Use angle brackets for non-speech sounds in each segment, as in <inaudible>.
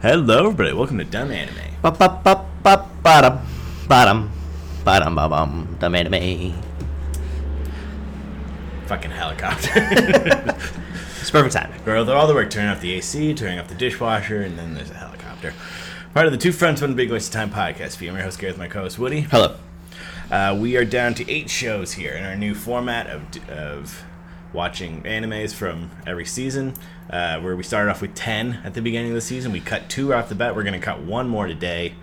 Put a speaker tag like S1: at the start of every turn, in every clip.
S1: Hello, everybody. Welcome to Dumb Anime.
S2: Ba ba ba ba bottom, bottom, bottom, bottom, dumb anime.
S1: Fucking helicopter. <laughs>
S2: It's perfect timing.
S1: Girl, they're all the work turning off the AC, turning off the dishwasher, and then there's a helicopter. Part of the Two Friends, One Big Waste of Time podcast. I'm your host, Gareth, my co host, Woody.
S2: Hello.
S1: Uh, we are down to eight shows here in our new format of, of watching animes from every season, uh, where we started off with 10 at the beginning of the season. We cut two off the bat. We're going to cut one more today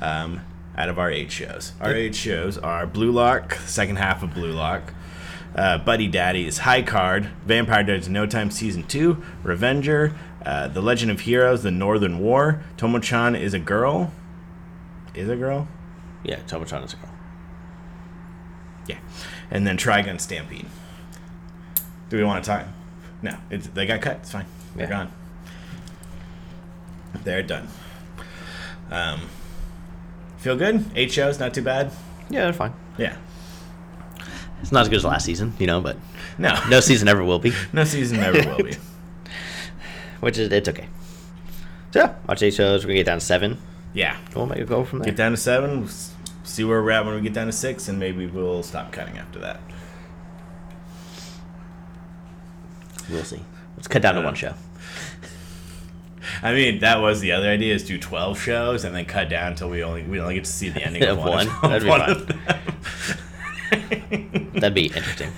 S1: um, out of our eight shows. Our eight shows are Blue Lock, second half of Blue Lock. Uh, Buddy Daddy's High Card, Vampire Diaries of No Time Season 2, Revenger, uh, The Legend of Heroes, The Northern War, Tomo-chan is a girl. Is a girl?
S2: Yeah, Tomatron is a girl.
S1: Yeah. And then Trigun Stampede. Do we want to talk? No. It's, they got cut. It's fine. They're
S2: Yeah.
S1: gone. They're done. Um, feel good? Eight shows, not too bad?
S2: Yeah, they're fine.
S1: Yeah.
S2: It's not as good as last season, you know, but
S1: No.
S2: no season ever <laughs> will be,
S1: No season ever will
S2: <laughs>
S1: be.
S2: which is it's okay. So yeah, watch eight shows. We're gonna get down to seven.
S1: Yeah.
S2: We'll make a go from there.
S1: Get down to seven. we'll s- See where we're at when we get down to six, and maybe we'll stop cutting after that.
S2: We'll see. Let's cut down to
S1: Uh,
S2: one show.
S1: I mean, that was the other idea: is do twelve shows and then cut down until we only we only get to see the ending of,
S2: <laughs> Of
S1: one. <laughs>
S2: one? That'd be
S1: one
S2: fun.
S1: of them.
S2: That'd be interesting.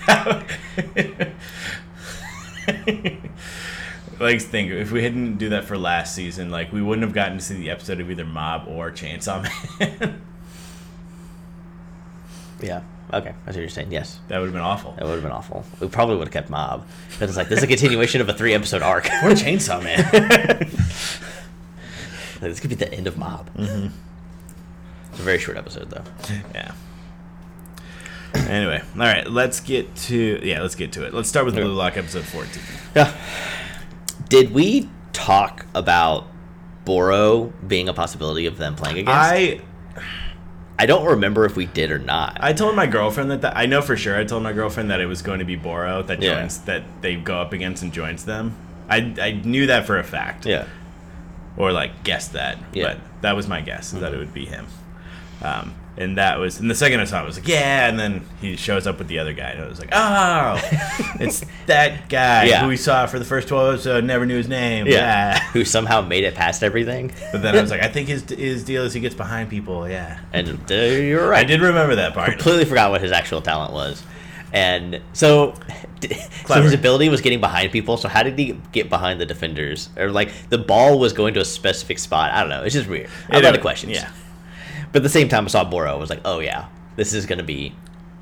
S1: like think if we hadn't do that for last season, like we wouldn't have gotten to see the episode of either Mob or Chainsaw Man.
S2: <laughs>
S1: <laughs>
S2: yeah. Okay, I see what you're saying. Yes,
S1: that would have been awful.
S2: that would have been awful. We probably would have kept Mob. But it's like this is a continuation of a three episode arc.
S1: <laughs> Or Chainsaw Man.
S2: <laughs> this could be the end of Mob.
S1: Mm-hmm.
S2: It's a very short episode though.
S1: yeah. Anyway, all right, let's get to yeah, let's get to it. Let's start with Blue Lock episode fourteen.
S2: Yeah. Did we talk about Boro being a possibility of them playing against?
S1: I
S2: I don't remember if we did or not.
S1: I told my girlfriend that, that I know for sure. I told my girlfriend that it was going to be Boro that
S2: Yeah.
S1: joins that they go up against and joins them. I, I knew that for a fact.
S2: yeah.
S1: Or like guessed that.
S2: Yeah. Mm-hmm.
S1: But that was my guess is that it would be him. Um, and that was and the second I saw it I was like yeah, and then he shows up with the other guy and I was like
S2: <laughs>
S1: oh, it's that guy
S2: Yeah.
S1: who we saw for the first twelve episode never knew his name.
S2: Who somehow made it past
S1: <laughs>
S2: everything?
S1: But then I
S2: <laughs>
S1: was like I think his his deal is he gets behind people. Yeah.
S2: And uh, you're right.
S1: I did remember that part.
S2: completely forgot what his actual talent was. And so, <laughs> so
S1: Clever.
S2: his ability was getting behind people. So how did he get behind the defenders? Or like the ball was going to a specific spot. I don't know. It's just weird. I have a lot of questions.
S1: Yeah.
S2: But at the same time, I saw Boro. I was like, oh yeah, this is gonna be,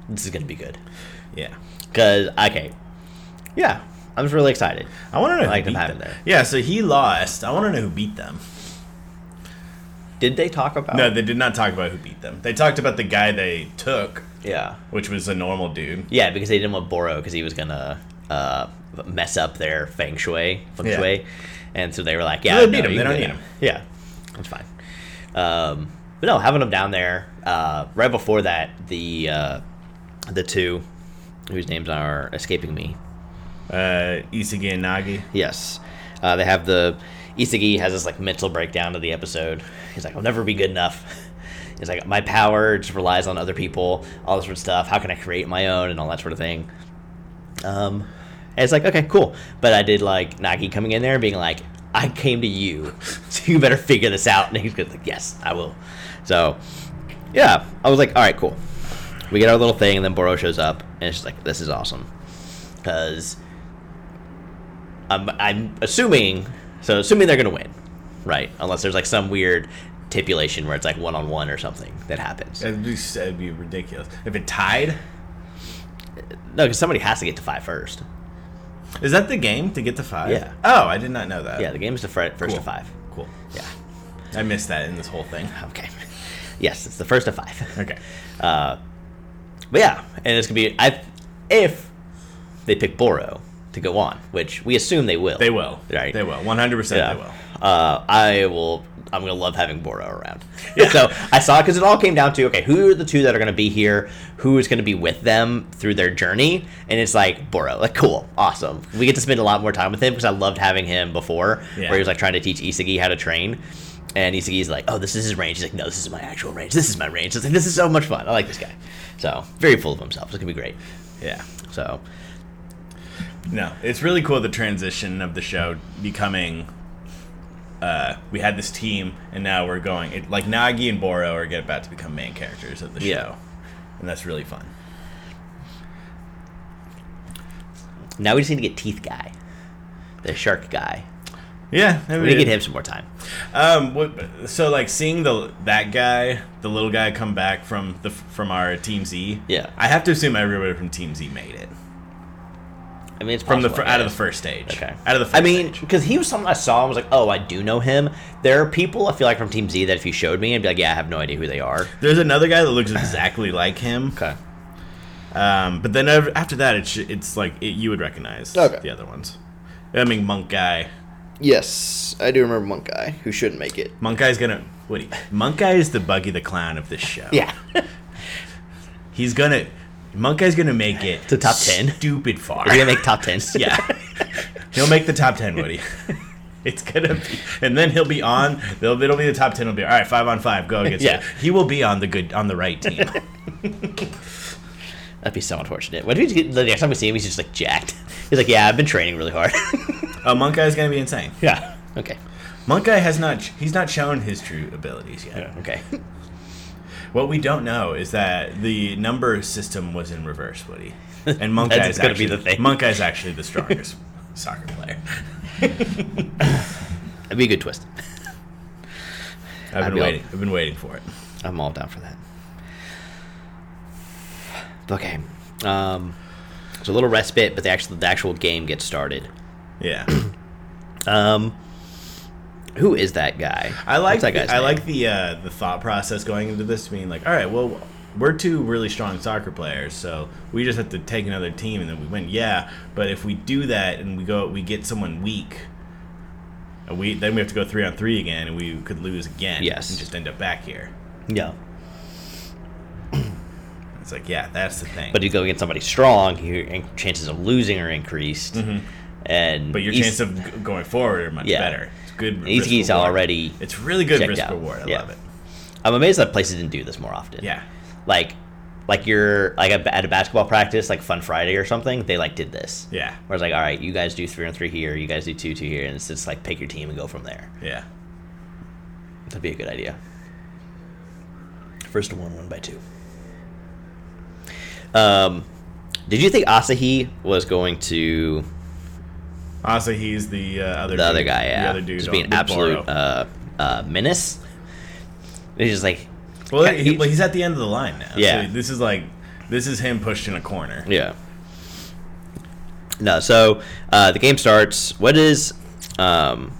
S2: this is gonna be good.
S1: Yeah.
S2: Cause okay, yeah, I was really excited.
S1: I want to know who
S2: I like
S1: beat
S2: them
S1: them.
S2: having there.
S1: Yeah, so he lost. I want to know who beat them.
S2: Did they talk about?
S1: No, they did not talk about who beat them. They talked about the guy they took,
S2: yeah,
S1: which was a normal dude.
S2: yeah, because they didn't want Boro because he was gonna uh, mess up their feng shui, feng
S1: Yeah.
S2: shui, and so they were like, yeah,
S1: they need
S2: no,
S1: him.
S2: you
S1: They
S2: can
S1: don't
S2: do
S1: need
S2: that.
S1: him.
S2: Yeah, that's fine. Um, but no, having them down there uh, right before that, the uh, the two whose names are escaping me
S1: Uh, Isagi and Nagi.
S2: Yes. Uh, they have the Isagi has this like mental breakdown of the episode. He's like, I'll never be good enough. <laughs> He's like, my power just relies on other people, all this sort of stuff. How can I create my own and all that sort of thing? Um, and it's like, okay, cool. But I did like Nagi coming in there and being like, I came to you, <laughs> so you better figure this out. And he's good, like, yes, I will. So, yeah, I was like, all right, cool. We get our little thing, and then Boro shows up, and it's just like, this is awesome. Because I'm, I'm assuming so assuming they're gonna win right unless there's like some weird stipulation where it's like one-on-one or something that happens
S1: That'd be, that'd be ridiculous. If it tied,
S2: no because somebody has to get to five first
S1: is that the game to get to five?
S2: Yeah.
S1: Oh, I did not know that.
S2: yeah the game is the fir- first to
S1: Cool.
S2: five
S1: Cool.
S2: yeah
S1: I missed that in this whole thing.
S2: okay yes it's the first to five
S1: Okay.
S2: uh, but yeah and it's gonna be I, if they pick Boro to go on which we assume they will
S1: They will.
S2: Right.
S1: They will. 100%
S2: yeah.
S1: they will.
S2: uh, I will I'm gonna love having Boro around. so I saw because it all came down to okay, who are the two that are gonna be here? Who is gonna be with them through their journey? And it's like Boro, like cool, awesome. We get to spend a lot more time with him because I loved having him before,
S1: Yeah.
S2: where he was like trying to teach Isagi how to train. And Isagi's like, oh, this is his range. He's like, no, this is my actual range. This is my range. It's like, this is so much fun. I like this guy. So, very full of himself. It's going to be great.
S1: Yeah.
S2: So,
S1: No, it's really cool the transition of the show becoming. Uh, we had this team, and now we're going. It, like Nagi and Boro are get about to become main characters of the show,
S2: Yeah.
S1: and that's really fun.
S2: now we just need to get Teeth Guy, the shark guy.
S1: Yeah, I
S2: We need to get him some more time.
S1: Um, what, so like seeing the that guy, the little guy, come back from the from our Team Z.
S2: Yeah.
S1: I have to assume everybody from Team Z made it
S2: I mean, it's
S1: from the
S2: possible,
S1: fir-
S2: I
S1: out of
S2: guess.
S1: the first stage.
S2: Okay.
S1: out of the. First
S2: I mean,
S1: stage.
S2: because he was someone I saw. I was like, oh, I do know him. There are people I feel like from Team Z that if you showed me, I'd be like, yeah, I have no idea who they are.
S1: there's another guy that looks
S2: <coughs>
S1: exactly like him.
S2: Okay.
S1: Um, but then ev- after that, it's it's like it, you would recognize
S3: Okay.
S1: the other ones. I mean, Monk Guy.
S3: Yes, I do remember Monk Guy, who shouldn't make it.
S1: Monk Guy's gonna. What? He, Monk Guy is the Buggy the Clown of this show.
S3: <laughs>
S2: Yeah.
S1: He's gonna. Monk Guy's gonna make it
S2: To top 10?
S1: Stupid far.
S2: <laughs> We're gonna make top ten.
S1: <laughs> Yeah. he'll make the top 10, Woody. <laughs> It's gonna be, and then he'll be on. They'll, it'll be the top ten. He'll be all right. Five on five. Go against.
S2: Yeah.
S1: it. He will be on the good, on the right
S2: <laughs>
S1: team.
S2: That'd be so unfortunate. What if he, the next time we see him, he's just like jacked? <laughs> He's like, yeah, I've been training really hard. <laughs>
S1: Oh, Monk Guy's gonna be insane.
S2: yeah. Okay.
S1: Monk Guy has not. He's not shown his true abilities yet.
S2: Okay.
S1: What we don't know is that the number system was in reverse, Woody. And Monk
S2: <laughs> That's
S1: Guy is
S2: gonna
S1: actually
S2: be the thing.
S1: Monk Guy's actually the strongest <laughs> soccer player.
S2: That'd be a good twist.
S1: I've
S2: I'd
S1: been
S2: be all-
S1: waiting. I've been waiting for it.
S2: I'm all down for that. Okay. Um, it's a little respite, but the actual the actual game gets started.
S1: Yeah,
S2: Um, who is that guy?
S1: I like.
S2: What's that
S1: The,
S2: guy's
S1: I
S2: name?
S1: like the uh, the thought process going into this, being like, all right, well, we're two really strong soccer players, so we just have to take another team and then we win. Yeah, but if we do that and we go, we get someone weak. and We then we have to go three on three again, and we could lose again.
S2: Yes.
S1: and just end up back here.
S2: Yeah,
S1: It's like, yeah, that's the thing.
S2: but you go against somebody strong, your in- chances of losing are increased, and
S1: Mm-hmm. But your
S2: Is-
S1: chance of g- going forward are much
S2: Yeah.
S1: better. It's good. risk
S2: Isagi's
S1: reward.
S2: already.
S1: It's really good
S2: checked
S1: risk
S2: out.
S1: reward. I
S2: Yeah.
S1: love it.
S2: I'm amazed that places didn't do this more often.
S1: Yeah.
S2: like like you're like a- at a basketball practice like fun friday or something they like did this
S1: Yeah.
S2: where it's like all right you guys do three and three here you guys do two two here and it's just like pick your team and go from there
S1: Yeah.
S2: that'd be a good idea first to one one by two um did you think asahi was going to
S1: Also, he's the uh, other
S2: the other
S1: dude-
S2: guy yeah
S1: The other dude.
S2: just
S1: on-
S2: be an
S1: with
S2: absolute
S1: Boro.
S2: uh, uh menace he's just like
S1: well, he,
S2: he-
S1: well, he's at the end of the line now.
S2: Yeah.
S1: So this is like, this is him pushed in a corner.
S2: Yeah. No, so uh, the game starts. What is, um,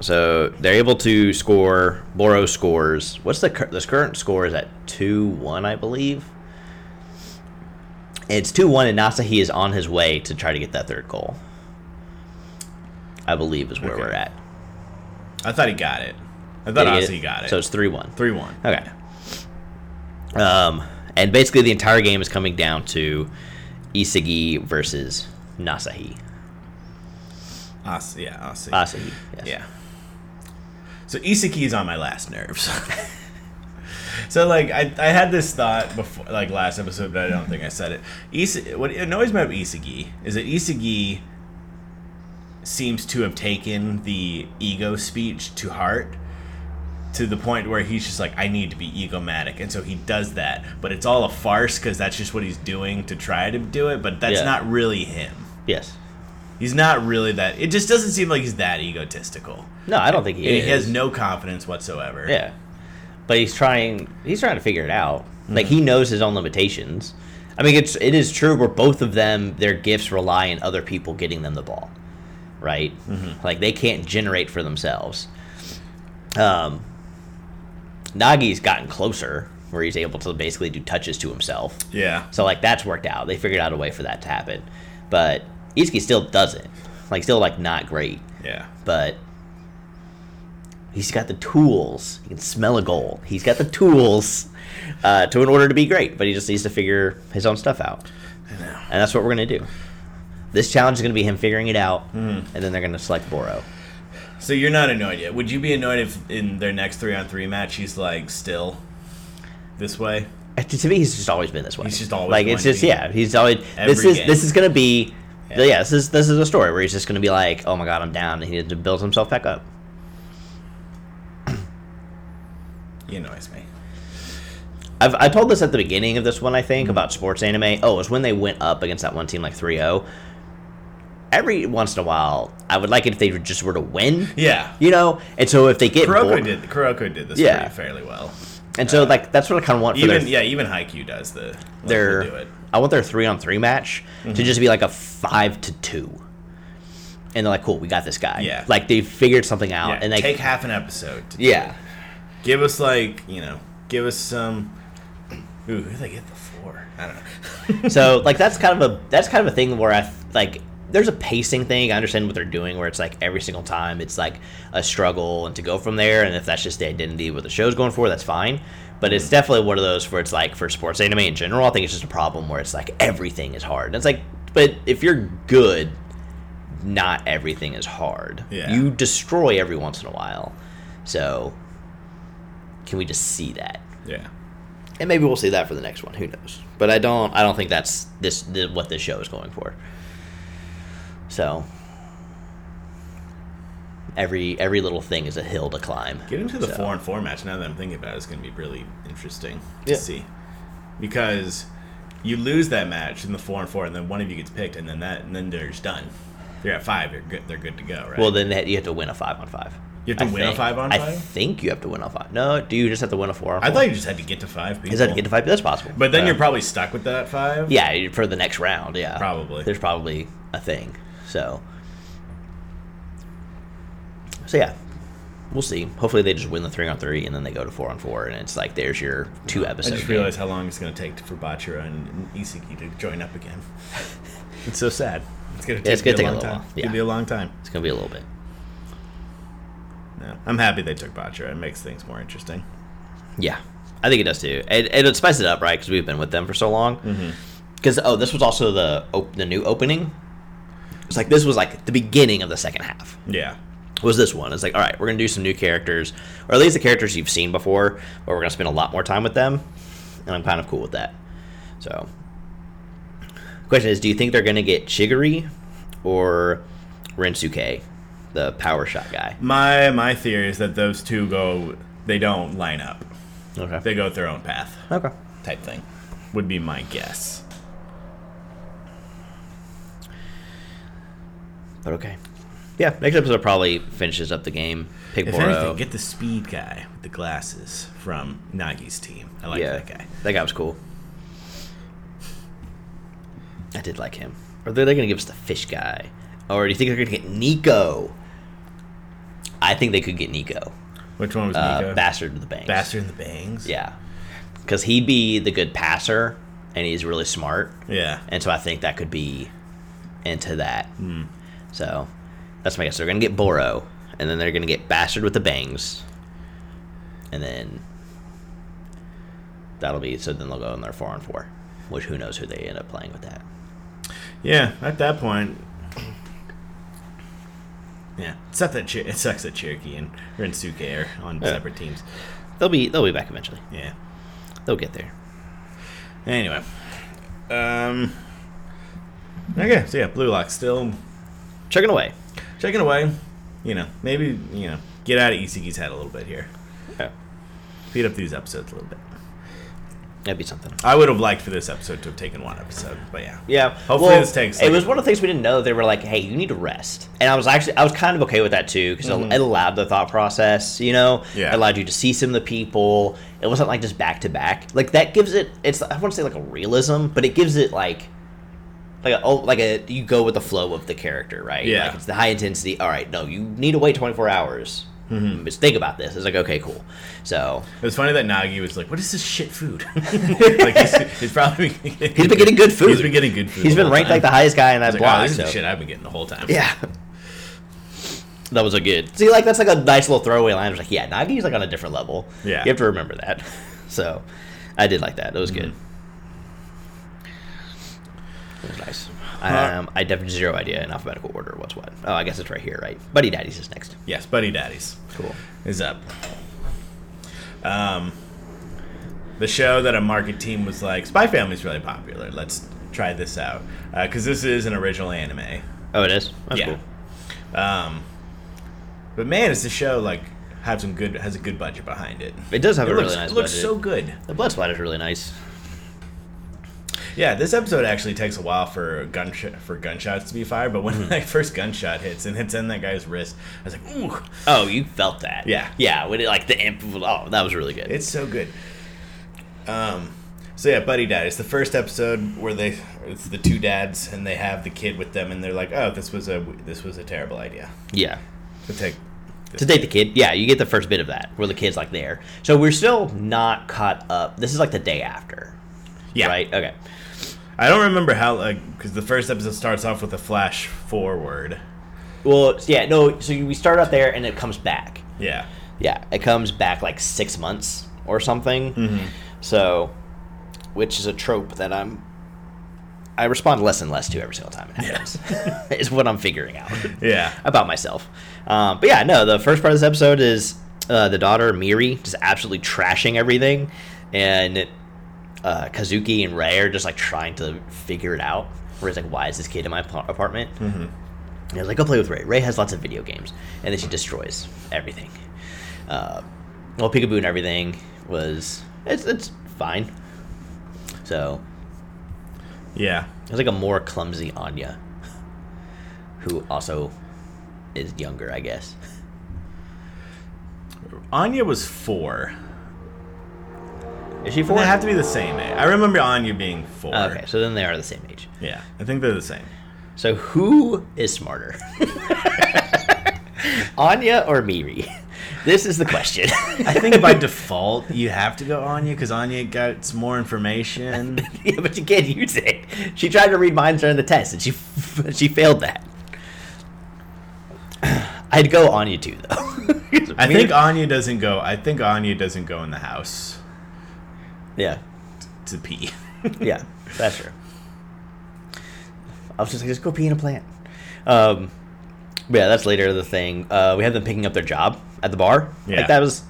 S2: so they're able to score. Boro scores. What's the cur- this current score is at two one, I believe. It's two one, and Nasahi is on his way to try to get that third goal. I believe is where
S1: Okay.
S2: we're at.
S1: I thought he got it. I thought
S2: Did he
S1: Ozzy
S2: get
S1: got it.
S2: So it's three one.
S1: three one.
S2: Okay. Um, and basically the entire game is coming down to Isagi versus Nasahi.
S1: Os- yeah. Ozzy.
S2: Asahi. Yes.
S1: Yeah. So Isaki's on my last nerves. <laughs> so like I, I had this thought before like last episode, but I don't think I said it. Is- what annoys me about Isaki is that Isaki seems to have taken the ego speech to heart to the point where he's just like I need to be egomatic and so he does that but it's all a farce cuz that's just what he's doing to try to do it but that's
S2: Yeah.
S1: not really him.
S2: Yes.
S1: He's not really that it just doesn't seem like he's that egotistical.
S2: No, I don't think he
S1: And
S2: is.
S1: he has no confidence whatsoever.
S2: Yeah. But he's trying. He's trying to figure it out. Like he knows his own limitations. I mean, it's it is true where both of them their gifts rely on other people getting them the ball, right? Like they can't generate for themselves. Um, Nagi's gotten closer where he's able to basically do touches to himself.
S1: Yeah.
S2: So like that's worked out. They figured out a way for that to happen. But Izuki still doesn't. Like still like not great.
S1: Yeah.
S2: but He's got the tools. He can smell a goal. He's got the tools uh, to in order to be great, but he just needs to figure his own stuff out. And that's what we're gonna do. This challenge is gonna be him figuring it out,
S1: Hmm.
S2: and then they're gonna select Boro.
S1: So you're not annoyed yet. Would you be annoyed if in their next three on three match he's like still this way?
S2: Uh, To to me, he's just always been this way.
S1: He's just always
S2: like
S1: going
S2: it's
S1: to
S2: just
S1: be.
S2: yeah. He's always this
S1: Every
S2: is
S1: game.
S2: this is gonna be
S1: Yeah.
S2: yeah. This is this is a story where he's just gonna be like, oh my god, I'm down, and he needs to build himself back up.
S1: He annoys me.
S2: I've, I told this at the beginning of this one, I think, about sports anime. Oh, it was when they went up against that one team like 3 0. Every once in a while, I would like it if they just were to win,
S1: Yeah.
S2: you know? And so if they get.
S1: Kuroko
S2: bored-
S1: did Kuroko did this
S2: Yeah.
S1: pretty fairly well.
S2: And so, like, that's what I kind of want for
S1: Even
S2: their,
S1: yeah, even Haikyuu does the let
S2: their-
S1: them do it. Mm-hmm.
S2: I want their three on three match to just be like a five to two. And they're like, cool, we got this guy.
S1: Yeah.
S2: Like, they figured something out.
S1: Yeah,
S2: and they.
S1: take half an episode. to-
S2: yeah.
S1: Give us like you know, give us some. Ooh, who did they get the four? I don't know. <laughs>
S2: so like that's kind of a that's kind of a thing where I like there's a pacing thing. I understand what they're doing where it's like every single time it's like a struggle and to go from there. And if that's just the identity of what the show's going for, that's fine. But it's definitely one of those where it's like for sports anime in general, I think it's just a problem where it's like everything is hard. And it's like, but if you're good, not everything is hard.
S1: Yeah.
S2: You destroy every once in a while. So can we just see that?
S1: Yeah.
S3: And maybe we'll see that for the next one. Who knows?
S2: but I don't. I don't think that's this, th what this show is going for. So every every little thing is a hill to climb.
S1: Get into the
S2: So-
S1: four and four match now that I'm thinking about it, it's going to be really interesting to
S3: Yeah.
S1: see. Because you lose that match in the four and four, and then one of you gets picked, and then that, and then they're just done. They're at five. They're good. They're good to go, right?
S2: Well, then that- you have to win a five on five.
S1: You have to win a
S2: think.
S1: five on
S2: I
S1: five?
S2: think you have to win a five. No, do you just have to win a four? On
S1: I
S2: four?
S1: thought you just had to get to five people.
S2: Is that to get to five? That's possible.
S1: but then
S2: Uh,
S1: you're probably stuck with that five.
S2: yeah for the next round. Yeah,
S1: Probably.
S2: There's probably a thing. So so yeah. We'll see. Hopefully, they just win the three on three, and then they go to four on four, and it's like there's your two
S1: I
S2: episodes.
S1: just realized how long it's going to take for Bachira and Isiki to join up
S2: <laughs>
S1: again. it's so sad. It's going to take,
S2: it's
S1: me
S2: gonna take a
S1: long
S2: little
S1: time.
S2: while,
S1: It's going
S2: yeah.
S1: to be a long time.
S2: It's gonna be a little bit.
S1: No. I'm happy they took Bachira. It makes things more interesting.
S2: Yeah, I think it does too. It it spices it up, right? Because we've been with them for so long.
S1: Mm-hmm.
S2: Because oh, this was also the op- the new opening. It's like this was like the beginning of the second half.
S1: Yeah.
S2: Was this one? It's like all right, we're gonna do some new characters, or at least the characters you've seen before, but we're gonna spend a lot more time with them, and I'm kind of cool with that. So, question is, do you think they're gonna get Shiguri or Rensuke, the power shot guy?
S1: My my theory is that those two go they don't line up.
S2: Okay.
S1: They go their own path
S2: Okay.
S1: type thing. Would be my guess.
S2: But okay. Yeah, next episode probably finishes up the game. Pick
S1: If
S2: Boro.
S1: anything, get the speed guy with the glasses from Nagi's team. I like
S2: yeah,
S1: that guy.
S2: That guy was cool. I did like him. Or they're going to give us the fish guy. Or do you think they're going to get Nico? I think they could get Nico.
S1: Which one was
S2: Uh,
S1: Nico?
S2: Bastard of the Banks.
S1: Bastard in the bangs.
S2: Yeah. Because he'd be the good passer, and he's really smart.
S1: Yeah.
S2: And so I think that could be into that. So that's my guess. They're going to get Boro, and then they're going to get Bastard with the Bangs. And then that'll be, so then they'll go in their 4 on 4, which who knows who they end up playing with that.
S1: Yeah. At that point. Yeah. It's not that Cher- it sucks that Cherokee and Rensuke are on separate teams.
S2: They'll be, they'll be back eventually.
S1: Yeah.
S2: They'll get there.
S1: Anyway. Um Okay, so yeah, Blue Lock still
S2: Chugging away.
S1: checking away. You know, maybe you know, get out of Isagi's head a little bit here.
S2: Yeah.
S1: Speed up these episodes a little bit.
S2: That'd be something.
S1: I would have liked for this episode to have taken one episode, but yeah.
S2: Yeah.
S1: Hopefully this takes,
S2: It
S1: like-
S2: was one of the things we didn't know. They were like, "Hey, you need to rest," and I was actually I was kind of okay with that too because it allowed the thought process. You know,
S1: Mm-hmm. Yeah.
S2: it allowed you to see some of the people. It wasn't like just back to back. Like that gives it. It's I want to say like a realism, but it gives it like. Like a, oh, like a you go with the flow of the character, right?
S1: Yeah.
S2: Like it's the high intensity. All right, no, you need to wait twenty four hours. Mm-hmm. Just think about this. It's like okay, cool. So
S1: It was funny that Nagi was like, "What is this shit
S2: <laughs>
S1: food?" like he's, he's probably
S2: he's been getting good food.
S1: He's been getting good food.
S2: He's
S1: the
S2: been
S1: whole
S2: ranked
S1: time. "Oh,
S2: like the highest guy in
S1: He's
S2: that
S1: like,
S2: block.
S1: "Oh, this is
S2: so-
S1: the shit I've been getting the whole time.
S2: Yeah. that was a good. See, like that's like a nice little throwaway line. I was like, yeah, Nagi's like on a different level.
S1: Yeah.
S2: you have to remember that. <laughs> So, I did like that. That was good. That was nice.
S1: Huh.
S2: Um, I have zero idea in alphabetical order what's what. Oh, I guess it's right here, right? Buddy Daddy's is next.
S1: Yes, Buddy Daddies
S2: Cool.
S1: is up. Um, the show that a market team was like, Spy Family's really popular. Let's try this out because this is an original anime.
S2: Oh, it is. That's
S1: yeah.
S2: cool.
S1: Um, but man, is the show like have some good has a good budget behind it.
S2: It does have
S1: it
S2: a
S1: looks,
S2: really nice
S1: it looks
S2: budget.
S1: so good.
S2: the blood splat is really nice.
S1: Yeah, this episode actually takes a while for gunshot for gunshots to be fired, but
S2: Hmm.
S1: when that <laughs> first gunshot hits and hits in that guy's wrist, I was like, ooh,
S2: Oh, you felt that.
S1: Yeah.
S2: Yeah. When it like the imp. Oh, that was really good.
S1: it's so good. Um, so yeah, Buddy Dad. It's the first episode where they it's the two dads and they have the kid with them, and they're like, oh, this was a this was a terrible idea
S2: yeah.
S1: to take. This.
S2: to date the kid yeah you get the first bit of that where the kid's like there so we're still not caught up this is like the day after
S1: Yeah.
S2: right okay
S1: I don't remember how like because the first episode starts off with a flash forward.
S2: well it's- yeah no so you- we start out there and it comes back
S1: Yeah.
S2: yeah it comes back like six months or something so
S3: which is a trope that I'm.
S2: i respond less and less to every single time it happens <laughs> is what i'm figuring out
S1: Yeah.
S2: <laughs> about myself um, but yeah no the first part of this episode is uh, the daughter miri just absolutely trashing everything and uh, Kazuki and Ray are just like trying to figure it out. Where it's like, why is this kid in my ap- apartment? Mm-hmm. And I was like, go play with Ray. Ray has lots of video games, and then she destroys everything. Uh, well, Peekaboo and everything was it's it's fine. So
S1: Yeah.
S2: it was like a more clumsy Anya, who also is younger, I guess.
S1: Anya was four.
S2: Is she
S1: Well,
S2: four?
S1: They have to be the same age. I remember Anya being four.
S2: okay, so then they are the same age.
S1: Yeah, I think they're the same.
S2: So who is smarter? <laughs> Anya or Miri? This is the question. <laughs>
S1: I think by default you have to go Anya because Anya gets more
S2: <laughs>
S1: information.
S2: yeah, but you can't use it. She tried to read minds during the test and she <laughs> she failed that. I'd go Anya too though. <laughs>
S1: I
S2: Miri-
S1: think Anya doesn't go. I think Anya doesn't go in the house
S2: Yeah.
S1: to pee. <laughs>
S2: Yeah. That's true. I was just like, just go pee in a plant. Um but yeah, that's later the thing. Uh, we have them picking up their job at the bar.
S1: Yeah.
S2: Like that was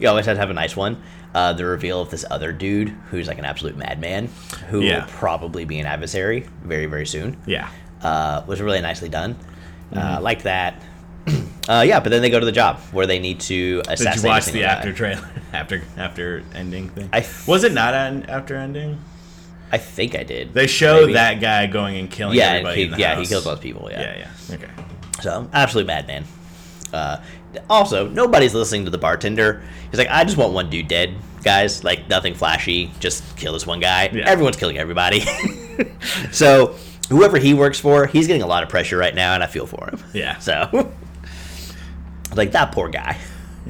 S2: you always had to have a nice one. Uh, the reveal of this other dude who's like an absolute madman who
S1: Yeah.
S2: will probably be an adversary very, very soon.
S1: yeah,
S2: uh, was really nicely done.
S1: Mm-hmm.
S2: Uh, liked that. <clears throat> uh, yeah, but then they go to the job where they need to assassinate.
S1: did you
S2: a
S1: watch
S2: single
S1: the
S2: guy.
S1: after trailer <laughs> after after ending thing?
S2: I f-
S1: was it not an after ending?
S2: I think I did.
S1: They show
S2: Maybe.
S1: that guy going and killing
S2: Yeah,
S1: everybody
S2: he,
S1: in the
S2: yeah,
S1: house.
S2: he kills those people. Yeah.
S1: Yeah, yeah. Okay.
S2: So absolute madman. Uh, also, nobody's listening to the bartender. He's like, I just want one dude dead, guys. Like nothing flashy. Just kill this one guy.
S1: Yeah.
S2: Everyone's killing everybody. <laughs> so whoever he works for, he's getting a lot of pressure right now, and I feel for him.
S1: Yeah.
S2: So, <laughs> like that poor guy.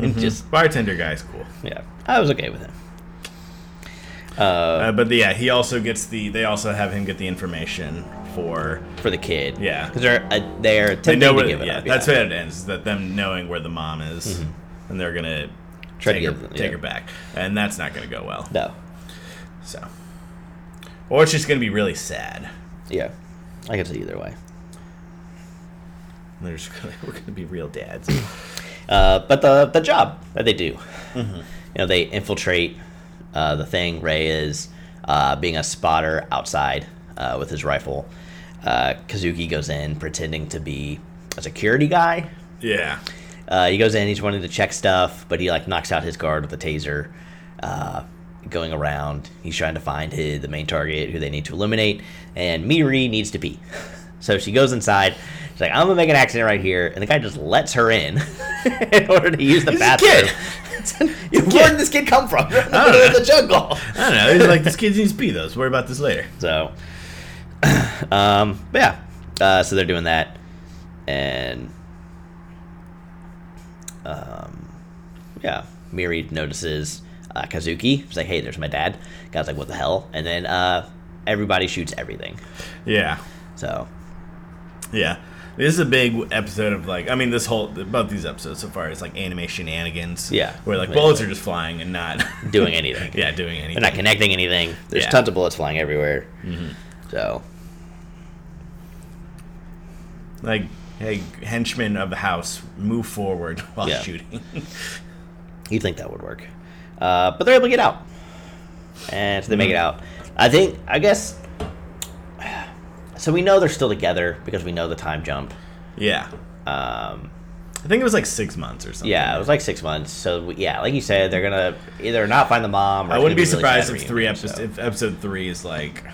S2: And just
S1: Mm-hmm. Bartender guy's cool.
S2: Yeah, I was okay with him.
S1: Uh, but yeah, he also gets the. They also have him get the information for.
S2: For the kid,
S1: Yeah.
S2: because they're uh, they're
S1: They
S2: attempting
S1: know
S2: to
S1: where.
S2: give it
S1: yeah,
S2: up.
S1: that's where it ends. That them knowing where the mom is, and they're gonna
S2: Mm-hmm. Try to
S1: take, her,
S2: give-
S1: take
S2: yeah.
S1: her back, and that's not gonna go well.
S2: No,
S1: So, or it's just gonna be really sad.
S2: yeah, I can see either way.
S1: And They're just gonna, <laughs> we're gonna be real
S2: <laughs>
S1: dads.
S2: Uh, but the the job that they do, you know, they infiltrate uh, the thing. Ray is uh, being a spotter outside uh, with his rifle. Uh, Kazuki goes in pretending to be a security guy.
S1: yeah,
S2: Uh, he goes in, he's wanting to check stuff, but he like knocks out his guard with a taser. Uh, going around, he's trying to find his, the main target who they need to eliminate, and Miri needs to pee. <laughs> So she goes inside. She's like, "I'm gonna make an accident right here," and the guy just lets her in <laughs> in order to use the
S1: He's a
S2: bathroom. <laughs> Where did this kid come from? You're <laughs> in the middle of
S1: know.
S2: the jungle.
S1: I don't know. He's like, this kid needs to pee though. So worry about this later.
S2: So, <clears throat> um, but yeah, uh, so they're doing that, and um, yeah, Miri notices uh, Kazuki. She's like, "Hey, there's my dad." Guy's like, "What the hell?" And then uh, everybody shoots everything.
S1: Yeah,
S2: So
S1: yeah. This is a big episode of like, I mean, this whole both these episodes so far is like anime shenanigans.
S2: Yeah.
S1: where like
S2: Yeah.
S1: bullets are just flying and not <laughs>
S2: Doing anything.
S1: yeah, doing anything.
S2: They're not connecting anything. There's
S1: Yeah.
S2: tons of bullets flying everywhere. So
S1: like, hey, henchmen of the house, move forward <laughs> while
S2: Yeah. <laughs>
S1: shooting.
S2: you'd think that would work. Uh, but they're able to get out. And so they make it out. I think, I guess. So we know they're still together because we know the time jump.
S1: yeah,
S2: Um,
S1: I think it was like six months or something.
S2: yeah, it was like six months. So we, yeah, like you said, they're gonna either not find the mom. Or
S1: I
S2: it's
S1: wouldn't
S2: gonna
S1: be
S2: really sad
S1: surprised if three
S2: reunion, so.
S1: episodes, if episode three is like,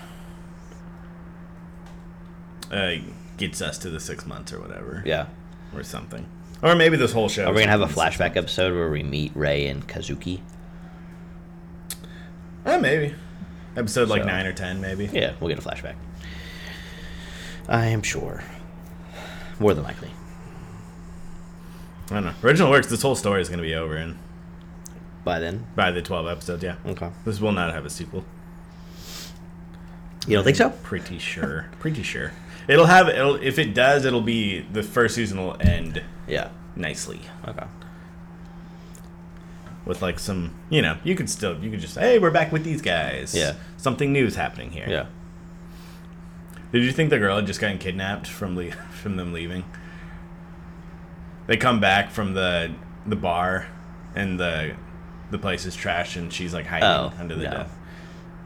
S1: uh, gets us to the six months or whatever.
S2: Yeah.
S1: or something, or maybe this whole show.
S2: Are we gonna have a
S1: is-
S2: flashback episode where we meet Ray and Kazuki?
S1: Eh, maybe episode like
S2: So-
S1: nine or ten, maybe.
S2: Yeah, we'll get a flashback. I am sure. More than likely.
S1: I don't know. Original works. This whole story is going to be over in
S2: By then.
S1: by the twelve episodes. Yeah.
S2: Okay.
S1: This will not have a sequel.
S2: You don't think so?
S1: Pretty sure. Pretty sure. It'll have. It'll if it does, it'll be the first season will end
S2: Yeah.
S1: nicely
S2: Okay.
S1: with like some. You know, you could still. You could just. say, Hey, we're back with these guys.
S2: Yeah.
S1: Something new is happening here.
S2: Yeah.
S1: Did you think the girl had just gotten kidnapped from le- <laughs> from them leaving? They come back from the the bar, and the the place is trash, and she's like hiding
S2: Oh,
S1: under the
S2: no.
S1: desk.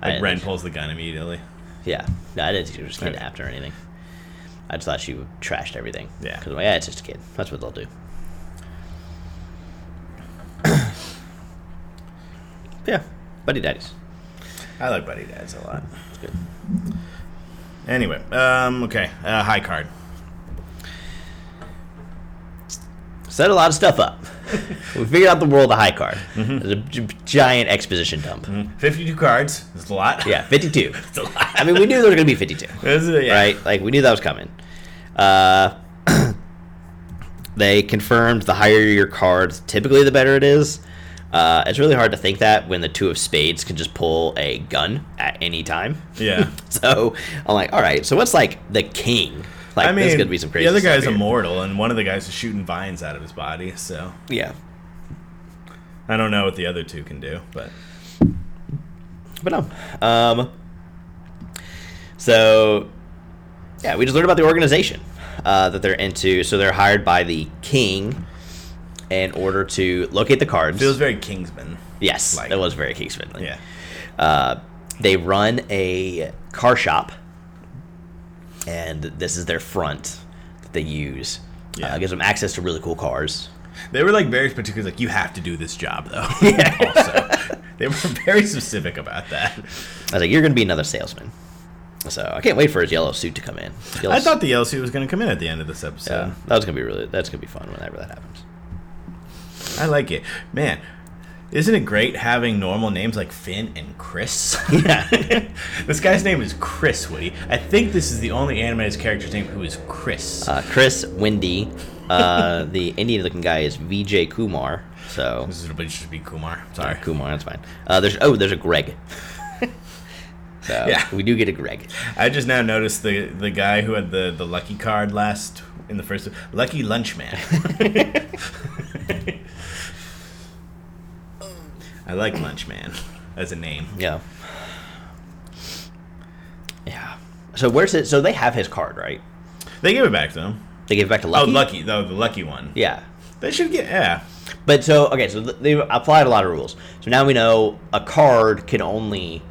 S2: I
S1: Like
S2: didn't
S1: Ren
S2: think-
S1: pulls the gun immediately.
S2: Yeah. No, I didn't think she was kidnapped or anything. I just thought she trashed everything.
S1: Yeah.
S2: Because, yeah, it's just a kid. That's what they'll do. yeah. Buddy daddies.
S1: I like Buddy Dads a lot.
S2: It's good.
S1: Anyway, um, okay, uh, high card. <laughs>
S2: set a lot of stuff up. we figured out the world of high card. There's a gi- giant exposition dump.
S1: Fifty-two cards. That's a lot.
S2: Yeah,
S1: <laughs>
S2: 52.
S1: it's a lot.
S2: I mean, we knew there was going to be 52,
S1: This is- yeah.
S2: right? Like, we knew that was coming. Uh, <coughs> they confirmed the higher your card, typically the better it is. Uh, it's really hard to think that when the two of spades can just pull a gun at any time. <laughs>
S1: Yeah.
S2: So I'm like, all right, so what's like the king? Like,
S1: I mean,
S2: there's going to be some crazy
S1: the other
S2: stuff
S1: guy's
S2: here.
S1: immortal, and one of the guys is shooting vines out of his body. So
S2: Yeah.
S1: I don't know what the other two can do, but
S2: But no. Um, so, yeah, we just learned about the organization uh, that they're into. So they're hired by the king in order to locate the cards.
S1: feels very Kingsman.
S2: yes,
S1: like-
S2: that was very Kingsman.
S1: Yeah.
S2: Uh, they run a car shop, and this is their front that they use. Yeah.
S1: Yeah.
S2: Uh, gives them access to really cool cars.
S1: They were like very particular, like you have to do this job
S2: <laughs>
S1: though. <laughs> also, they were very specific about that.
S2: I was like, you're going to be another salesman. So I can't wait for his yellow suit to come in. Yellow
S1: I thought the LC was going to come in at the end of this episode.
S2: Yeah, that was gonna be really. That's gonna be fun whenever that happens.
S1: I like it, man. Isn't it great having normal names like Finn and Chris? <laughs>
S2: Yeah.
S1: this guy's name is Chris Woody. I think this is the only animated character's name who is Chris.
S2: Uh, Chris Windy, uh, <laughs> the Indian-looking guy is Vijay Kumar. So
S1: this is it should be Kumar.
S2: sorry,
S1: Sorry.
S2: Kumar, that's fine. Uh, there's oh, there's a Greg. <laughs> so
S1: Yeah.
S2: we do get a Greg.
S1: <laughs> I just now noticed the the guy who had the the lucky card last in the first lucky
S2: <laughs>
S1: lunchman. I like lunchman as a name.
S2: Yeah. Yeah. So where's it? So they have his card, right?
S1: They give it back to him.
S2: They give it back to Lucky.
S1: Oh, lucky though the lucky one.
S2: Yeah.
S1: They should get yeah.
S2: But so okay, so th- they've applied a lot of rules. So now we know a card can only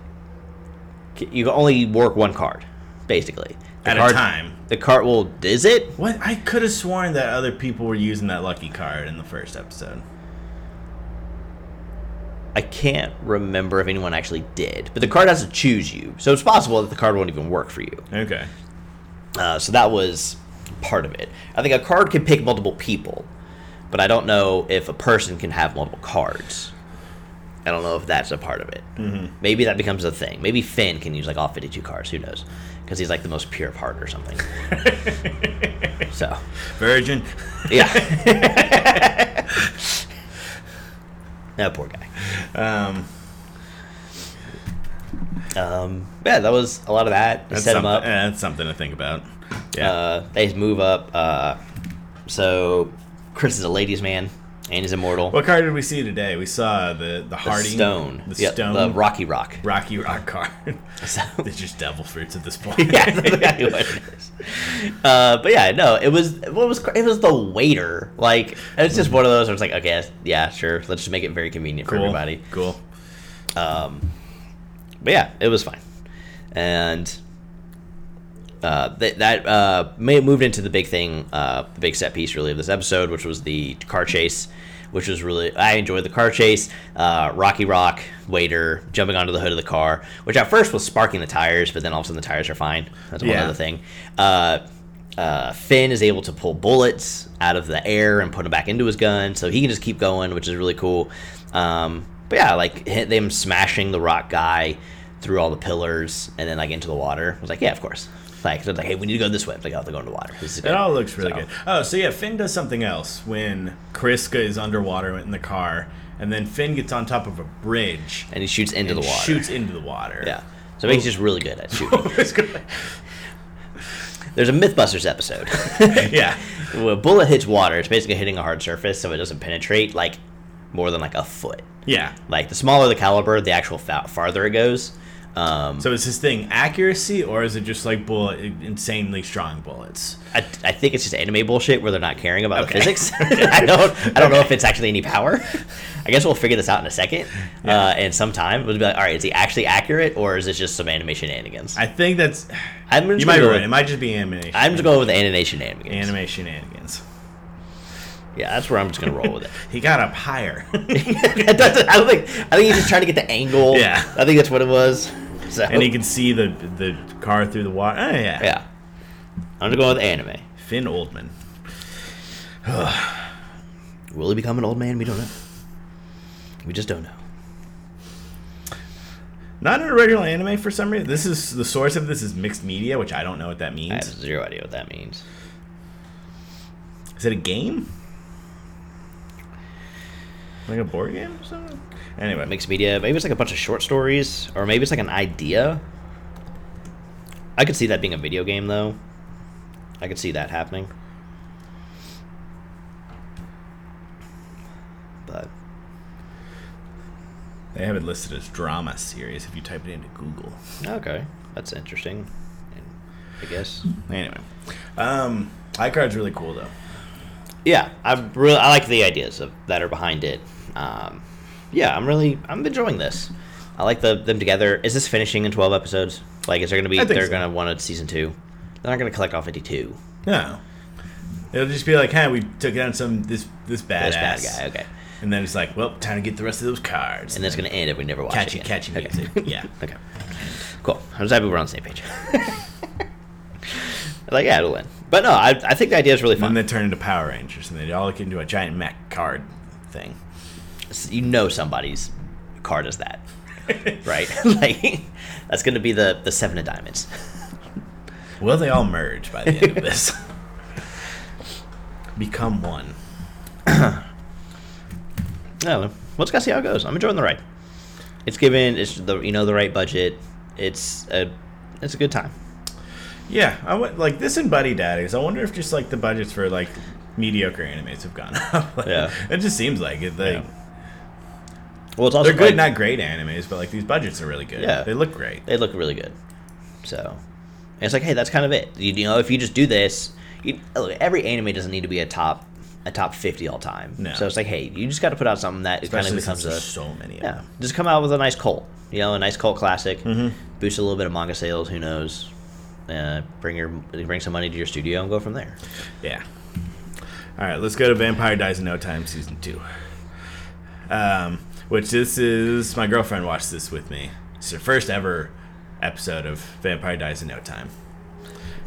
S2: c- you can only work one card, basically. The
S1: At a
S2: card-
S1: time.
S2: The card. Well, is it?
S1: What I could have sworn that other people were using that lucky card in the first episode.
S2: I can't remember if anyone actually did. But the card has to choose you, so it's possible that the card won't even work for you.
S1: Okay.
S2: Uh, so that was part of it. I think a card can pick multiple people, but I don't know if a person can have multiple cards. I don't know if that's a part of it. Mm-hmm. Maybe that becomes a thing. Maybe Finn can use like all 52 cards. Who knows? Because he's like the most pure of heart or something. so,
S1: Virgin.
S2: yeah. <laughs> that poor guy.
S1: Um,
S2: Um, yeah, that was a lot of that.
S1: that's,
S2: Set him
S1: something-
S2: up.
S1: eh, that's something to think about. Yeah.
S2: Uh, they move up. Uh, so Chris is a ladies' man and he's immortal.
S1: What card did we see today? We saw the the
S2: The
S1: Hardy
S2: stone.
S1: the
S2: Yeah,
S1: stone,
S2: The Rocky Rock. <laughs>
S1: Rocky Rock card. <laughs>
S2: So.
S1: They're just devil fruits at this point. <laughs>
S2: <laughs> yeah, that's exactly what it is. Uh, but yeah, no, it was what was cra- it was the waiter. Like it's just one of those. Where it's like, okay, yeah, sure. Let's just make it very convenient for
S1: Mm-hmm. cool.
S2: everybody.
S1: Cool.
S2: Um, but yeah, it was fine, and uh, that that uh, may moved into the big thing, uh, the big set piece really of this episode, which was the car chase, which was really I enjoyed the car chase. Uh, Rocky Rock waiter jumping onto the hood of the car, which at first was sparking the tires, but then all of a sudden the tires are fine. That's one
S1: Yeah.
S2: other thing. Uh, uh, Finn is able to pull bullets out of the air and put them back into his gun, so he can just keep going, which is really cool. Um, but yeah, like hit them smashing the rock guy through all the pillars and then like into the water. I was like, yeah, of course. Like they're like, hey, we need to go this way. I'm like, oh, they're going to water. This is
S1: It
S2: good.
S1: all looks really
S2: So-
S1: good. Oh, so yeah, Finn does something else when Kriska is underwater in the car, and then Finn gets on top of a bridge
S2: and he shoots into
S1: and
S2: the water.
S1: shoots into the water.
S2: Yeah. So he's just really good at shooting.
S1: <laughs> It's
S2: <laughs>
S1: good.
S2: There's a MythBusters episode.
S1: yeah.
S2: when a bullet hits water, it's basically hitting a hard surface, so it doesn't penetrate like more than like a foot.
S1: Yeah.
S2: Like the smaller the caliber, the actual fa- farther it goes. Um,
S1: So is his thing accuracy, or is it just like bullet, insanely strong bullets?
S2: I, I think it's just anime bullshit where they're not caring about
S1: Okay.
S2: the
S1: <laughs>
S2: physics. <laughs> I don't I don't know if it's actually any power. I guess we'll figure this out in a second. Uh, and sometime we'll be like, all right, is he actually accurate or is it just some animation shenanigans?
S1: I think that's.
S2: I'm just
S1: You
S2: gonna
S1: might be
S2: go
S1: right.
S2: with-
S1: It might just be animation.
S2: I'm just going with the animation shenanigans.
S1: anime shenanigans.
S2: Yeah, that's where I'm just gonna
S1: <laughs>
S2: roll with it. <laughs>
S1: He got up higher. <laughs>
S2: That doesn't- I don't think I think he's just trying to get the angle.
S1: Yeah.
S2: I think that's what it was. So
S1: and he can see the the car through the water. Oh, yeah.
S2: yeah, I'm just going with anime.
S1: Finn Oldman.
S2: Will he become an old man? We don't know. We just don't know.
S1: Not an original anime for some reason. This is the source of this is mixed media, which I don't know what that
S2: I have
S1: means.
S2: zero idea what that means.
S1: Is it a game? Like a board game or something? Anyway,
S2: mixed media. Maybe it's like a bunch of short stories, or maybe it's like an idea. I could see that being a video game, though. I could see that happening. But
S1: they have it listed as drama series if you type it into Google.
S2: okay, that's interesting. And I guess.
S1: Anyway, um, iCard's really cool though.
S2: Yeah, I really I like the ideas of, that are behind it. Um, yeah, I'm really I'm enjoying this. I like the them together. Is this finishing in 12 episodes? Like, is there gonna be
S1: I think
S2: they're
S1: so.
S2: gonna want a season two? They're not gonna collect all 52.
S1: No, it'll just be like, hey, we took down some this this badass
S2: This bad guy. Okay.
S1: and then it's like, well, time to get the rest of those cards,
S2: and that's going to end if we never watch
S1: catchy
S2: it. again.
S1: catchy
S2: Okay.
S1: music. yeah,
S2: <laughs> Okay. Cool. I'm just happy we're on the same page. <laughs> like, yeah, it'll end. But no, I, I think the idea is really
S1: and
S2: fun.
S1: then they turn into Power Rangers and they all get into a giant mech card thing.
S2: S- you know somebody's card
S1: <laughs>
S2: is that, right? <laughs> like, that's going to be the, the seven of diamonds.
S1: Will they all merge by the end of
S2: <laughs>
S1: this? Become one.
S2: I don't know. Oh, Let's go see how it goes. I'm enjoying the ride. It's given, it's the you know the right budget. It's a it's a good time.
S1: Yeah, I want like this and Buddy Daddies. I wonder if just like the budgets for like mediocre animes have gone up. <laughs> Like,
S2: Yeah.
S1: it just seems like it. They,
S2: Yeah. Well, it's also
S1: They're good,
S2: like-
S1: not great animes, but like these budgets are really good.
S2: Yeah.
S1: they look great.
S2: they look really good. So and it's like, hey, that's kind of it. You, you know, if you just do this, you, look, every anime doesn't need to be a top a top fifty all time.
S1: No.
S2: So it's like, hey, you just got to put out something that kind of
S1: Especially since
S2: becomes
S1: there's
S2: a
S1: so many. Of
S2: yeah.
S1: them.
S2: Just come out with a nice cult, you know, a nice cult classic.
S1: Mm-hmm.
S2: Boost a little bit of manga sales. Who knows? Uh, bring your bring some money to your studio and go from there.
S1: yeah. All right, let's go to Vampire Dies in No Time season two. Um, which this is my girlfriend watched this with me. It's her first ever episode of Vampire Dies in No Time,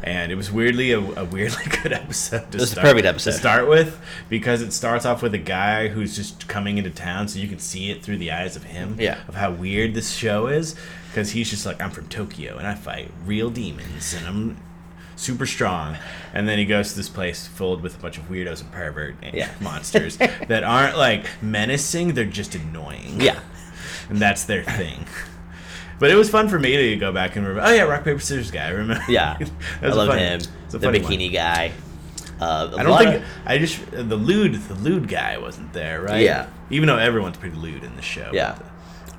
S1: and it was weirdly a, a weirdly <laughs> good episode. To
S2: This is a
S1: start,
S2: perfect episode.
S1: to start with because it starts off with a guy who's just coming into town, so you can see it through the eyes of him.
S2: Yeah.
S1: of how weird this show is because he's just like I'm from Tokyo and I fight real demons and I'm super strong and then he goes to this place filled with a bunch of weirdos and pervert and
S2: Yeah.
S1: <laughs> monsters that aren't like menacing they're just annoying <laughs>
S2: Yeah.
S1: and that's their thing but it was fun for me to go back and remember oh yeah rock paper scissors guy I remember
S2: Yeah.
S1: <laughs> That
S2: I
S1: was a
S2: love
S1: fun-
S2: him.
S1: It's a
S2: the
S1: funny one.
S2: bikini guy. Uh, a
S1: I don't
S2: lot
S1: think
S2: of-
S1: I just the lewd the lewd guy wasn't there, right?
S2: Yeah.
S1: Even though everyone's pretty lewd in the show.
S2: yeah,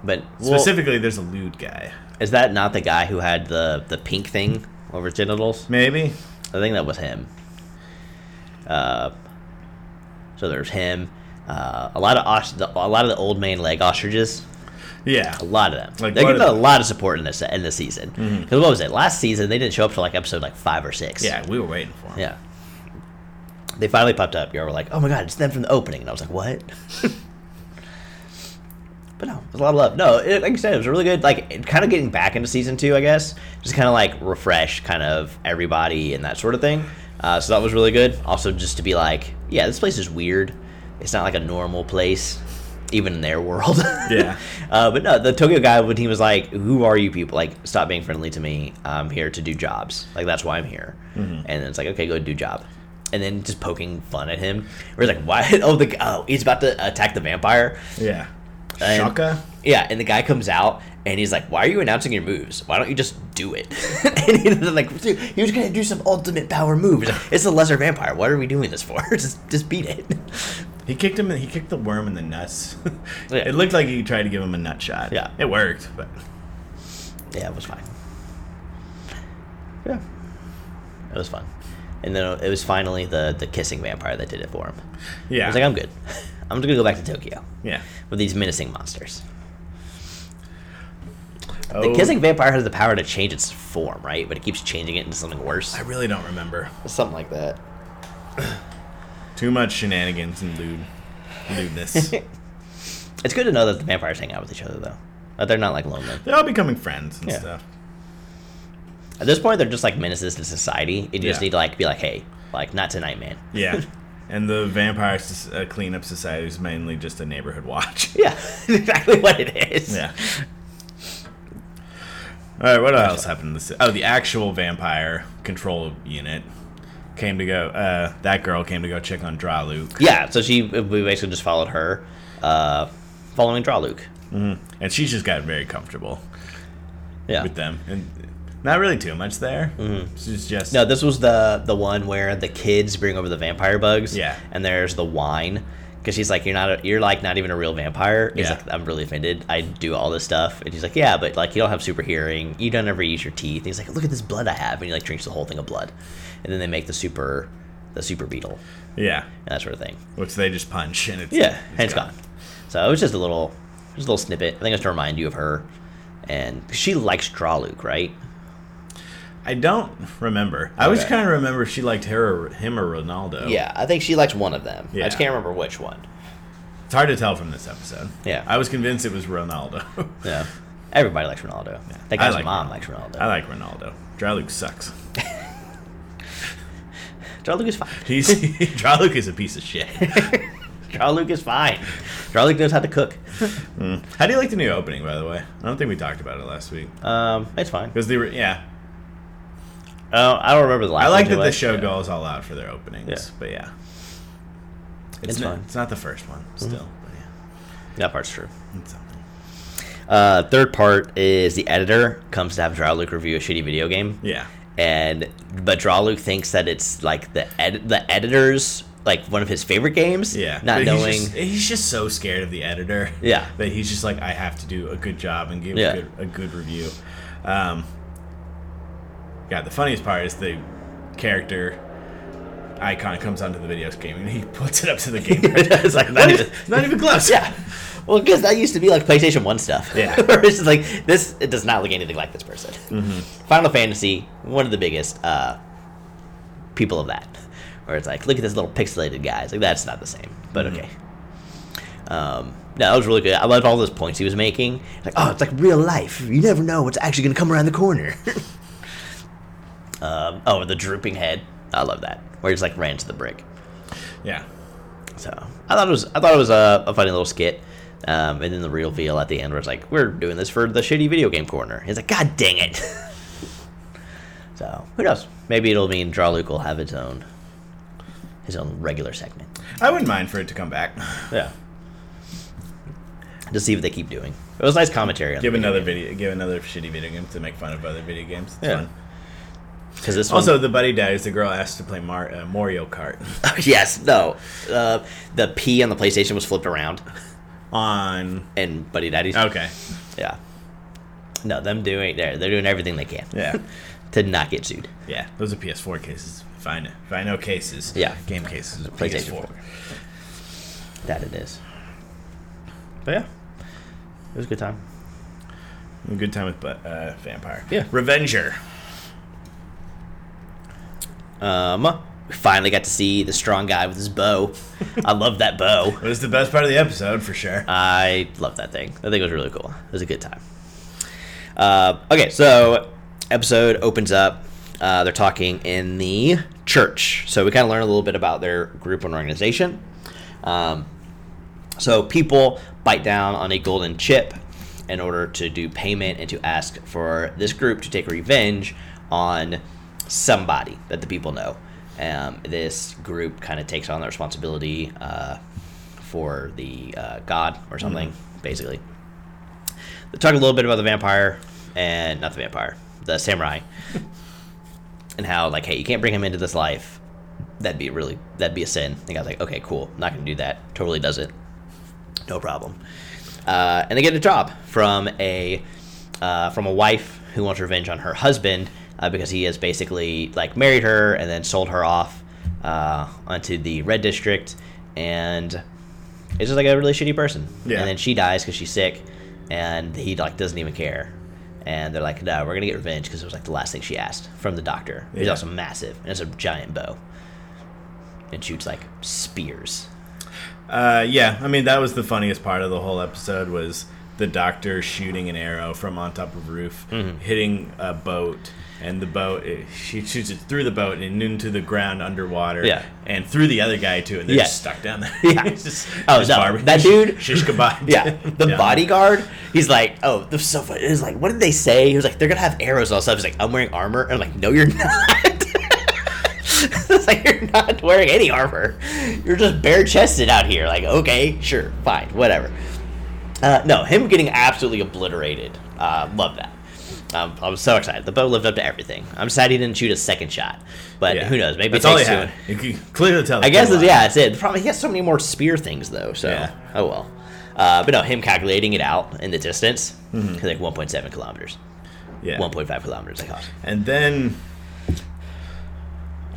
S2: but specifically,
S1: Specifically, there's a lewd guy.
S2: is that not the guy who had the the pink thing over his genitals?
S1: Maybe.
S2: I think that was him. Uh, so there's him. Uh, a lot of os- the, a lot of the old main leg ostriches.
S1: Yeah.
S2: A lot of them.
S1: Like,
S2: they
S1: what
S2: get
S1: are
S2: a
S1: the- Mm-hmm.
S2: lot of support in this in the season. Because what was it? Last season they didn't show up till like episode like five or six.
S1: Yeah, we were waiting for him.
S2: Yeah. They finally popped up. Y'all were like, "Oh my god, it's them from the opening," and I was like, "What?" but no, it was a lot of love. No, it, like you said, it was really good. Like, kind of getting back into season two, I guess, just kind of like refresh, kind of everybody and that sort of thing. Uh, so that was really good. Also, just to be like, yeah, this place is weird. It's not like a normal place, even in their world. <laughs>
S1: Yeah.
S2: Uh, but no, the Tokyo guy when he was like, "Who are you people? Like, stop being friendly to me. I'm here to do jobs. Like that's why I'm here." And then it's like, "Okay, go do job." And then just poking fun at him. We're like, "Why? <laughs> Oh, the oh, he's about to attack the vampire."
S1: Yeah.
S2: And-
S1: Shaka.
S2: Yeah, and the guy comes out and he's like, "Why are you announcing your moves? Why don't you just do it?" <laughs> and he's like, "Dude, he was gonna do some ultimate power move. He's like, it's a lesser vampire. What are we doing this for? <laughs> just, just beat it." <laughs>
S1: He kicked him. in- He kicked the worm in the nuts. <laughs>
S2: Yeah.
S1: It looked like he tried to give him a nut shot.
S2: Yeah.
S1: It worked, but
S2: Yeah, it was fine. Yeah. It was fun. And then it was finally the, the kissing vampire that did it for him. I
S1: yeah.
S2: was like, I'm good. <laughs> I'm just going to go back to Tokyo
S1: yeah.
S2: with these menacing monsters.
S1: Oh,
S2: The kissing vampire has the power to change its form, right? But it keeps changing it into something worse.
S1: I really don't remember.
S2: Something like that.
S1: Too much shenanigans and lewd,
S2: <laughs>
S1: lewdness.
S2: It's good to know that the vampires hang out with each other, though. That they're not like lonely.
S1: They're all becoming friends and
S2: Yeah.
S1: stuff.
S2: At this point, they're just like menaces to society. You just
S1: Yeah.
S2: need to like be like, hey, like not tonight, man. <laughs>
S1: Yeah. and the vampire s- uh, cleanup society is mainly just a neighborhood
S2: <laughs>
S1: watch.
S2: Yeah, exactly what it is.
S1: yeah. All right. What else happened? This oh, the actual vampire control unit came to go. Uh, that girl came to go check on Draluk.
S2: Yeah, so she we basically just followed her, uh, following Drawluke.
S1: and she's just gotten very comfortable
S2: Yeah. Mm-hmm.
S1: with them, and not really too much there. She's just
S2: No, this was the the one where the kids bring over the vampire bugs.
S1: Yeah.
S2: And there's the wine because she's like, you're not a, you're like not even a real vampire. He's
S1: Yeah.
S2: like, I'm really offended. I do all this stuff, and she's like, yeah, but like you don't have super hearing. You don't ever use your teeth. And he's like, look at this blood I have, and he like drinks the whole thing of blood, and then they make the super the super beetle
S1: yeah,
S2: and that sort of thing.
S1: which they just punch and it's
S2: Yeah, and it's gone. So it was just a little, just a little snippet. I think it was to remind you of her, and 'cause she likes Drawluke, right?
S1: I don't remember. I always
S2: Okay.
S1: kind of remember if she liked her or him or Ronaldo.
S2: Yeah, I think she likes one of them. I just
S1: Yeah.
S2: can't remember which one.
S1: it's hard to tell from this episode.
S2: Yeah.
S1: I was convinced it was Ronaldo. <laughs>
S2: Yeah, everybody likes Ronaldo. That
S1: I
S2: guy's
S1: like
S2: mom
S1: Ronaldo.
S2: likes Ronaldo.
S1: I like Ronaldo. Draluk sucks.
S2: Drawluke is fine.
S1: He's <laughs> Draluk is a piece of shit. <laughs>
S2: Drawluke is fine. Drawluke knows how
S1: <laughs>
S2: to cook.
S1: How do you like the new opening, by the way? I don't think we talked about it last week
S2: Um, it's fine.
S1: because they were yeah.
S2: Oh, I don't remember the last.
S1: I like
S2: one too
S1: that the
S2: much.
S1: show goes all out for their openings,
S2: Yeah.
S1: but yeah,
S2: It's Mm-hmm.
S1: not,
S2: fine.
S1: It's not the first one, still. But yeah.
S2: That part's true.
S1: It's something.
S2: Uh, third part is the editor comes to have Drawluke review a shitty video game.
S1: Yeah.
S2: and but Drawluke thinks that it's like the ed- the editors like one of his favorite games.
S1: Yeah. But
S2: not
S1: he's
S2: knowing.
S1: just- He's just, so scared of the editor.
S2: Yeah.
S1: <laughs> That he's just like, I have to do a good job and give
S2: Yeah.
S1: a, good, a good review. Um, yeah, the funniest part is the character icon comes onto the video game and he <laughs> puts it up to
S2: <laughs>
S1: the game.
S2: it's like
S1: not,
S2: what
S1: even,
S2: is-
S1: not even close.
S2: <laughs> yeah. Well, because that used to be like PlayStation One stuff.
S1: Yeah.
S2: <laughs> Where it's just like this, it does not look anything like this person. Final Fantasy, one of the biggest uh, people of that, where it's like, look at this little pixelated guy. It's like that's not the same, but okay. Um, no, that was really good. I loved all those points he was making. Like, oh, it's like real life. You never know what's actually going to come around the corner. <laughs> um, oh, the drooping head. I love that. Where he just like ran to the brick.
S1: Yeah.
S2: So I thought it was I thought it was a, a funny little skit. Um, and then the reveal at the end where it's like, we're doing this for the shitty video game corner. He's like, God dang it. <laughs> so who knows? Maybe it'll mean Draw Luke will have its own his own regular segment.
S1: I wouldn't mind for it to come back. <laughs>
S2: Yeah. To see what they keep doing. It was nice commentary on
S1: Give
S2: the
S1: another video. Give another shitty video game to make fun of other video games. It's
S2: Yeah.
S1: fun.
S2: because this one
S1: Also, the buddy dies. The girl asked to play Mar- uh, Mario Kart <laughs>
S2: <laughs> yes, no. Uh, the P on the PlayStation was flipped around,
S1: on.
S2: and Buddy Daddy's.
S1: Okay.
S2: Yeah. No, them doing they're they're doing everything they can
S1: Yeah.
S2: to not get sued.
S1: <laughs> Yeah. Those are PS4 cases. If I know, if I know cases.
S2: Yeah.
S1: Game cases.
S2: PlayStation
S1: PS4.
S2: That it is.
S1: But yeah.
S2: It was a good time.
S1: A good time with but, uh, Vampire.
S2: Yeah.
S1: Revenger.
S2: Um, we finally got to see the strong guy with his bow. I love that bow.
S1: It was the best part of the episode for sure.
S2: I love that thing. That thing was really cool. It was a good time. Uh, okay, so episode opens up. Uh, they're talking in the church. So we kind of learn a little bit about their group and organization. Um, so people bite down on a golden chip in order to do payment and to ask for this group to take revenge on somebody that the people know. Um, this group kind of takes on the responsibility uh, for the uh, god or something, basically. They talk a little bit about the vampire and not the vampire, the samurai, and how like, hey, you can't bring him into this life. That'd be really that'd be a sin. And I was like, okay, cool, not gonna do that. Totally does it no problem. Uh, and they get a job from a uh, from a wife who wants revenge on her husband uh, because he has basically like married her and then sold her off uh, onto the red district, and it's just like a really shitty person.
S1: Yeah.
S2: And then she dies because she's sick, and he like doesn't even care. And they're like, no, we're gonna get revenge because it was like the last thing she asked from the doctor. He's
S1: Yeah.
S2: also massive and has a giant bow, and shoots like spears.
S1: Uh, yeah, I mean that was the funniest part of the whole episode was the doctor shooting an arrow from on top of a roof,
S2: Mm-hmm.
S1: hitting a boat, and the boat it, she shoots it through the boat and into the ground underwater.
S2: Yeah.
S1: and through the other guy too, and they're
S2: Yeah.
S1: just stuck down there. <laughs>
S2: Yeah.
S1: It's just,
S2: Oh,
S1: just
S2: no,
S1: Barbie-
S2: that
S1: <laughs>
S2: dude-
S1: Shish kebab.
S2: <laughs> Yeah, the
S1: Yeah.
S2: bodyguard. He's like, oh, this is so funny. It was like, what did they say? He was like, they're gonna have arrows and all stuff. He's like, I'm wearing armor. And I'm like, no, you're not. <laughs> it's like you're not wearing any armor. You're just bare chested out here. Like, okay, sure, fine, whatever. Uh, no, him getting absolutely obliterated. Uh, love that. Um, I was so excited. The bow lived up to everything. I'm sad he didn't shoot a second shot, but
S1: Yeah.
S2: who knows? Maybe
S1: that's
S2: it
S1: all he
S2: takes two.
S1: had. You can clearly tell.
S2: I guess
S1: it's
S2: that's, yeah, that's it. The problem he has so many more spear things though. So
S1: Yeah.
S2: oh well. Uh, but no, him calculating it out in the distance, it's like 1.7 kilometers,
S1: yeah.
S2: 1.5 kilometers. Like, awesome.
S1: And then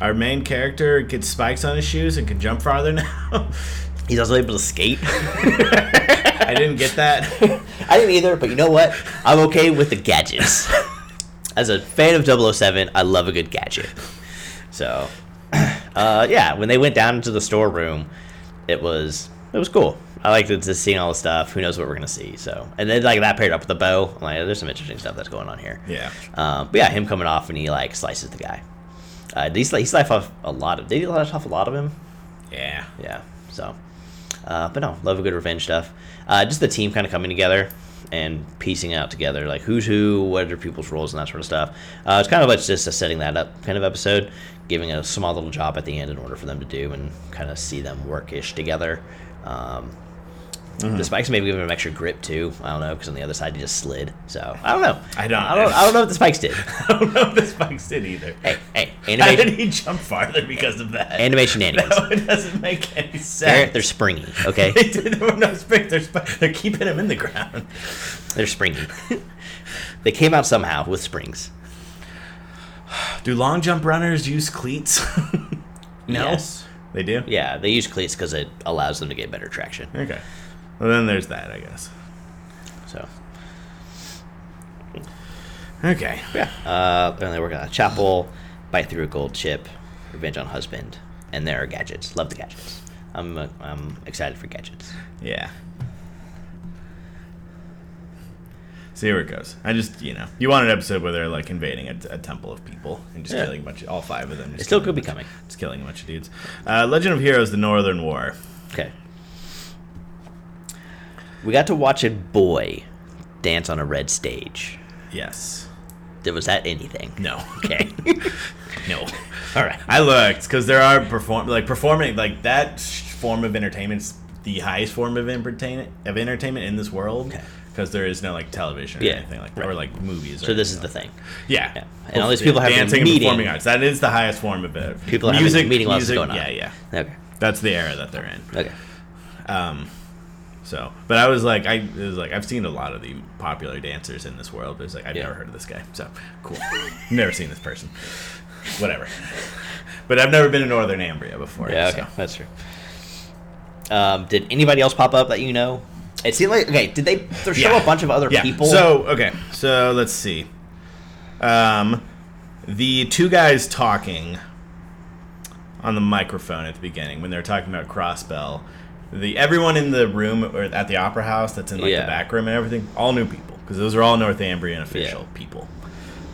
S1: our main character gets spikes on his shoes and can jump farther now. <laughs>
S2: he's also able to <laughs> skate.
S1: I didn't get
S2: <laughs>
S1: that.
S2: I didn't either, but you know what? I'm okay with the <laughs> gadgets. As a fan of 007, I love a good gadget. So, <clears throat> uh, yeah, when they went down into the storeroom, it was it was cool. I liked it, just seeing all the stuff. Who knows what we're gonna see? So, and then like that paired up with the bow. I'm like, there's some interesting stuff that's going on here.
S1: Yeah.
S2: Um, but yeah, him coming off and he like slices the guy. Uh, did he slice, he slice off a lot of? Did he slice off a lot of him?
S1: Yeah. <laughs>
S2: Yeah. So, uh, but no, love a good revenge stuff. Uh, just the team kind of coming together and piecing it out together, like who's who, what are people's roles, and that sort of stuff. Uh, it's kind of like just a setting that up kind of episode, giving a small little job at the end in order for them to do and kind of see them work ish together. Um,
S1: Mm-hmm.
S2: The spikes maybe give him extra grip too. I don't know because on the other side he just slid. So I don't know.
S1: I don't-
S2: I don't, I don't know what the spikes
S1: <laughs>
S2: did.
S1: I don't know if this spikes did either. <laughs>
S2: Hey, hey,
S1: How did
S2: animation,
S1: he jump farther because of that?
S2: animation
S1: <laughs>
S2: shenanigans.
S1: no, it doesn't make any
S2: They're,
S1: sense.
S2: they're springy,
S1: <laughs>
S2: okay?
S1: They did- there were no spikes. They're, sp- they're keeping him in the ground.
S2: They're springy. they came out somehow with springs.
S1: Do long jump runners use cleats? <laughs> no.
S2: Yes.
S1: They do?
S2: Yeah, they use cleats because it allows them to get better traction.
S1: Okay. Well, then there's that, I guess.
S2: So,
S1: Okay.
S2: yeah. Uh, and they work on a chapel, bite through a gold chip, revenge on husband, and there are gadgets. Love the gadgets. I'm, uh, I'm excited for gadgets.
S1: Yeah. So here it goes. I just, you know, you want an episode where they're like invading a, a temple of people and just
S2: Yeah.
S1: killing a bunch of all five of them. Just
S2: It still
S1: killing
S2: could be
S1: a bunch-
S2: coming.
S1: Just killing a bunch of dudes. Uh, Legend of Heroes: The Northern War.
S2: Okay. We got to watch a boy dance on a red stage.
S1: Yes.
S2: Did- Was that anything?
S1: No. <laughs>
S2: Okay. <laughs>
S1: no.
S2: All right.
S1: I looked because there are perform like performing like that sh- form of entertainment's the highest form of entertainment of entertainment in this world because there is no like television or
S2: Yeah,
S1: anything like that, or
S2: right.
S1: like movies. Or
S2: So this is
S1: anything
S2: the
S1: like
S2: thing.
S1: yeah.
S2: Yeah. And all these people have their
S1: dancing and
S2: meeting.
S1: performing arts. That is the highest form of it.
S2: People are having
S1: music,
S2: meeting lots
S1: music,
S2: going on.
S1: Yeah, yeah.
S2: Okay.
S1: That's the era that they're in.
S2: Okay.
S1: So, but I was like, I it was like, I've seen a lot of the popular dancers in this world. But it's like I've
S2: Yeah.
S1: never heard of this guy. So cool. never seen this person. Whatever. But I've never been to Northern Ambria before.
S2: Yeah.
S1: so.
S2: Okay. That's true. Um, did anybody else pop up that you know? It seemed like okay. Did they there show
S1: Yeah.
S2: a bunch of other
S1: Yeah.
S2: people?
S1: So okay, so let's see. Um, the two guys talking on the microphone at the beginning when they were talking about Crossbell, the everyone in the room or at the opera house that's in like
S2: Yeah.
S1: the back room and everything, all new people because those are all North Ambrian official people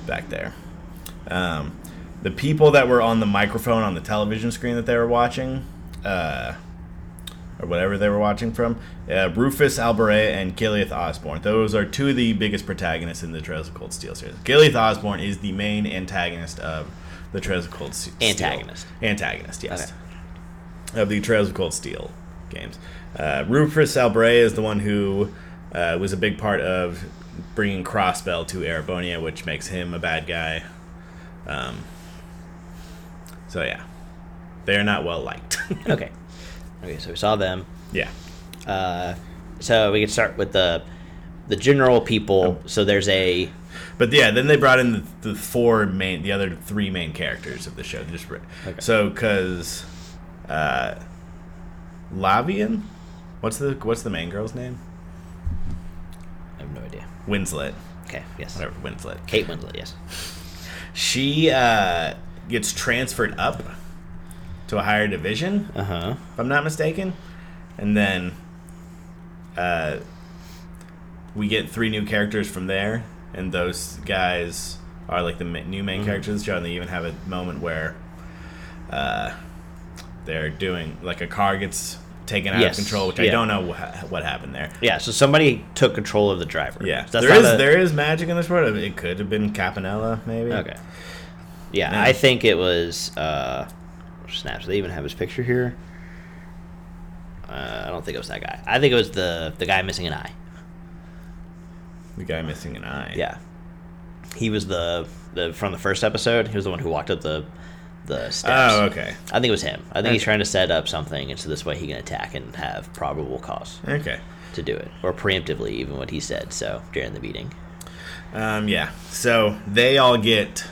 S1: back there. Um, the people that were on the microphone on the television screen that they were watching. Uh, or whatever they were watching from, uh, Rufus Albaret and Gileath Osborne. Those are two of the biggest protagonists in the Trails of Cold Steel series. Gileath Osborne is the main antagonist of the Trails of Cold Steel.
S2: Antagonist.
S1: Antagonist, yes. Of the Trails of Cold Steel games. Uh, Rufus Albaret is the one who uh, was a big part of bringing Crossbell to Erebonia, which makes him a bad guy. Um, so, yeah. They're not well liked. <laughs>
S2: okay. Okay. So we saw them.
S1: yeah.
S2: Uh, so we can start with the the general people.
S1: Um,
S2: So there's a
S1: But yeah, then they brought in the, the four main, the other three main characters of the show. Just re- so because, uh, Lavian, what's the what's the main girl's name?
S2: I have no idea.
S1: Winslet,
S2: Okay. Yes.
S1: whatever Winslet.
S2: Kate Winslet. Yes.
S1: She uh, gets transferred up to a higher division,
S2: Uh huh.
S1: if I'm not mistaken, and then uh, we get three new characters from there, and those guys are like the ma- new
S2: Mm-hmm.
S1: main characters of the show, and they even have a moment where uh, they're doing like a car gets taken out
S2: Yes,
S1: of control, which I
S2: yeah.
S1: don't know wha- what happened there.
S2: Yeah. So somebody took control of the driver.
S1: Yeah,
S2: So that's
S1: there
S2: not
S1: is
S2: a-
S1: there is magic in this world. It could have been Capanella, maybe.
S2: Okay. Yeah,
S1: Yeah.
S2: I think it was. Uh, snaps. They even have his picture here. Uh, I don't think it was that guy. I think it was the the guy missing an eye.
S1: the guy missing an eye.
S2: Yeah, he was the, the from the first episode. He was the one who walked up the the steps.
S1: Oh, okay.
S2: I think it was him. I think he's
S1: Okay.
S2: trying to set up something, and so this way he can attack and have probable cause
S1: Okay.
S2: to do it, or preemptively, even what he said. So during the meeting,
S1: Um, yeah. So they all get.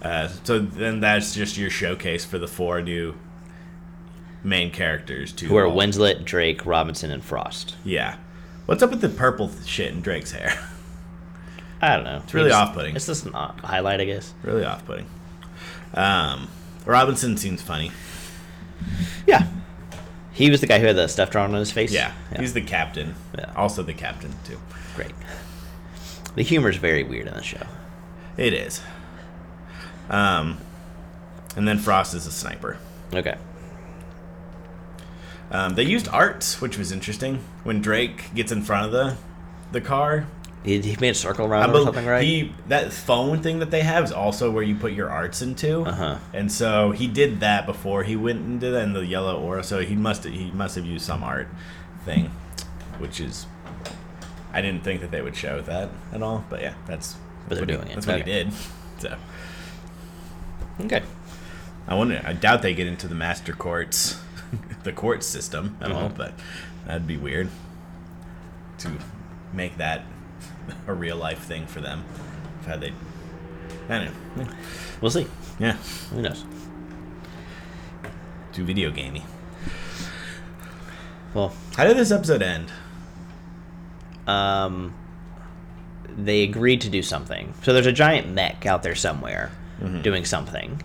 S1: Uh, so then that's just your showcase for the four new main characters. To
S2: who are Winslet, Drake, Robinson, and Frost.
S1: Yeah. What's up with the purple th- shit in Drake's hair? <laughs>
S2: I don't know. It's
S1: really off-putting.
S2: It's just an o- highlight, I guess.
S1: really off putting. Um, Robinson seems funny.
S2: Yeah. He was the guy who had the stuff drawn on his face.
S1: Yeah. He's the captain.
S2: Yeah.
S1: Also the captain, too.
S2: great. The humor's very weird in the show.
S1: It is. Um, and then Frost is a sniper.
S2: Okay.
S1: Um, they used arts, which was interesting. When Drake gets in front of the the car,
S2: He, he made a circle
S1: I
S2: around or
S1: bel-
S2: something, right?
S1: He that phone thing that they have is also where you put your arts into.
S2: Uh-huh.
S1: And so he did that before he went and did that in the yellow aura. So he must he must have used some art thing, which is I didn't think that they would show that at all. But yeah, that's
S2: But they're
S1: what he-
S2: doing it.
S1: That's what he
S2: Okay.
S1: did. <laughs> So
S2: okay.
S1: I wonder. I doubt they get into the master courts, <laughs> the court system at all.
S2: Mhm.
S1: But that'd be weird to make that <laughs> a real life thing for them. If How they. I don't know.
S2: We'll see.
S1: Yeah,
S2: Who knows?
S1: do video gamey.
S2: Well,
S1: How did this episode end?
S2: um, they agreed to do something. So there's a giant mech out there somewhere
S1: Mm-hmm.
S2: doing something.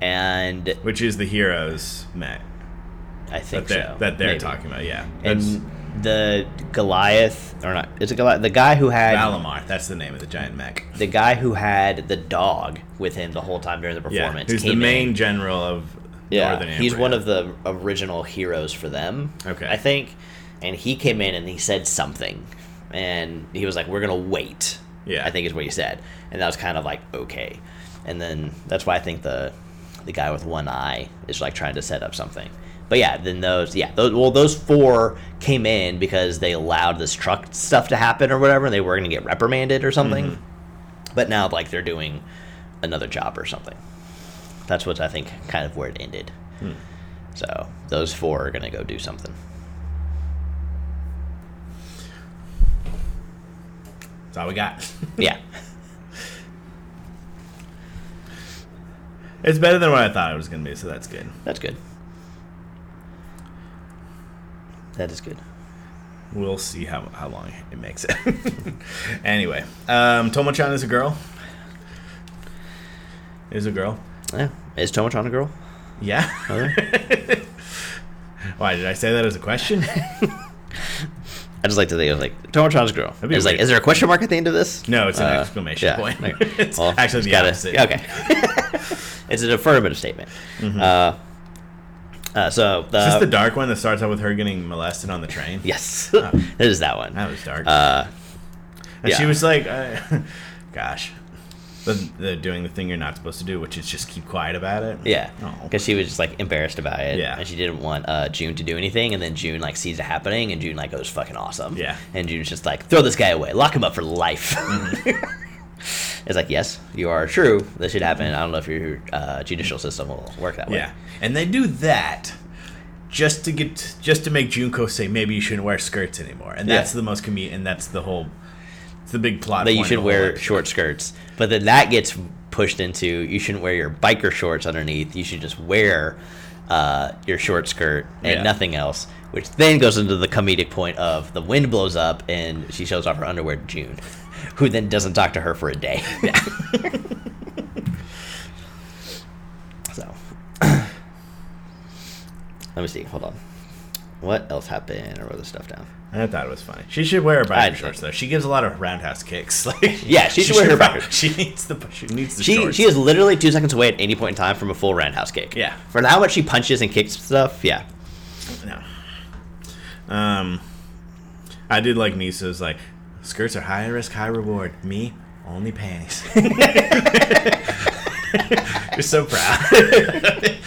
S2: And
S1: Which is the heroes met
S2: I
S1: that
S2: think
S1: they're,
S2: so.
S1: that they're
S2: maybe.
S1: talking about. Yeah, That's-
S2: And the Goliath, or not, is it Goliath? The guy who had.
S1: Valimar. That's the name of the giant mech.
S2: the guy who had the dog with him the whole time during the
S1: Yeah,
S2: performance.
S1: who's the
S2: came
S1: main
S2: in.
S1: general of
S2: Yeah,
S1: Northern
S2: he's
S1: Ambria.
S2: one of the original heroes for them.
S1: Okay.
S2: I think, and he came in and he said something, and he was like, "We're gonna wait."
S1: Yeah.
S2: I think is what he said, and that was kind of like okay, and then that's why I think the the guy with one eye is like trying to set up something. But yeah, then those yeah, those, well those four came in because they allowed this truck stuff to happen or whatever, and they were going to get reprimanded or something. But now like they're doing another job or something. That's what I think kind of where it ended. So those four are going to go do something.
S1: That's all we got. <laughs>
S2: Yeah.
S1: it's better than what I thought it was gonna be, so that's good.
S2: That's good. That is good.
S1: We'll see how, how long it makes it. <laughs> anyway, um, Tomo-chan is a girl. Is a girl.
S2: Yeah. Is Tomatron a girl?
S1: Yeah.
S2: Are they?
S1: <laughs> Why did I say that as a question? <laughs>
S2: I just like to think of like Tomatron's a girl.
S1: be
S2: It's like,
S1: weird.
S2: is there a question mark at the end of this?
S1: No, it's an
S2: Uh,
S1: exclamation
S2: yeah.
S1: point.
S2: Like,
S1: <laughs> it's
S2: well,
S1: actually
S2: it's
S1: the
S2: gotta-
S1: opposite.
S2: yeah, Okay. <laughs> it's an affirmative statement. Uh, uh, so
S1: Mm-hmm.
S2: the,
S1: Is this the dark one that starts out with her getting molested on the train?
S2: <laughs> yes,
S1: Oh.
S2: <laughs> it is that one.
S1: That was dark.
S2: Uh,
S1: and she
S2: yeah.
S1: was like, uh, <laughs> gosh. The, the doing the thing you're not supposed to do, which is just keep quiet about it.
S2: yeah,
S1: Oh.
S2: because she was just like embarrassed about it.
S1: Yeah.
S2: and she didn't want uh, June to do anything. And then June like sees it happening, and June like goes fucking awesome.
S1: Yeah.
S2: and June's just like throw this guy away, lock him up for life.
S1: Mm-hmm.
S2: <laughs> it's like yes, you are true. This should happen. I don't know if your uh, judicial system will work that way.
S1: Yeah. And they do that just to get just to make Junko say maybe you shouldn't wear skirts anymore. And
S2: Yeah.
S1: that's the most convenient and that's the whole it's the big plot.
S2: that you
S1: point
S2: should
S1: of the
S2: wear
S1: whole episode.
S2: short skirts. But then that gets pushed into you shouldn't wear your biker shorts underneath. You should just wear uh, your short skirt and
S1: Yeah.
S2: nothing else. Which then goes into the comedic point of the wind blows up and she shows off her underwear to June, <laughs> who then doesn't talk to her for a day. <laughs> so <clears throat> let me see. Hold on. What else happened? I wrote this stuff down.
S1: I thought it was funny. She should wear her
S2: I
S1: biker
S2: did.
S1: shorts though. She gives a lot of roundhouse kicks. <laughs> Like
S2: Yeah, she should wear her
S1: prob- <laughs>
S2: biker-
S1: She needs the she needs the
S2: She,
S1: shorts.
S2: she is literally two seconds away at any point in time from a full roundhouse kick.
S1: Yeah.
S2: For how much she punches and kicks stuff, yeah.
S1: No. Um, I did like Misa's like skirts are high risk, high reward. Me, only panties. <laughs> You're so
S2: <laughs>
S1: proud.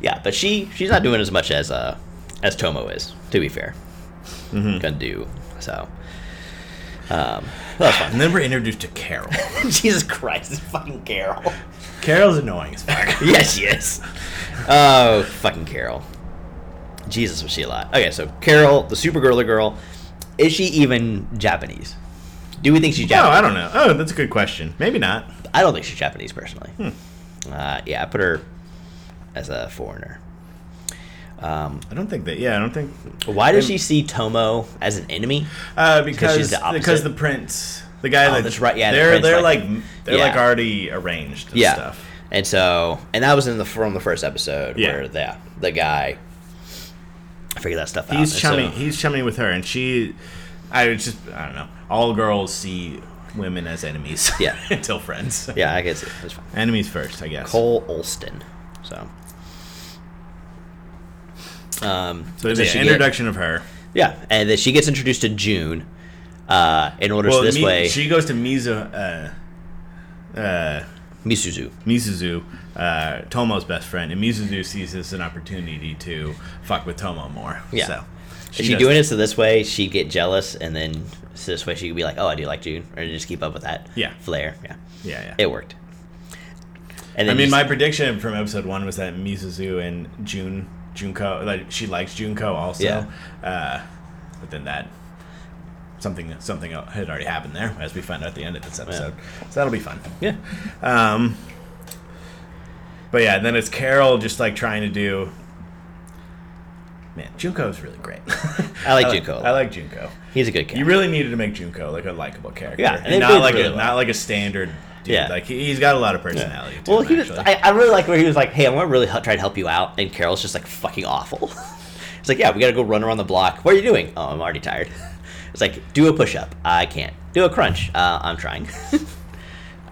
S2: Yeah, but she she's not doing as much as uh as Tomo is, to be fair. Gonna do. So um that's fun.
S1: And then we're introduced to Carol.
S2: <laughs> Jesus Christ, this fucking Carol.
S1: Carol's annoying as fuck.
S2: <laughs> yes, yes. Oh, fucking Carol. Jesus was she a lot. Okay, so Carol, the supergirly girl, is she even Japanese? Do we think she's
S1: Oh,
S2: Japanese?
S1: I don't know. Oh, that's a good question. Maybe not.
S2: I don't think she's Japanese personally.
S1: Hmm.
S2: Uh, yeah, I put her as a foreigner. Um,
S1: I don't think that. Yeah, I don't think.
S2: why does she see Tomo as an enemy?
S1: Uh,
S2: Because she's
S1: because
S2: the opposite?
S1: because the prince, the guy
S2: Oh,
S1: that
S2: that's right, yeah, the
S1: they're
S2: prince,
S1: they're
S2: like-
S1: like, they're like
S2: yeah.
S1: already arranged and
S2: yeah,
S1: stuff.
S2: and so and that was in the from the first episode
S1: Yeah.
S2: where the the guy figured that stuff out.
S1: He's
S2: and
S1: chummy.
S2: so-
S1: he's chummy with her, and she. I was just. I don't know. All girls see women as enemies. <laughs>
S2: Yeah.
S1: until friends.
S2: yeah, I guess it. That's fine.
S1: Enemies first, I guess.
S2: Cole Olston. So. Um,
S1: so
S2: then
S1: there's
S2: she
S1: an
S2: get-
S1: introduction of her.
S2: yeah, and then she gets introduced to June. Uh, in order so
S1: Well,
S2: this
S1: Mi-
S2: way,
S1: she goes to Mizu, uh, uh,
S2: Misuzu.
S1: Mizuzu, uh, Tomo's best friend, and Mizuzu sees this as an opportunity to fuck with Tomo more.
S2: Yeah.
S1: So
S2: Is she
S1: does-
S2: doing it so this way she'd get jealous, and then so this way she could be like, "Oh, I do like June," or just keep up with that
S1: Yeah.
S2: flair. Yeah,
S1: Yeah, yeah.
S2: it worked.
S1: I
S2: And then
S1: mean,
S2: just-
S1: my prediction from episode one was that Mizuzu and June, Junko, like she likes Junko also.
S2: Yeah.
S1: Uh, but then that something something el- had already happened there, as we find out at the end of this episode. So that'll be fun.
S2: yeah,
S1: Um, but yeah, then it's Carol just like trying to do. Man, Junko's really great. <laughs>
S2: I like Junko.
S1: I like Junko.
S2: he's a good cat.
S1: You really needed to make Junko like a likable character.
S2: Yeah,
S1: and
S2: they
S1: not
S2: did
S1: like
S2: really
S1: a
S2: well.
S1: not like a standard. Dude.
S2: Yeah.
S1: like he, he's got a lot of personality. to
S2: well,
S1: him,
S2: he was.
S1: actually.
S2: I, I really like where he was like, "Hey, I want to really help, try to help you out," and Carol's just like fucking awful. <laughs> it's like, yeah, we got to go run around the block. What are you doing? Oh, I'm already tired. <laughs> it's like, do a push up. I can't. Do a crunch. Uh, I'm trying. <laughs> uh,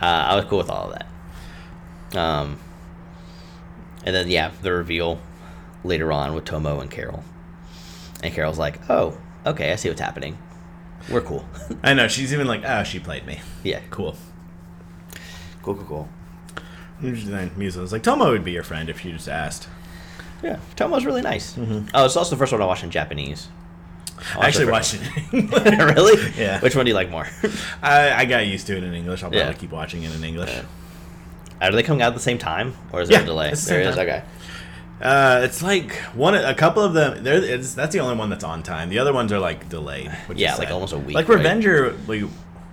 S2: I was cool with all of that. Um, and then yeah, the reveal later on with Tomo and Carol, and Carol's like, "Oh, okay, I see what's happening. We're cool. <laughs>
S1: I know she's even like, oh, she played me.
S2: yeah,
S1: Cool.
S2: cool, cool, cool."
S1: And then Misa was like, Tomo would be your friend if you just asked.
S2: Yeah, Tomo's really nice. Oh, it's also the first one I watched in Japanese.
S1: Mm-hmm. I actually watched
S2: watched
S1: it.
S2: it. <laughs> really?
S1: Yeah.
S2: Which one do you like more?
S1: <laughs> I, I got used to it in English. I'll probably
S2: Yeah.
S1: keep watching it in English.
S2: Are they coming out at the same time, or is there
S1: Yeah,
S2: a delay?
S1: it's the
S2: There
S1: same
S2: is.
S1: time.
S2: Okay.
S1: Uh, it's like one, a couple of them. There, it's, that's the only one that's on time. The other ones are like delayed. Which
S2: Yeah,
S1: is
S2: like
S1: sad.
S2: almost a week,
S1: Like
S2: right?
S1: Revenger, we,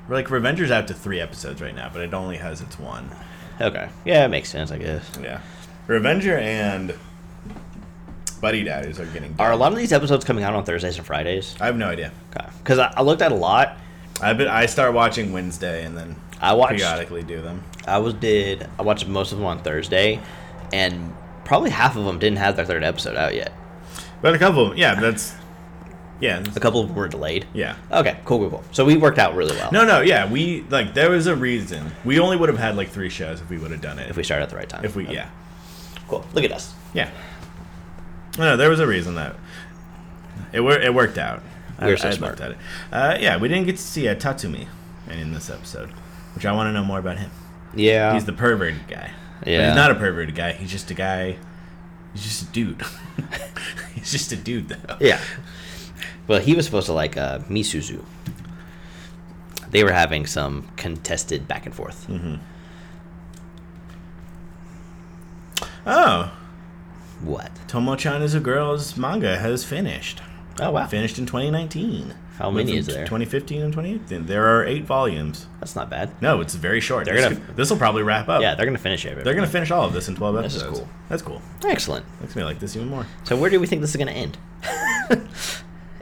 S1: like Revenger's out to three episodes right now, but it only has its one.
S2: Okay. Yeah, it makes sense, I guess.
S1: Yeah, Revenger and Buddy Daddies are getting.
S2: Are a lot of these episodes coming out on Thursdays and Fridays?
S1: I have no idea.
S2: Okay. Because I, I looked at a lot.
S1: I've been. I start watching Wednesday and then
S2: I watched-
S1: periodically do them.
S2: I was did I watched most of them on Thursday, and probably half of them didn't have their third episode out yet.
S1: But a couple, yeah, that's yeah,
S2: A couple of them were delayed.
S1: yeah.
S2: Okay, cool, cool, cool. So we worked out really well.
S1: No, no, yeah. We like there was a reason. We only would have had like three shows if we would have done it.
S2: If we started at the right time.
S1: if we, yeah,
S2: Cool. Look at us.
S1: yeah. No, no, there was a reason that it wor- it worked out.
S2: We were so
S1: I- I
S2: smart.
S1: looked at it. Uh, yeah, we didn't get to see uh, Tatsumi in this episode, which I want to know more about him.
S2: Yeah.
S1: He's the perverted guy. But
S2: Yeah.
S1: he's not a perverted guy. He's just a guy. He's just a dude. <laughs> he's just a dude, though.
S2: yeah. Well, he was supposed to like uh, Misuzu. They were having some contested back and forth.
S1: Mm-hmm. Oh,
S2: What?
S1: Tomo-chan is a girl's manga has finished.
S2: Oh wow.
S1: Finished in 2019.
S2: How
S1: Went
S2: many
S1: from
S2: is there?
S1: 2015 and 2018. There are eight volumes.
S2: That's not bad.
S1: No, it's very short.
S2: They're
S1: This
S2: gonna-
S1: could- This will probably wrap up.
S2: Yeah, they're gonna finish it.
S1: They're gonna finish all of this in 12
S2: This is
S1: episodes.
S2: cool.
S1: That's cool.
S2: Excellent.
S1: Makes me like this even more.
S2: So where do we think this is gonna end? <laughs>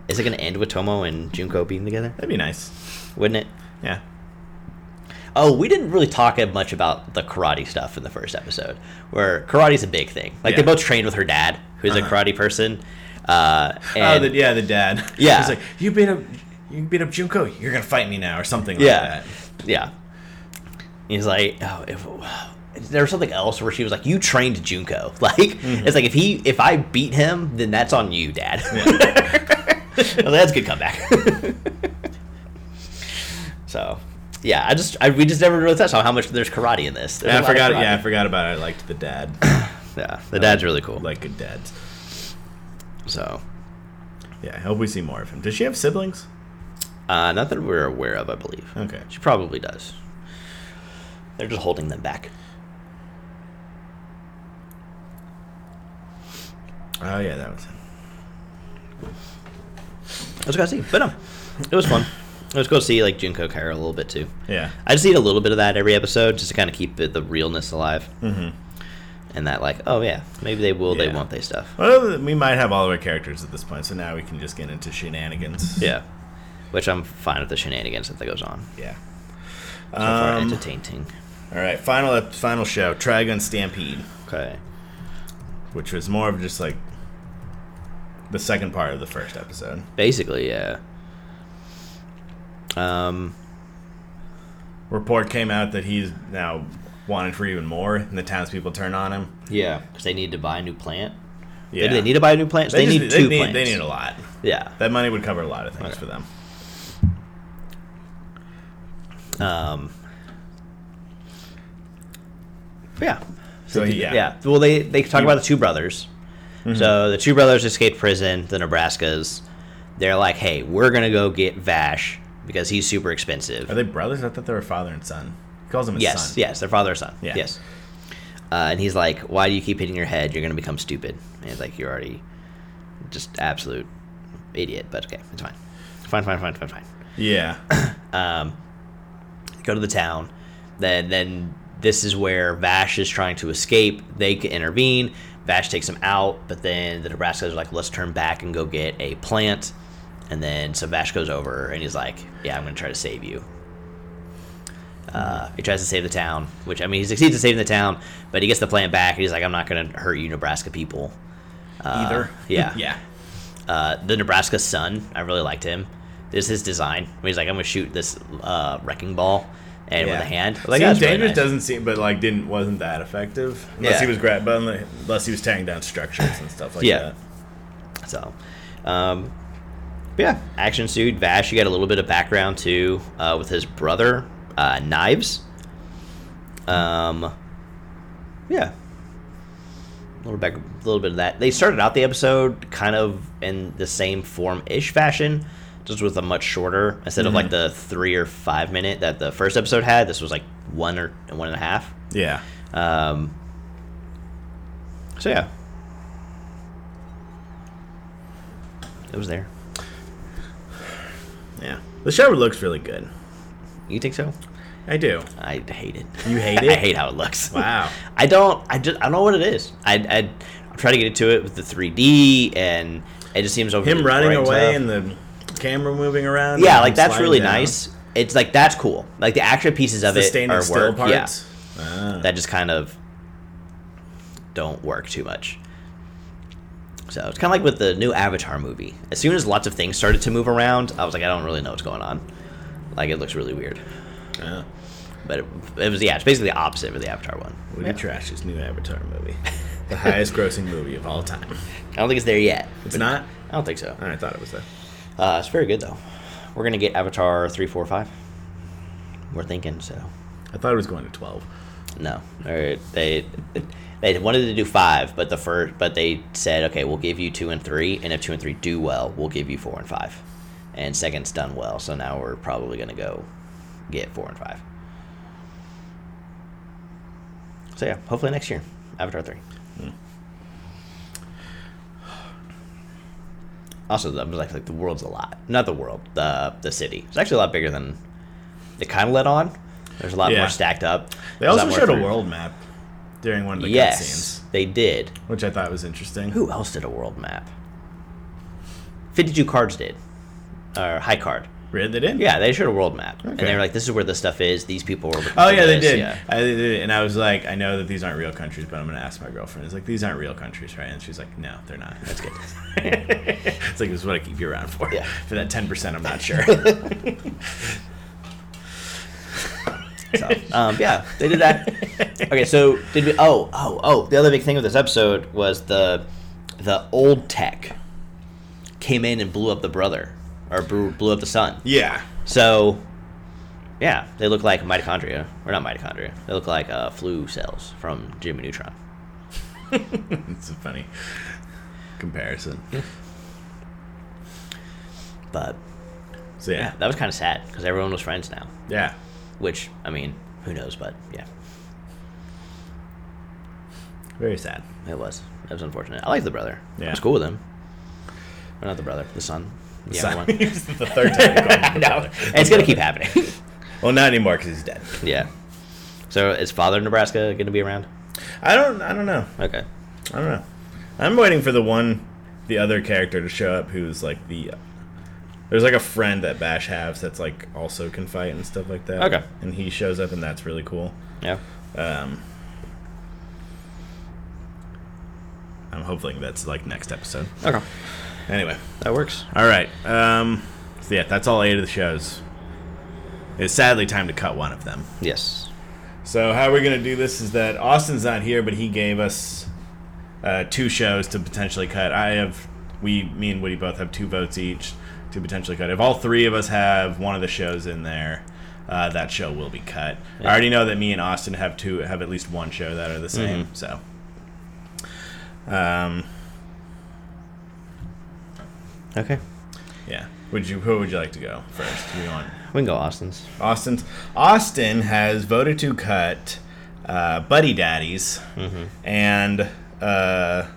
S2: is it gonna end with Tomo and Junko being together?
S1: That'd be nice.
S2: Wouldn't it?
S1: Yeah.
S2: Oh, we didn't really talk much about the karate stuff in the first episode, where karate's a big thing. Like they
S1: Yeah.
S2: both trained with her dad, who's a
S1: Uh-huh.
S2: karate person. Uh, and
S1: oh, the, yeah, the dad.
S2: Yeah.
S1: <laughs> He's like, you beat up, you beat up Junko. You're gonna fight me now, or something like
S2: yeah,
S1: that.
S2: yeah. He's like, oh, if, there was something else where she was like, you trained Junko. <laughs> Like
S1: Mm-hmm.
S2: it's like if he if I beat him, then that's on you, dad. <laughs> I was like, that's a good comeback. <laughs> so. Yeah, I just I, we just never really touched on how much there's karate in this. There's
S1: Yeah,
S2: a
S1: I
S2: lot of
S1: forgot. Yeah, I
S2: karate.
S1: forgot about. it. I liked the dad. <coughs>
S2: yeah. The dad's really cool.
S1: like good dads.
S2: So,
S1: Yeah, I hope we see more of him. Does she have siblings?
S2: uh, not that we're aware of, I believe.
S1: Okay.
S2: She probably does. They're just holding them back.
S1: Oh yeah, that was him.
S2: I was gonna see, but no, it was fun. It was cool to see like Junko Kaira a little bit too.
S1: Yeah.
S2: I just need a little bit of that every episode just to kind of keep the, the realness alive
S1: Mm-hmm.
S2: and that like, oh yeah, maybe they will, they
S1: Yeah.
S2: won't, they stuff.
S1: Well, we might have all of our characters at this point, so now we can just get into shenanigans.
S2: Yeah, which I'm fine with the shenanigans that goes on.
S1: Yeah.
S2: So far,
S1: Um,
S2: entertaining.
S1: all right, final ep- final show, Trigun Stampede,
S2: Okay.
S1: which was more of just like the second part of the first episode.
S2: Basically, yeah. Um.
S1: Report came out that he's now wanted for even more, and the townspeople turn on him.
S2: Yeah, because they need to buy a new plant.
S1: Yeah.
S2: They, they need to buy a new plant. So they,
S1: They just-
S2: need two
S1: they
S2: plants.
S1: They need a lot.
S2: Yeah.
S1: That money would cover a lot of things
S2: Okay.
S1: for them.
S2: Um, yeah.
S1: So,
S2: they-
S1: yeah. Mm-hmm.
S2: Well, they they talk
S1: He-
S2: about the two brothers. So the two brothers escaped prison, the Nebraskas. They're like, hey, we're gonna go get Vash because he's super expensive.
S1: Are they brothers? I thought they were father and son. He calls him his
S2: yes,
S1: son.
S2: yes, their father or son.
S1: Yeah.
S2: Yes. Uh, and he's like, why do you keep hitting your head? You're gonna become stupid. And he's like, you're already just absolute idiot. But okay, it's fine. Fine, fine, fine, fine, fine.
S1: Yeah.
S2: go to the town. Then then this is where Vash is trying to escape. They can intervene. Vash takes him out, but then the Nebraskas are like, let's turn back and go get a plant. And then so Vash goes over and he's like, yeah, I'm gonna try to save you. Uh, he tries to save the town, which I mean, he succeeds in saving the town, but he gets the plant back and he's like, I'm not gonna hurt you, Nebraska people.
S1: Either.
S2: Uh, yeah.
S1: <laughs> yeah.
S2: Uh, the Nebraska Sun, I really liked him. This is his design. Where he's like, I'm gonna shoot this uh, wrecking ball and with a hand.
S1: seems
S2: Like, that's really
S1: dangerous
S2: nice.
S1: doesn't seem, but like didn't wasn't that effective unless
S2: Yeah.
S1: he was grab, but unle- unless he was tearing down structures and stuff like
S2: Yeah. So, um, but yeah, action ensued. Vash, you got a little bit of background too uh, with his brother, uh, Knives. Um, Yeah. A little back, a little bit of that. They started out the episode kind of in the same form-ish fashion, just with a much shorter instead of like the three or five minute that the first episode had. This was like one or one and a half.
S1: Yeah.
S2: Um, so yeah, it was there.
S1: Yeah. The shower looks really good.
S2: You think so?
S1: I do.
S2: I hate it. <laughs>
S1: You hate
S2: I
S1: it?
S2: hate how it looks.
S1: Wow.
S2: <laughs> I don't. I just. I don't know what it is. I. I. I'm trying to get into it with the 3D, and it just seems over
S1: Him running away
S2: and
S1: and the camera moving around.
S2: yeah,
S1: and
S2: like that's
S1: sliding
S2: really
S1: down.
S2: nice. It's like that's cool. Like the action pieces of
S1: The
S2: it are
S1: standing still
S2: work. Yeah,
S1: parts. Ah.
S2: that just kind of don't work too much. So it's kind of like with the new Avatar movie. As soon as lots of things started to move around, I was like, I don't really know what's going on. Like it looks really weird.
S1: Ah.
S2: But it, it was yeah, it's basically the opposite of the Avatar one.
S1: Woody Trash's new Avatar
S2: <laughs>
S1: movie. The highest grossing movie of all time.
S2: I don't think it's there yet.
S1: It's not?
S2: I don't think so.
S1: I thought it was that.
S2: Uh, it's very good though. We're gonna get Avatar three, four, five. We're thinking so.
S1: I thought it was going to 12.
S2: No, or they they wanted to do five, but the first, but they said, okay, we'll give you two and three, and if two and three do well, we'll give you four and five. And second's done well, so now we're probably gonna go get four and five. So yeah, hopefully next year, Avatar three. Also, that was like, like the world's a lot. Not the world, the the city. It's actually a lot bigger than it kind of let on. There's a lot
S1: Yeah.
S2: more stacked up.
S1: They
S2: There's
S1: also
S2: lot more
S1: showed a
S2: through-
S1: world map during one of the
S2: Yes, they did.
S1: cutscenes, which I thought was interesting.
S2: Who else did a world map? Fifty-two cards did, or high card.
S1: Read that in?
S2: Yeah, they showed a world map, and
S1: Okay.
S2: they were like, "This is where the stuff is. These people were."
S1: Oh yeah, they
S2: this,
S1: did. I, they did. And I was like, I know that these aren't real countries, but I'm gonna ask my girlfriend. It's like these aren't real countries, right? And she's like, No, they're not. That's good. <laughs> it's like it's what I keep you around for.
S2: Yeah.
S1: For that ten percent, I'm
S2: <laughs>
S1: not sure.
S2: So, um, yeah, they
S1: <laughs>
S2: did that. Okay, so did we? Oh, oh, oh! The other big thing with this episode was the the old tech came in and blew up the brother or blew, blew up the son.
S1: yeah.
S2: So, yeah, they look like mitochondria or not mitochondria. They look like uh, flu cells from Jimmy Neutron.
S1: It's a funny comparison.
S2: But
S1: So yeah.
S2: yeah, that was kind of sad because everyone was friends now.
S1: Yeah.
S2: Which I mean, who knows? But yeah,
S1: Very sad.
S2: it was. It was unfortunate. I like the brother.
S1: Yeah.
S2: I was cool with him. Or not the brother, the son. The
S1: So- <laughs>
S2: younger <laughs> one.
S1: it's the third time. you called
S2: <laughs>
S1: him
S2: no, it's gonna keep <laughs> happening.
S1: Well, not anymore because he's dead.
S2: yeah. So is Father Nebraska gonna be around?
S1: I don't. I don't know.
S2: Okay.
S1: I don't know. I'm waiting for the one, the other character to show up who's like the. There's like a friend that Bash has that's like also can fight and stuff like that.
S2: Okay.
S1: And he shows up and that's really cool.
S2: Yeah.
S1: Um, I'm hoping that's like next episode.
S2: Okay.
S1: Anyway,
S2: That works.
S1: all right. Um, so yeah, that's all eight of the shows. It's sadly time to cut one of them.
S2: Yes.
S1: So how we're gonna do this is that Austin's not here, but he gave us uh, two shows to potentially cut. I have we, me and Woody both have two votes each to potentially cut. If all three of us have one of the shows in there, uh, that show will be cut. I already know that me and Austin have two have at least one show that are the same. So, um,
S2: Okay.
S1: yeah. Would you who would you like to go first? Do you want
S2: We can go Austin's.
S1: Austin's Austin has voted to cut uh, Buddy Daddies and uh,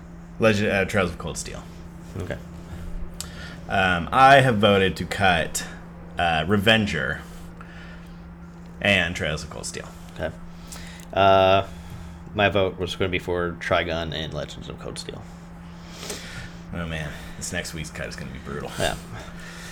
S1: Legend uh, Trails of Cold Steel.
S2: Okay.
S1: Um, I have voted to cut uh, Revenger and Trails of Cold Steel.
S2: Okay. Uh, my vote was going to be for Trigun and Legends of Code Steel.
S1: Oh man, this next week's cut is going to be brutal.
S2: Yeah.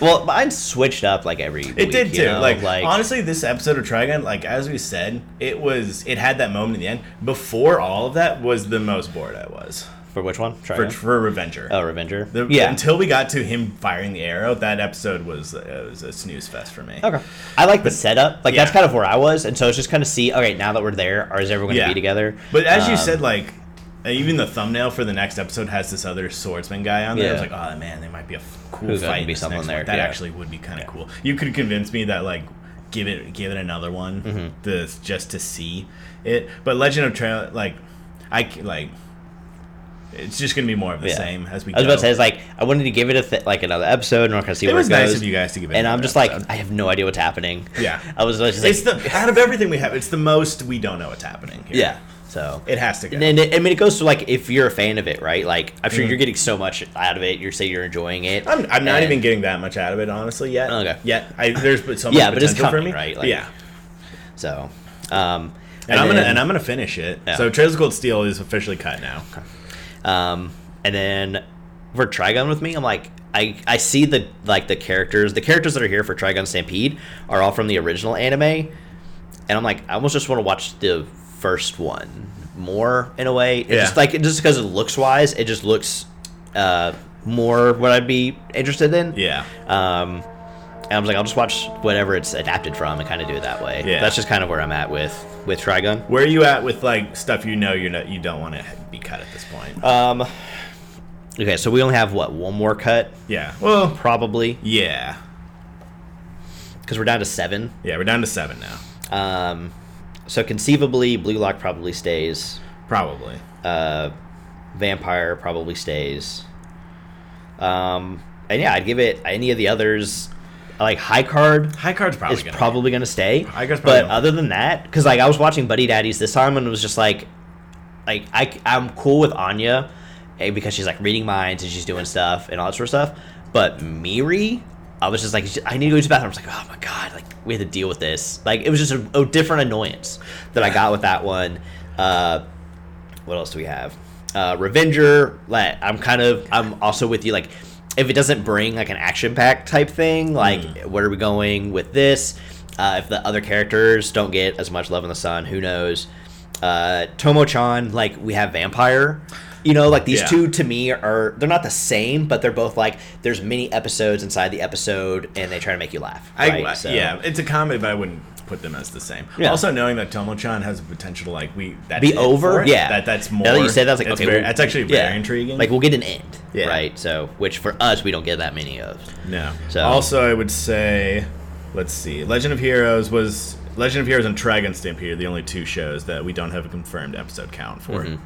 S2: Well, mine switched up like every.
S1: It
S2: week,
S1: did too.
S2: you know,
S1: Like, honestly, this episode of Trigun, like as we said, it was it had that moment in the end. Before all of that was the most bored I was
S2: for which one?
S1: for,
S2: Trigun.
S1: for Revenger.
S2: oh, Revenger.
S1: The,
S2: yeah.
S1: Until we got to him firing the arrow, that episode was uh, was a snooze fest for me.
S2: okay. I like the setup. Like that's
S1: yeah.
S2: kind of where I was, and so it's just kind of see. Okay, now that we're there, are is everyone going to
S1: Yeah.
S2: be together?
S1: But as you
S2: Um,
S1: said, like uh, even the thumbnail for the next episode has this other swordsman guy on there. I was
S2: Yeah.
S1: like, oh man, there might be a f- cool
S2: Who's gonna
S1: fight. in
S2: be
S1: this
S2: someone
S1: next
S2: there,
S1: One. That
S2: yeah.
S1: actually would be kind of cool. You could convince me that like give
S2: Mm-hmm.
S1: it give it another one, this just to see it. But Legend of Trail like I c- like. It's just gonna be more of the
S2: Yeah.
S1: same as we.
S2: I was about
S1: go.
S2: to say, it's like I wanted to give it a th- like another episode, and we're gonna see
S1: It
S2: where
S1: was
S2: it goes.
S1: nice of you guys to give it.
S2: and I'm
S1: another
S2: just
S1: episode.
S2: like, I have no idea what's happening.
S1: Yeah.
S2: <laughs> I was just like,
S1: it's the out of everything we have, it's the most we don't know what's happening. Here.
S2: yeah. So
S1: it has to go.
S2: And then it, I mean, it goes to like if you're a fan of it, right? Like I'm sure you're getting so much out of it. You're saying you're enjoying it.
S1: Mm. I'm, I'm not
S2: And-
S1: even getting that much out of it, honestly, yet.
S2: Okay.
S1: Yet I, there's but so much
S2: Yeah, but it's
S1: potential for
S2: coming,
S1: me,
S2: right? Like,
S1: yeah.
S2: so. Um,
S1: And, I'm gonna
S2: then-
S1: and I'm gonna finish it.
S2: Yeah.
S1: So Trails of Cold Steel is officially cut now.
S2: Um, and then for Trigon with me, I'm like, I, I see the like the characters, the characters that are here for Trigon Stampede are all from the original anime, and I'm like, I almost just want to watch the first one more in a way. It's
S1: Yeah.
S2: Just like just because it looks wise, it just looks uh, more what I'd be interested in.
S1: Yeah.
S2: Um, and I was like, I'll just watch whatever it's adapted from and kind of do it that way.
S1: Yeah.
S2: That's just kind of where I'm at with with Trigon.
S1: Where are you at with like stuff you know you're not you don't want to be cut at this point?
S2: Um, okay, so we only have what one more cut
S1: yeah. Well.
S2: probably
S1: Yeah.
S2: because we're down to seven.
S1: Yeah. We're down to seven now.
S2: Um, so conceivably, Blue Lock probably stays.
S1: Probably.
S2: Uh, Vampire probably stays. Um, and yeah, I'd give it any of the others. Like High Card
S1: High card's probably
S2: is
S1: gonna be-
S2: probably gonna stay.
S1: High Card's probably
S2: but
S1: gonna-
S2: other than that, because like I was watching Buddy Daddies this time and it was just like, like I I'm cool with Anya, eh, because she's like reading minds and she's doing stuff and all that sort of stuff. But Miri, I was just like, I need to go to the bathroom. I was like, oh my god, like we had to deal with this. Like it was just a, a different annoyance that I got with that one. Uh, what else do we have? Uh, Revenger. Like, I'm kind of. I'm also with you. Like, if it doesn't bring like an action pack type thing, like,
S1: Mm.
S2: what are we going with this? Uh, if the other characters don't get as much love in the sun, who knows? Uh, Tomo-chan. Like, we have vampire. You know, like these
S1: Yeah.
S2: two to me are they're not the same, but they're both like there's many episodes inside the episode, and they try to make you laugh.
S1: I,
S2: right? So-
S1: Yeah, it's a comedy, but I wouldn't put them as the same.
S2: Yeah.
S1: Also, knowing that Tomo-chan has the potential to like we that's
S2: be
S1: it for
S2: over.
S1: it,
S2: Yeah,
S1: that that's more.
S2: Now that you said that, I was like,
S1: that's
S2: okay,
S1: very,
S2: well,
S1: that's actually very
S2: yeah.
S1: intriguing.
S2: Like we'll get an end,
S1: Yeah.
S2: right? So, which for us, we don't get that many of.
S1: no.
S2: So-
S1: Also, I would say, let's see, Legend of Heroes was Legend of Heroes and Dragon Stampede are the only two shows that we don't have a confirmed episode count for.
S2: Mm-hmm.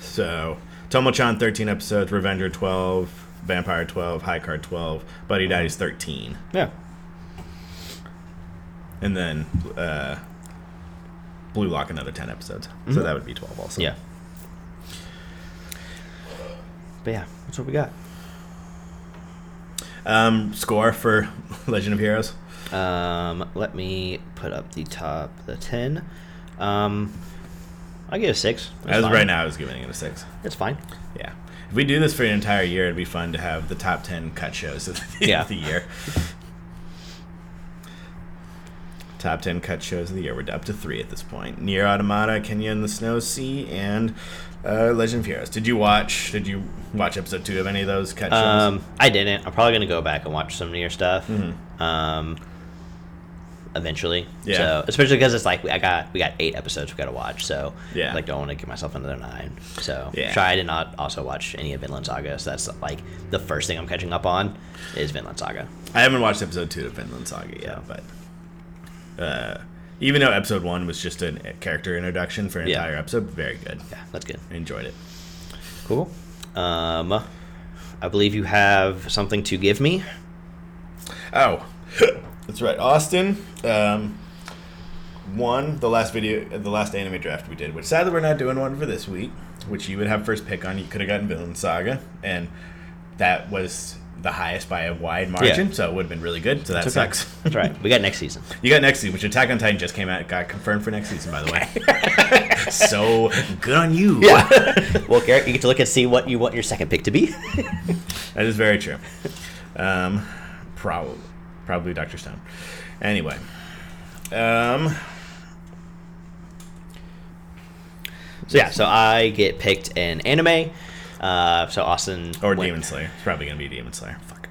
S1: So, Tomo-chan thirteen episodes, Revenger twelve, Vampire twelve, High Card twelve, Buddy Daddy's thirteen.
S2: Yeah.
S1: and then uh, Blue Lock another ten episodes. So that would be twelve also.
S2: Mm-hmm. Yeah. But yeah, that's what we got.
S1: Um, score for <laughs> Legend of Heroes.
S2: Um, let me put up the top the ten. Um, I give it a six. That's
S1: As of
S2: fine.
S1: right now, I was giving it a six.
S2: it's fine.
S1: Yeah. If we do this for an entire year, it'd be fun to have the top ten cut shows of the, <laughs>
S2: Yeah.
S1: of the year. Top ten cut shows of the year. We're up to three at this point. Near Automata, Kenya and the Snow Sea, and uh, Legend of Heroes. Did you watch? Did you watch episode two of any of those cut shows?
S2: Um, I didn't. I'm probably gonna go back and watch some of your stuff. Um, eventually.
S1: Mm-hmm. Yeah.
S2: So especially because it's like I got we got eight episodes we got to watch. So
S1: Yeah.
S2: Like don't want to give myself another nine. So
S1: Yeah.
S2: try to not also watch any of Vinland Saga. So that's like the first thing I'm catching up on is Vinland Saga.
S1: I haven't watched episode two of Vinland Saga yet,
S2: Yeah.
S1: but uh, even though episode one was just an- a character introduction for an
S2: Yeah.
S1: entire episode, very good.
S2: Yeah, that's good.
S1: I enjoyed it.
S2: Cool. Um, I believe you have something to give me.
S1: Oh, <laughs> that's right, Austin. Um, one, the last video, the last anime draft we did, which sadly we're not doing one for this week, which you would have first pick on. You could have gotten Vinland Saga, and that was the highest by a wide margin, so it would have been really good. So that
S2: okay.
S1: sucks.
S2: That's right. We got
S1: <laughs>
S2: next season.
S1: You got next season, which Attack on Titan just came out, got confirmed for next season, by the way.
S2: <laughs>
S1: so good on you.
S2: well, Garrett, you get to look and see what you want your second pick to be.
S1: that is very true. Um, probably, probably Doctor Stone. Anyway, um,
S2: So yeah, so I get picked in anime. Uh, so Austin
S1: or
S2: went-
S1: Demon Slayer. It's probably gonna be Demon Slayer. Fuck,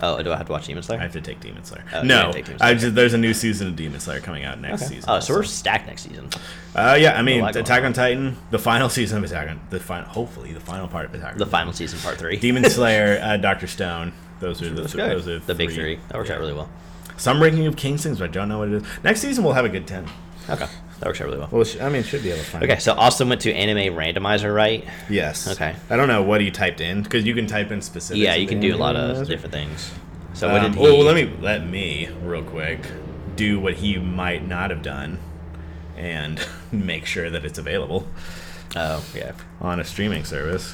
S2: Oh, do I have to watch Demon Slayer?
S1: I have to take Demon Slayer.
S2: Oh, you
S1: no,
S2: gotta take Demon
S1: I just, there's a new season of Demon Slayer coming out next
S2: Okay.
S1: season.
S2: Oh, so we're
S1: also.
S2: stacked next season.
S1: uh, yeah. I mean,
S2: lot going
S1: Attack on Titan, the final <laughs> season of Attack on the final, hopefully the final part of Attack. on
S2: The final season, part three.
S1: Demon
S2: <laughs>
S1: Slayer, uh, Doctor Stone. Those are the
S2: That's
S1: th-
S2: good.
S1: those are
S2: the big three. That works
S1: Yeah.
S2: out really well.
S1: Some ranking of King's things, but I don't know what it is. Next season we'll have a good ten.
S2: Okay. that works out really well.
S1: Well, sh- I mean, should be able to find.
S2: Okay,
S1: It.
S2: so Austin went to anime randomizer, right?
S1: Yes.
S2: Okay.
S1: I don't know what he typed in because you can type in specifics.
S2: yeah, you
S1: of
S2: can
S1: the
S2: do a lot
S1: anime
S2: of
S1: browser.
S2: different things. So what
S1: Um,
S2: did he?
S1: well, let me let me real quick do what he might not have done, and <laughs> make sure that it's available
S2: Oh yeah.
S1: on a streaming service.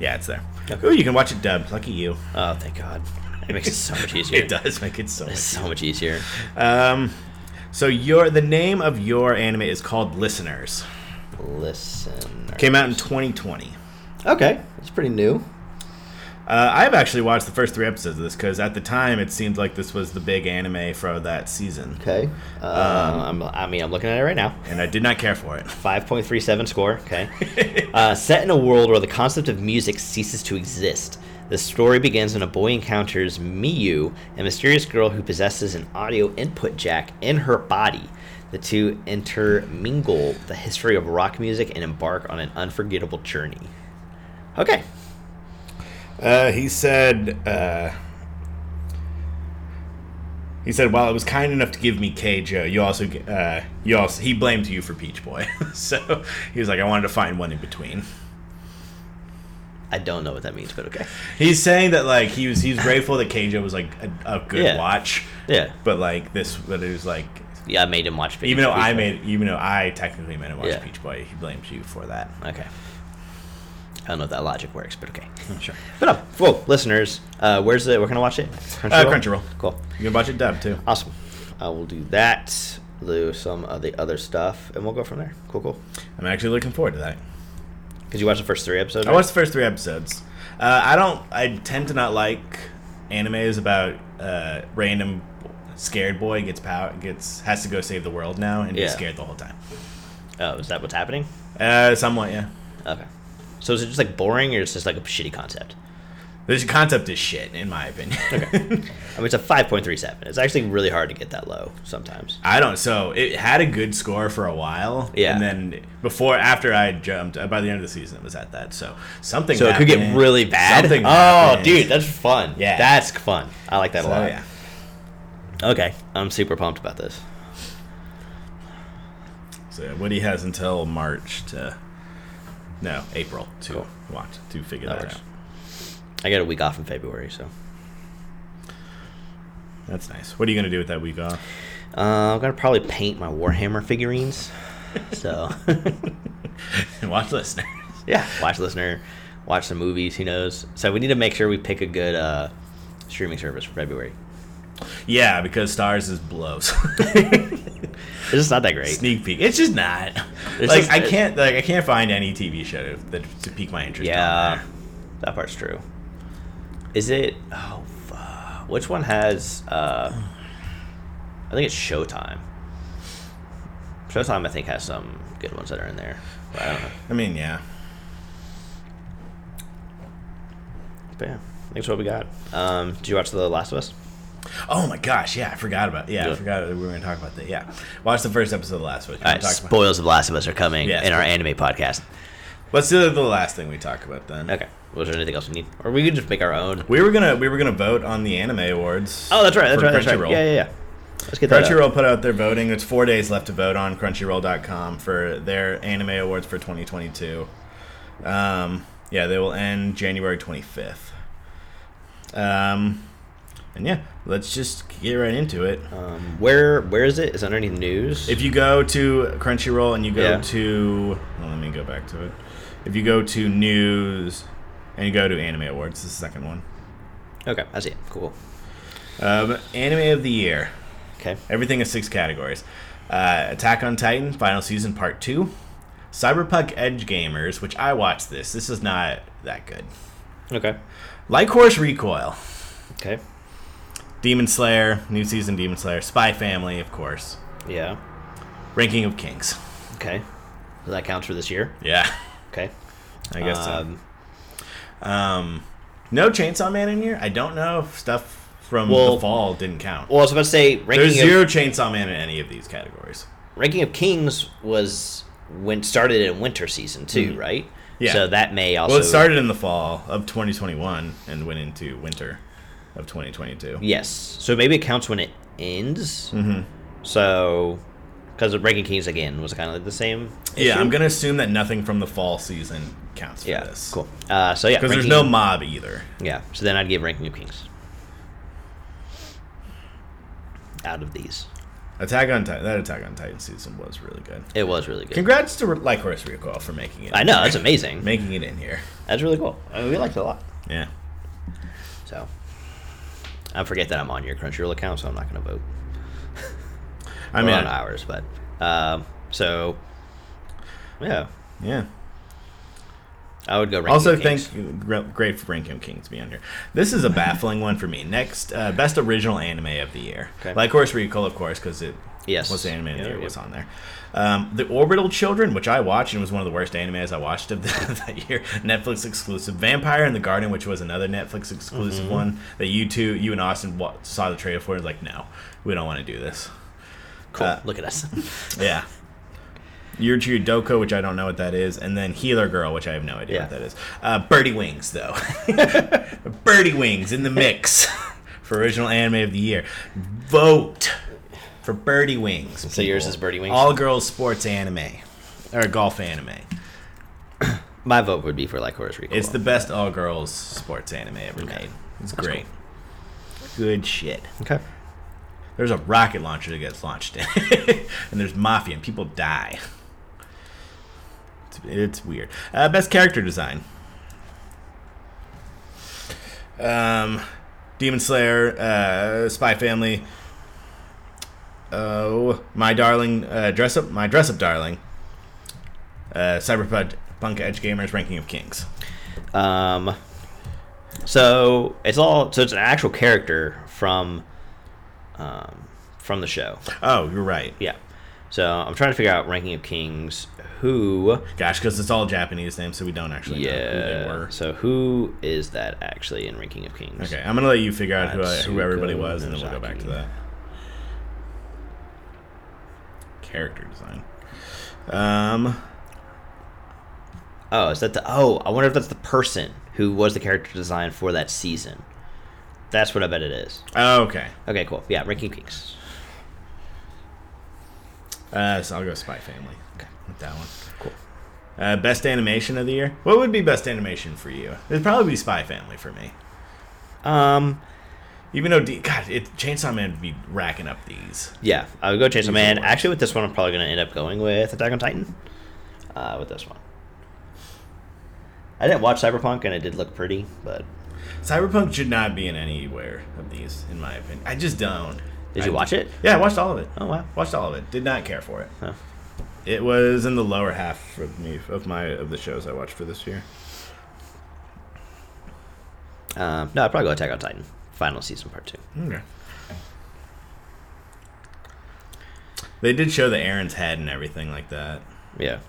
S1: Yeah, it's there. Oh, you can watch it dubbed. Lucky you.
S2: Oh thank God. It makes it so much easier.
S1: <laughs> It does make it so.
S2: It's
S1: Much.
S2: so much easier.
S1: Um, so your the name of your anime is called Listeners.
S2: Listen.
S1: Came out in 2020.
S3: Okay, it's pretty new.
S1: Uh, I've actually watched the first three episodes of this because at the time it seemed like this was the big anime for that season,
S3: Okay,
S2: Uh,
S1: Um,
S2: I'm, I mean, I'm looking at it right now.
S1: and I did not care for it.
S2: 5.37 score. Okay. <laughs> uh, set in a world where the concept of music ceases to exist. The story begins when a boy encounters Miyu, a mysterious girl who possesses an audio input jack in her body. The two intermingle the history of rock music and embark on an unforgettable journey. Okay.
S1: Uh, he said. Uh, he said, "While it was kind enough to give me KJO, you also, uh, you also, he blamed you for Peach Boy. <laughs> so he was like, I wanted to find one in between."
S2: I don't know what that means,
S1: <laughs>
S2: but okay.
S1: He's saying that like he was, he's grateful that KJO was like a, a good
S2: Yeah.
S1: watch,
S2: Yeah.
S1: but like this, but it was like,
S2: Yeah, I made him watch. Big
S1: even though
S2: Fish
S1: I
S2: Boy.
S1: made, even though I technically made him watch
S2: Yeah.
S1: Peach Boy, he blames you for that.
S2: Okay. I don't know if that logic works, but okay.
S1: Mm,
S2: Sure. But no, well, listeners, uh, where's the? We're gonna watch it.
S1: Uh, Crunchyroll.
S2: Cool.
S1: You can watch it dubbed too.
S2: Awesome. I will do that. Do some of the other stuff, and we'll go from there. Cool, cool.
S1: I'm actually looking forward to that.
S2: Because you watched the first three episodes.
S1: I watched the first three episodes. Uh, I don't. I tend to not like animes about uh, random scared boy gets power gets has to go save the world now and he's
S2: Yeah.
S1: scared the whole time.
S2: Oh, is that what's happening?
S1: Uh, somewhat, yeah.
S2: Okay. So is it just like boring, or it's just like a shitty concept?
S1: This concept is shit, in my opinion.
S2: I mean, it's a five point three seven. It's actually really hard to get that low sometimes.
S1: <laughs> I don't. So it had a good score for a while,
S2: Yeah.
S1: And then before, after I jumped, uh, by the end of the season, it was at that. So something.
S2: So it could get
S1: happened.
S2: really bad.
S1: Something
S2: oh,
S1: happened.
S2: dude, that's fun.
S1: Yeah.
S2: that's fun. I like that
S1: So,
S2: a lot.
S1: yeah.
S2: Okay, I'm super pumped about this.
S1: So Woody has until March to, no, April to
S2: Cool.
S1: watch to figure
S2: That
S1: that,
S2: works.
S1: out.
S2: I got a week off in February, so
S1: That's nice. What are you gonna do with that week
S2: <laughs>
S1: off?
S2: uh, I'm gonna probably paint my Warhammer figurines. so <laughs>
S1: Watch listeners.
S2: yeah, watch listener, watch some movies. Who knows? So we need to make sure we pick a good uh, streaming service for February.
S1: <laughs> Yeah, because Stars is
S2: <laughs>
S1: blows. <laughs>
S2: It's just not that great.
S1: Sneak peek. It's just not.
S2: It's
S1: like
S2: just-
S1: I
S2: it-
S1: can't like I can't find any TV show that to pique my interest. on
S2: yeah,
S1: there.
S2: that part's true. Is it? Oh, fuck. which one has? Uh, I think it's Showtime. Showtime, I think, has some good ones that are in there. But I don't know.
S1: I mean, yeah.
S2: But yeah, I think that's what we got. Um, did you watch The Last of Us?
S1: Oh my gosh, yeah, I forgot about. Yeah,
S2: Yeah.
S1: I forgot that we were gonna talk about that. Yeah, watch the first episode of last week.
S2: All right, spoils of Last of Us are coming
S1: Yeah,
S2: in our
S1: spoil-
S2: anime podcast.
S1: Let's do the last thing we talk about then.
S2: Okay. Was there anything else we need, or we could just make our own?
S1: We were gonna we were gonna vote on the anime awards.
S2: Oh, that's right. That's
S1: for
S2: right. That's right.
S1: Crunchyroll.
S2: Yeah, yeah, yeah. Let's get that. Out.
S1: Crunchyroll put out their voting. There's four days left to vote on Crunchyroll.com for their anime awards for 2022. Um, yeah, they will end January 25th. Um, and yeah, let's just get right into it.
S2: Um, where where is it? Is it underneath news?
S1: If you go to Crunchyroll and you go
S2: Yeah.
S1: to, well, let me go back to it. If you go to news and you go to anime awards, the second one,
S2: okay, I see it. Cool.
S1: um, anime of the year.
S2: Okay.
S1: Everything is six categories. Uh, Attack on Titan, Final Season Part 2. Cyberpunk Edge Gamers, which I watched this. This is not that good.
S2: Okay.
S1: Like Horse Recoil.
S2: Okay.
S1: Demon Slayer, new season Demon Slayer. Spy Family, of course.
S2: Yeah.
S1: Ranking of Kings.
S2: Okay. Does that count for this year?
S1: Yeah.
S2: Okay.
S1: I guess
S2: Um,
S1: so. Um, no Chainsaw Man in here. I don't know if stuff from
S2: Well-
S1: the fall didn't count.
S2: Well, I was about to say ranking
S1: There's
S2: of,
S1: zero Chainsaw Man in any of these categories.
S2: ranking of kings was when started in winter season too,
S1: Mhm.
S2: right?
S1: Yeah.
S2: So that may also
S1: Well, it started in the fall of 2021 and went into winter of 2022.
S2: Yes. So maybe it counts when it ends. Mm-hmm. So Because Ranking Kings again was kind of like the same.
S1: Yeah,
S2: issue.
S1: I'm gonna assume that nothing from the fall season counts for
S2: Yeah,
S1: this.
S2: cool. Uh, so yeah,
S1: Because there's
S2: Ranking-
S1: no mob either.
S2: Yeah, so then I'd give Ranking of Kings out of these.
S1: Attack on Titan. That Attack on Titan season was really good.
S2: It was really good.
S1: Congrats to Like Horse Recoil for making it.
S2: I
S1: in
S2: know
S1: here.
S2: that's amazing.
S1: Making it in here.
S2: That's really cool. I mean, we liked it a lot.
S1: Yeah.
S2: So I forget that I'm on your Crunchyroll account, so I'm not going to vote.
S1: I
S2: We're
S1: mean,
S2: on ours, but um, so yeah,
S1: yeah.
S2: I would go. Ranking
S1: Also,
S2: of Kings.
S1: thank you. gr- Great for Ranking King to be on here. This is a baffling one for me. Next, uh, best original anime of the year.
S2: Okay.
S1: Like Horse Recall, of course, because it
S2: Yes.
S1: was the anime of the
S2: Yeah,
S1: year
S2: yeah.
S1: was on there. Um, the Orbital Children, which I watched and was one of the worst animes I watched of <laughs> the, that year. Netflix exclusive. Vampire in the Garden, which was another Netflix exclusive
S2: Mm-hmm.
S1: one that you two, you and Austin wa- saw the trailer for. And was like, no, we don't want to do this.
S2: Cool.
S1: uh,
S2: Look at us. <laughs>
S1: Yeah. Yurju Doko, which I don't know what that is, and then Healer Girl, which I have no idea what
S2: Yeah.
S1: that is. Uh, Birdie Wings, though. <laughs> Birdie Wings in the mix <laughs> for original anime of the year. Vote for Birdie Wings.
S2: So yours
S1: people.
S2: is Birdie Wings?
S1: All girls sports anime or golf anime.
S2: My vote would be for like Horus Recall.
S1: It's the best all girls sports anime ever made. It's great. Good shit.
S2: okay.
S1: There's a rocket launcher that gets launched, <laughs> and there's mafia, and people die. It's, it's weird. Uh, best character design. Um, Demon Slayer, uh, Spy Family. Oh, my darling, uh, dress up, my dress up, darling. Uh, Cyberpunk Edge Gamers ranking of kings.
S2: Um, so it's all so it's an actual character from um, from the show.
S1: Oh, you're right.
S2: Yeah. So I'm trying to figure out ranking of kings. Who?
S1: Gosh, because it's all Japanese names, so we don't actually know who they
S2: Yeah.
S1: were.
S2: So who is that actually in ranking of kings?
S1: Okay, I'm gonna let you figure out who, I, who
S2: Atsuko
S1: everybody was, and then we'll go back to
S2: Nozaki.
S1: that. Character design. Um,
S2: Oh, is that the? Oh, I wonder if that's the person who was the character design for that season. That's what I bet it is.
S1: oh, okay.
S2: Okay, cool. Yeah, ranking of kings.
S1: Uh, so I'll go Spy Family. Okay, with that one.
S2: Cool.
S1: Uh, best animation of the year. What would be best animation for you? It'd probably be Spy Family for me.
S2: Um.
S1: Even though, D- God, it, Chainsaw Man would be racking up these.
S2: Yeah, I would go Chainsaw
S1: These are
S2: Man.
S1: the ones.
S2: Actually, with this one, I'm probably going to end up going with Attack on Titan. Uh, with this one, I didn't watch Cyberpunk, and it did look pretty, but
S1: Cyberpunk should not be in anywhere of these, in my opinion. I just don't.
S2: did you
S1: I-
S2: watch it?
S1: Yeah, I watched all of it.
S2: Oh wow.
S1: Watched all of it. Did not care for it.
S2: Oh.
S1: It was in the lower half of me of my of the shows I watched for this year.
S2: Um, no, I'd probably go Attack on Titan, final season part two.
S1: Okay. They did show the Aaron's head and everything like that.
S2: Yeah.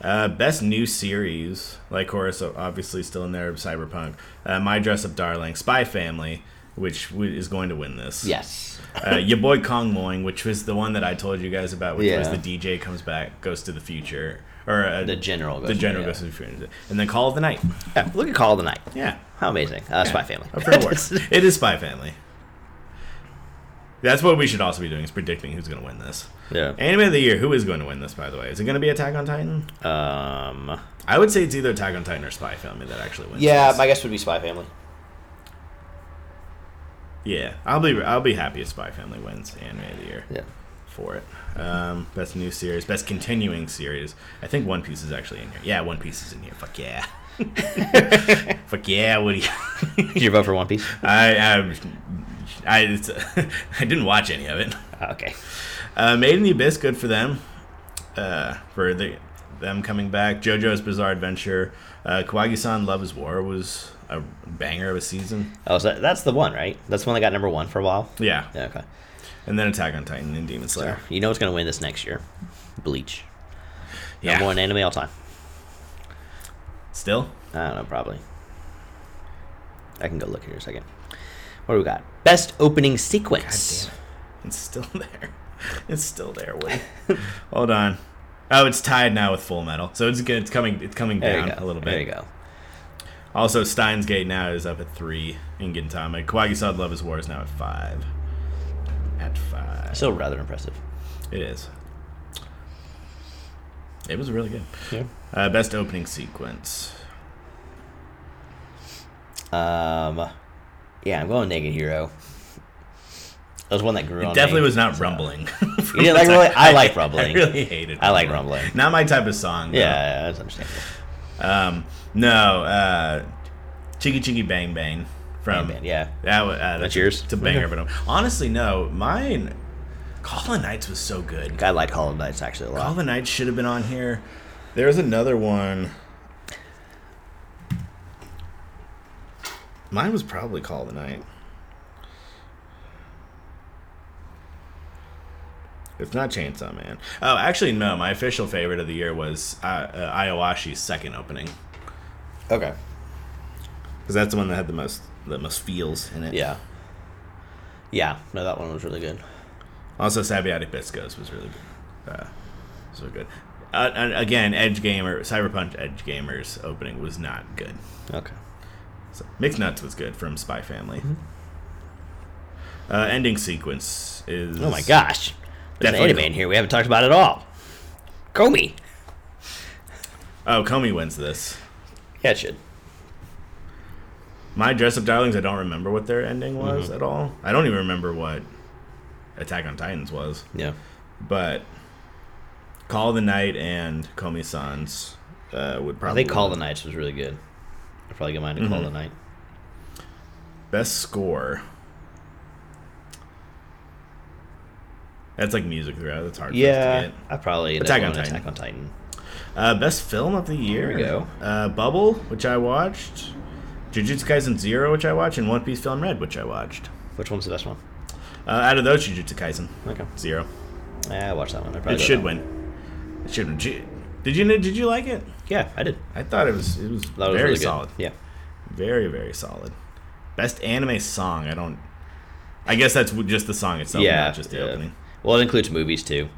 S1: Uh, best new series, like Horus, obviously still in there. Cyberpunk, uh, My Dress Up Darling, Spy Family, which w- is going to win this.
S2: Yes.
S1: uh, your boy Kong Moing, which was the one that I told you guys about, which was
S2: Yeah.
S1: the DJ comes back, goes to the future, or uh,
S2: The general. Goes
S1: the general
S2: yeah.
S1: goes to the future, and then Call of the Night.
S2: Yeah, look at Call of the Night.
S1: Yeah.
S2: How amazing! Uh, Spy Family.
S1: Up for awards. it is Spy Family. That's what we should also be doing is predicting who's going to win this.
S2: <laughs> yeah.
S1: Anime of the year, who is going to win this? By the way, is it going to be Attack on Titan?
S2: Um.
S1: I would say it's either Attack on Titan or Spy Family that actually wins.
S2: Yeah,
S1: this.
S2: my guess would be Spy Family.
S1: yeah. I'll be I'll be happy if Spy Family wins Anime of the year
S2: Yeah.
S1: for it. Um, best new series, best continuing series. I think One Piece is actually in here. Yeah, One Piece is in here. Fuck
S2: <laughs>
S1: yeah. Fuck yeah, Woody.
S2: Did you vote for One Piece? <laughs>
S1: I I, I, it's, <laughs> I didn't watch any of it.
S2: Ah, okay.
S1: Uh, Made in the Abyss, good for them. Uh, for the, them coming back. JoJo's Bizarre Adventure. Uh, Kawagi san Love is War was a banger of a season.
S2: Oh, so that's the one, right? That's the one that got number one for a while.
S1: Yeah.
S2: Yeah. Okay.
S1: And then Attack on Titan and Demon Slayer.
S2: You know what's gonna win this next year? Bleach.
S1: Yeah.
S2: Number one anime all time.
S1: Still?
S2: I don't know, probably. I can go look here in a second. What do we got? Best opening sequence.
S1: It's still <laughs> there. It's still there, Woody. Hold on. Oh, it's tied now with Full Metal. So it's good. It's coming it's coming
S2: There
S1: down
S2: you
S1: a
S2: go.
S1: little bit.
S2: There you go.
S1: Also, Steins Gate now is up at three in Gintama. Kawagi san Love is War is now at five. At five.
S2: Still rather impressive.
S1: It is. It was really good.
S4: Yeah.
S1: Uh, best opening sequence.
S2: Um, yeah, I'm going Naked Hero. That was one that grew
S1: It
S2: on
S1: definitely
S2: me.
S1: was not rumbling. <laughs>
S2: You didn't like rumbling? I like rumbling.
S1: I really hated.
S2: I like rumbling.
S1: Not my type of song. though.
S2: Yeah, yeah, that's understandable.
S1: Um, no. Uh, Chiggy Chiggy Bang Bang from
S2: Bang Bang, yeah.
S1: That was uh, that's,
S2: That's yours?
S1: It's a banger, but um, honestly, no. Mine. Call of Nights was so good.
S2: I like Call of Nights actually a
S1: Call
S2: lot.
S1: of Nights should have been on here. There's another one. Mine was probably Call of the Night. It's not Chainsaw Man. Oh, actually, no. My official favorite of the year was uh, uh, Iowashi's second opening
S3: Okay.
S1: because that's the one that had the most the most feels in it.
S2: Yeah. Yeah, no, that one was really good.
S1: Also, Sabiatic Biscos was really good. Uh, so good. Uh, and again, Edge Gamer, Cyberpunk Edge Gamer's opening was not good.
S2: Okay.
S1: So, Mixed Nuts was good from Spy Family.
S2: Mm-hmm.
S1: Uh, ending sequence is.
S2: Oh my gosh. There's
S1: Definitely
S2: an anime in
S1: cool.
S2: here we haven't talked about at all. Comey.
S1: Oh, Comey wins this.
S2: Yeah, it should.
S1: My Dress Up Darlings, I don't remember what their ending was
S2: Mm-hmm.
S1: at all. I don't even remember what Attack on Titans was.
S2: Yeah.
S1: But Call of the Night and Comey Sans uh, would
S2: I
S1: probably.
S2: think Call of the Nights was really good. I'd probably get mine to Call of the Night.
S1: Best score. That's like music throughout. That's hard. for us
S2: Yeah,
S1: to get.
S2: I probably
S1: Attack
S2: Attack
S1: on
S2: on,
S1: Titan.
S2: Attack on Titan.
S1: Uh, best film of the year.
S2: we go.
S1: Uh, Bubble, which I watched. Jujutsu Kaisen Zero, which I watched, and One Piece Film Red, which I watched.
S2: Which one's the best one?
S1: Uh, out of those, Jujutsu Kaisen
S2: Okay.
S1: Zero.
S2: Yeah, I watched that one. I probably
S1: It
S2: go
S1: should
S2: that one.
S1: win. It should win. Ju- Did you know- did you like it?
S2: Yeah, I did.
S1: I thought it was it was
S2: That was
S1: very
S2: really
S1: solid.
S2: good. Yeah.
S1: Very very solid. Best anime song. I don't. I guess that's w- just the song itself,
S2: yeah.
S1: not just the
S2: yeah.
S1: opening.
S2: Well, it includes movies too.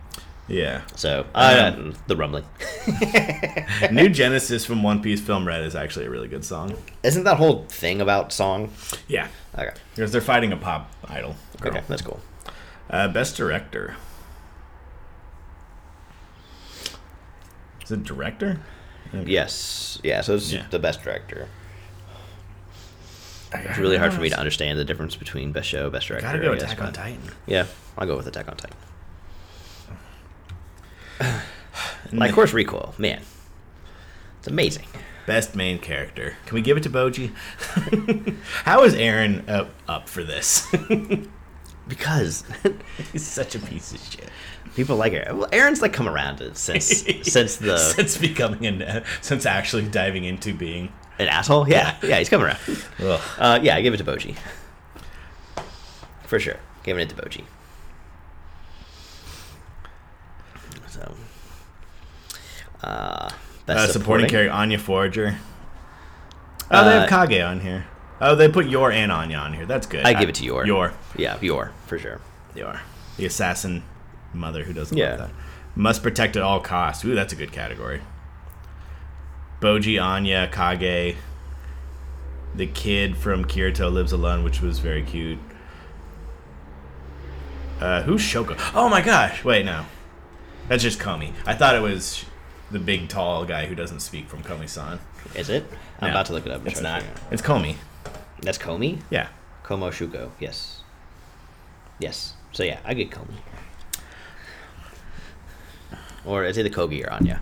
S1: Yeah.
S2: So, uh,
S1: Um,
S2: the rumbling.
S1: New Genesis from One Piece Film Red is actually a really good song.
S2: Isn't that whole thing about song?
S1: Yeah.
S2: Okay.
S1: Because they're fighting a pop idol. girl.
S2: Okay, that's cool.
S1: Uh, best director. Is it director?
S2: Yes. Yeah, so it's
S1: Yeah.
S2: the best director. It's really hard for me to understand the difference between best show, best director.
S1: Gotta go
S2: I guess,
S1: Attack on
S2: but-
S1: Titan.
S2: Yeah, I'll go with Attack on Titan.
S1: And
S2: Like
S1: the
S2: Horse Recoil, man. It's amazing.
S1: Best main character. Can we give it to Boji? <laughs> How is Aaron up, up for this? <laughs>
S2: Because <laughs>
S1: He's such a piece of shit.
S2: people like Aaron. Well, Aaron's like come around it <laughs> since since
S1: <laughs>
S2: the
S1: since becoming an uh, since actually diving into being.
S2: an asshole. Yeah, yeah, he's coming around.
S1: Ugh.
S2: Uh, yeah, I give it to Boji. For sure. Giving it to Boji. So. Uh, best
S1: Uh, supporting character Anya Forger. Oh, they have
S2: Uh,
S1: Kage on here. Oh, they put Yor and Anya on here. That's good.
S2: I give it to Yor.
S1: Yor.
S2: Yeah, Yor, for sure.
S1: Yor. The assassin mother who doesn't
S2: Yeah.
S1: love that. Must protect at all costs. Ooh, that's a good category. Boji, Anya, Kage. The kid from Kirito lives alone, which was very cute. Uh, who's Shoko? Oh my gosh! Wait, no. That's just Komi. I thought it was the big, tall guy who doesn't speak from Komi-san.
S2: Is it? I'm
S1: No,
S2: about to look it up. and
S1: It's
S2: try
S1: not.
S2: to figure it
S1: It's Comey.
S2: out. That's Comey?
S1: Yeah.
S2: Como Shugo, yes. Yes. So yeah, I get Comey. Or is it the Kogi or Anya?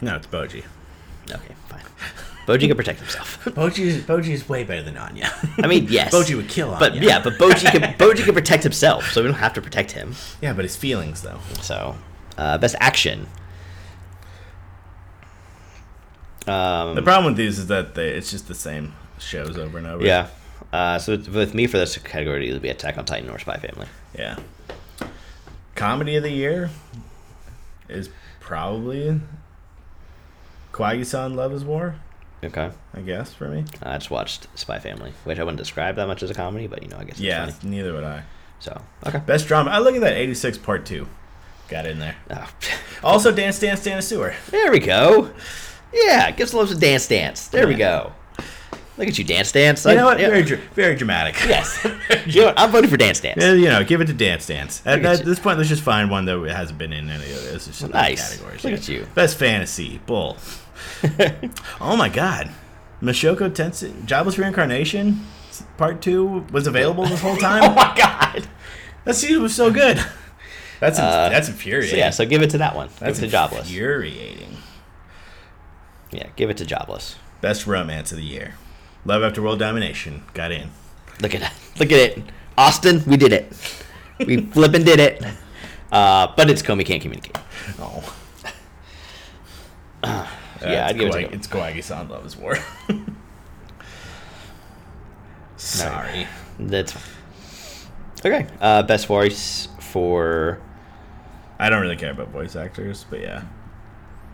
S1: No, it's Boji.
S2: Okay, fine. Boji can protect himself.
S1: Boji Boji's way better than <laughs> Anya.
S2: I mean, yes.
S1: Boji would kill
S2: But
S1: Anya.
S2: yeah, but Boji can Boji can protect himself, so we don't have to protect him.
S1: yeah, but his feelings though.
S2: So, uh, best action. Um,
S1: The problem with these is that they, it's just the same shows over and over.
S2: Yeah. Uh, so with- with me for this category, it would be Attack on Titan or Spy Family.
S1: Yeah. Comedy of the year is probably Kwagi-san Love is War,
S2: Okay. Uh,
S1: I guess for me.
S2: I just watched Spy Family, which I wouldn't describe that much as a comedy, but you know, I guess. It's
S1: Yeah,
S2: funny.
S1: neither would I.
S2: So okay.
S1: Best drama. I look at that 86 part 2. Got in there.
S2: Oh, <laughs>
S1: Also Dance Dance Dance Sewer.
S2: there we go. Yeah, Gibson loves a dance dance. There we go. Look at you, Dance Dance.
S1: You know what?
S2: Yeah.
S1: Very, dr- very dramatic.
S2: <laughs> yes. you know what? I'm voting for Dance Dance.
S1: Yeah, Uh, you know, give it to Dance Dance. At,
S2: Look at
S1: at
S2: you.
S1: this point, let's just find one that hasn't been in any of those just other
S2: Nice.
S1: categories.
S2: Look
S1: yeah.
S2: at you.
S1: Best fantasy,
S2: <laughs>
S1: bull. oh my god, Mashoko Tensei, Jobless Reincarnation, Part Two was available this whole
S2: <laughs> Oh <laughs>
S1: time.
S2: my God.
S1: that season was so good. That's that's
S2: Uh, So
S1: infuriating.
S2: yeah, so give it to that one.
S1: that's
S2: give it to Jobless.
S1: Infuriating.
S2: Yeah, give it to Jobless.
S1: Best romance of the year. Love After World Domination got in.
S2: Look at <laughs> that. Look at it. Austin, we did it.
S1: <laughs>
S2: We flippin' did it. Uh, but it's Comey can't communicate. <laughs>
S1: Oh.
S2: yeah,
S1: it's
S2: I'd give it to
S1: Kawhi-
S2: him.
S1: It's Kawagi-san Love is War. <laughs> Sorry.
S2: That's okay. Uh, best voice for
S1: I don't really care about voice actors, but yeah.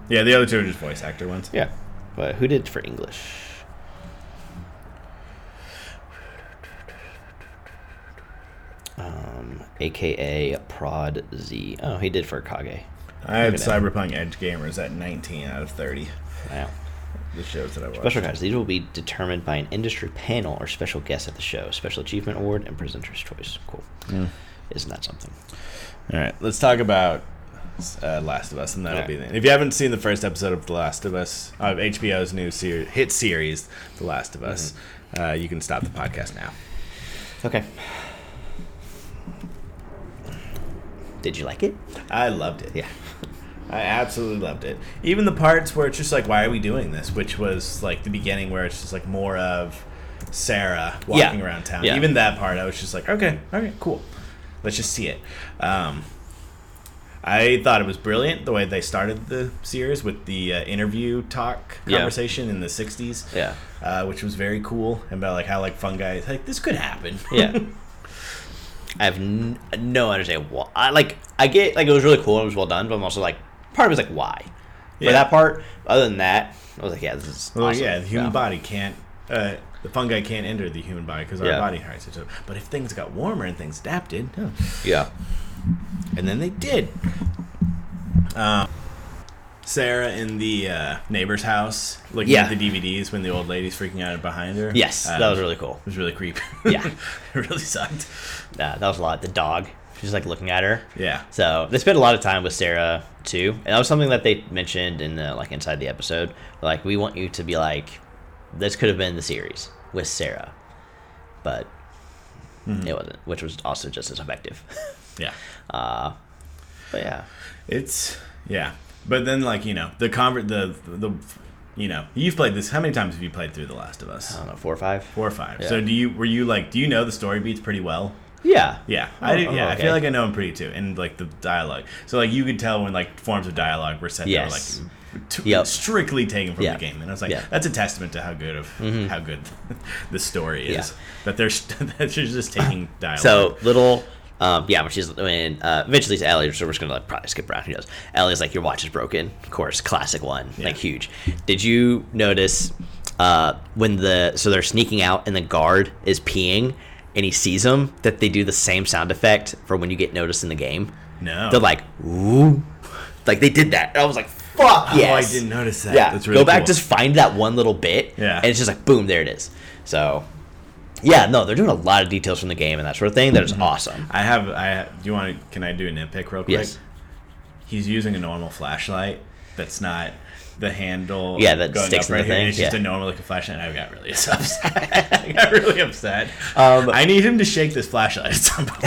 S1: Yeah, the other two are just voice actor ones.
S2: yeah. But who did for English? Um, AKA Prod Z. Oh, he did for Kage.
S1: I had
S2: Look at that.
S1: Cyberpunk Edge Gamers at 19 out of 30.
S2: Wow.
S1: The shows that I watched.
S2: Special guys, these will be determined by an industry panel or special guest at the show, special achievement award, and presenter's choice. Cool. Isn't that something?
S1: All right, let's talk about uh, Last of Us, and that'll
S2: Yeah.
S1: be the If you haven't seen the first episode of The Last of Us, of HBO's new ser- hit series, The Last of Us,
S2: Mm-hmm.
S1: uh, you can stop the podcast now.
S2: Okay. Did you like it?
S1: I loved it. Yeah. I absolutely loved it. Even the parts where it's just like, why are we doing this? Which was like the beginning where it's just like more of Sarah walking
S2: Yeah.
S1: around town.
S2: Yeah.
S1: Even that part, I was just like, okay, okay, cool. Let's just see it. Um, I thought it was brilliant the way they started the series with the uh, interview talk
S2: Yeah.
S1: conversation in the 60s.
S2: Yeah.
S1: Uh, which was very cool and about like how like fungi like this could happen. <laughs>
S2: Yeah. <laughs> I have n- no understanding why. I like. I get like it was really cool. It was well done, but I'm also like part of it was like why.
S1: Yeah.
S2: For that part, other than that, I was like, yeah, this is
S1: Well,
S2: awesome.
S1: yeah, the human
S2: Yeah.
S1: body can't. Uh, the fungi can't enter the human body because our
S2: Yeah.
S1: body hardens it. But if things got warmer and things adapted, huh,
S2: Yeah.
S1: and then they did. Um, Sarah in the uh, neighbor's house, looking
S2: Yeah.
S1: at the DVDs when the old lady's freaking out behind her.
S2: Yes,
S1: Um,
S2: that was really cool.
S1: It was really creepy.
S2: Yeah.
S1: <laughs> it really sucked.
S2: Uh, that was a lot. The dog, she's like looking at her.
S1: Yeah.
S2: So they spent a lot of time with Sarah too, and that was something that they mentioned in the like inside the episode. Like we want you to be like, this could have been the series with Sarah, but
S1: Mm-hmm.
S2: it wasn't, which was also just as effective. <laughs>
S1: Yeah.
S2: uh, but yeah,
S1: It's yeah, but then like you know the convert the the you know you've played this. How many times have you played through The Last of Us?
S2: I don't know, four or five.
S1: Four or five.
S2: Yeah.
S1: So do you were you like do you know the story beats pretty well?
S2: Yeah,
S1: Yeah, I do.
S2: Oh,
S1: Yeah, I
S2: okay.
S1: feel like I know him pretty too, and like the dialogue. So like you could tell when like forms of dialogue were set
S2: Yes.
S1: that were like t-
S2: Yep.
S1: strictly taken from
S2: Yeah.
S1: the game, and I was like,
S2: Yeah. Mm-hmm.
S1: that's a testament to how good of how good <laughs> the story is.
S2: Yeah.
S1: That they're <laughs> that they're just taking dialogue.
S2: So little, um, yeah, when she's when uh, eventually to Ellie, so we're just gonna like probably skip around. Who knows? Ellie's like, your watch is broken. Of course, classic one, like huge. Did you notice uh, when the so they're sneaking out and the guard is peeing and he sees them that they do the same sound effect for when you get noticed in the game?
S1: no,
S2: They're like, ooh, like they did that. And I was like, fuck
S1: oh,
S2: yes.
S1: I didn't notice that.
S2: Yeah,
S1: that's really
S2: go back,
S1: cool.
S2: just find that one little bit,
S1: Yeah.
S2: and it's just like boom, there it is. So, yeah, no, they're doing a lot of details from the game and that sort of thing. That
S1: Mm-hmm.
S2: is awesome.
S1: I have. I do you want to? Can I do a nitpick real quick?
S2: Yes.
S1: He's using a normal flashlight. That's not the handle.
S2: Yeah, that
S1: going
S2: sticks
S1: up
S2: in the
S1: here.
S2: thing,
S1: It's just
S2: yeah.
S1: a normal looking flashlight. And I got really <laughs> upset. I got really upset.
S2: Um,
S1: I need him to shake this flashlight at some
S2: <laughs>
S1: point.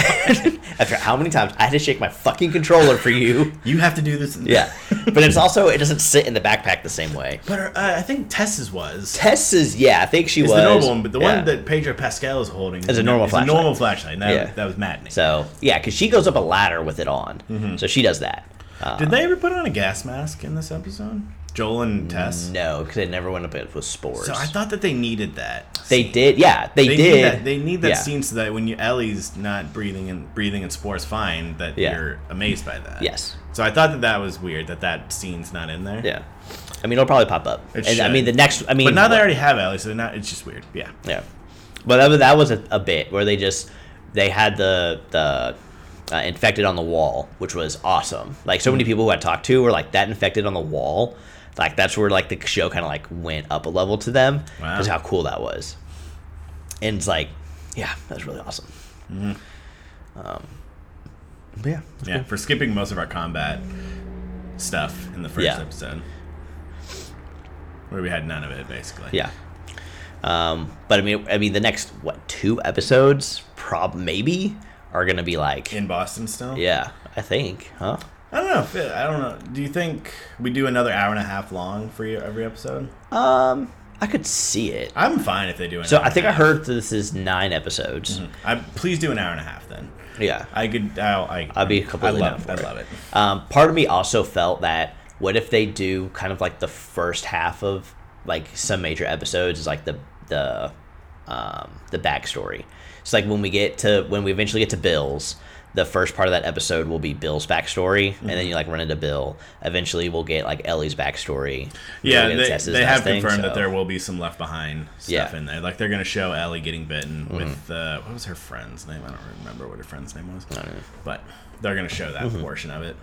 S2: After how many times I had to shake my fucking controller
S1: <laughs>
S2: for you?
S1: you have to do this.
S2: Yeah, but it's also it doesn't sit in the backpack the same way.
S1: But uh, I think Tess's was.
S2: Tess's, yeah, I think she
S1: It's
S2: was
S1: the normal one, but the
S2: yeah.
S1: one that Pedro Pascal is holding
S2: Is a normal
S1: is
S2: flashlight.
S1: A normal flashlight. and That,
S2: Yeah.
S1: that was maddening.
S2: So yeah, because she goes up a ladder with it on, so she does that. Uh,
S1: Mm-hmm. Did they ever put on a gas mask in this episode? Joel and Tess.
S2: no, because it never went up with spores.
S1: So I thought that they needed that.
S2: they did, yeah, they,
S1: they
S2: did.
S1: Need that, they need that
S2: yeah.
S1: scene so that when you Ellie's not breathing and breathing in spores fine, that
S2: Yeah.
S1: you're amazed by that.
S2: Yes.
S1: So I thought that that was weird that that scene's not in there.
S2: Yeah, I mean it'll probably pop up.
S1: It
S2: and, I
S1: should.
S2: mean the next. I mean,
S1: But now they
S2: what-
S1: already have Ellie, so they're not. It's just weird. Yeah.
S2: Yeah, but that was, that was a, a bit where they just they had the the uh, infected on the wall, which was awesome. Like so many people who I talked to were like that infected on the wall. Like that's where like the show kind of like went up a level to them.
S1: Wow.
S2: That's how cool that was. And it's like, yeah, that's really awesome. Um, but yeah,
S1: Yeah, for skipping most of our combat stuff in the first
S2: Yeah.
S1: episode, where we had none of it basically.
S2: Yeah. Um, but I mean, I mean, the next what two episodes, prob maybe, are gonna be like,
S1: in Boston still.
S2: yeah, I think, huh?
S1: I don't know. If it, I don't know. Do you think we do another hour and a half long for your- every episode?
S2: Um, I could see it.
S1: I'm fine if they do. An
S2: So
S1: hour
S2: I think I
S1: and a
S2: heard that this is nine episodes.
S1: half. I please do an hour and a half then.
S2: Yeah.
S1: I could. I'll, I,
S2: I'd be completely
S1: I
S2: down
S1: love.
S2: for
S1: I
S2: it.
S1: love it.
S2: Um, part of me also felt that what if they do kind of like the first half of like some major episodes is like the the um, the backstory. It's like when we get to when we eventually get to Bill's, the first part of that episode will be Bill's backstory, and
S1: Mm-hmm.
S2: then you like run into Bill. Eventually, we'll get like Ellie's backstory.
S1: Yeah,
S2: We'll get
S1: they,
S2: Tess's
S1: they
S2: last
S1: have
S2: thing,
S1: confirmed that
S2: so-
S1: there will be some left behind stuff
S2: Yeah. Mm-hmm.
S1: in there. Like they're going to show Ellie getting bitten with uh, what was her friend's name? I don't remember what her friend's name was, but they're going to show that
S2: Mm-hmm.
S1: portion of it,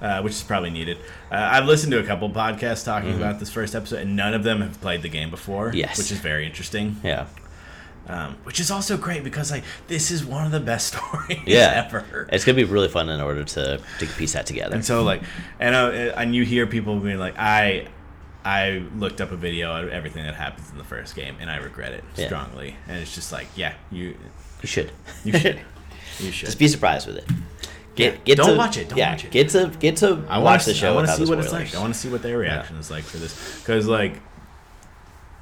S1: uh, which is probably needed. Uh, I've listened to a couple podcasts talking about this first episode, and none of them have played the game before.
S2: Mm-hmm. Yes.
S1: which is very interesting.
S2: Yeah,
S1: Um, which is also great because like this is one of the best <laughs> stories
S2: yeah.
S1: ever.
S2: It's gonna be really fun in order to to piece that together.
S1: And so like, and I, and you hear people being like, I, I looked up a video of everything that happens in the first game, and I regret it
S2: Yeah.
S1: strongly. And it's just like, yeah, you,
S2: You should. <laughs>
S1: you should, you should.
S2: Just be surprised with it. Get
S1: Yeah.
S2: get
S1: Don't
S2: to,
S1: watch it, don't
S2: yeah,
S1: watch it.
S2: get to get to
S1: I
S2: watch
S1: want
S2: the
S1: to.
S2: show.
S1: I want to
S2: without
S1: see
S2: the
S1: what it's
S2: spoilers.
S1: like. I want to see what their reaction is like for this, because like,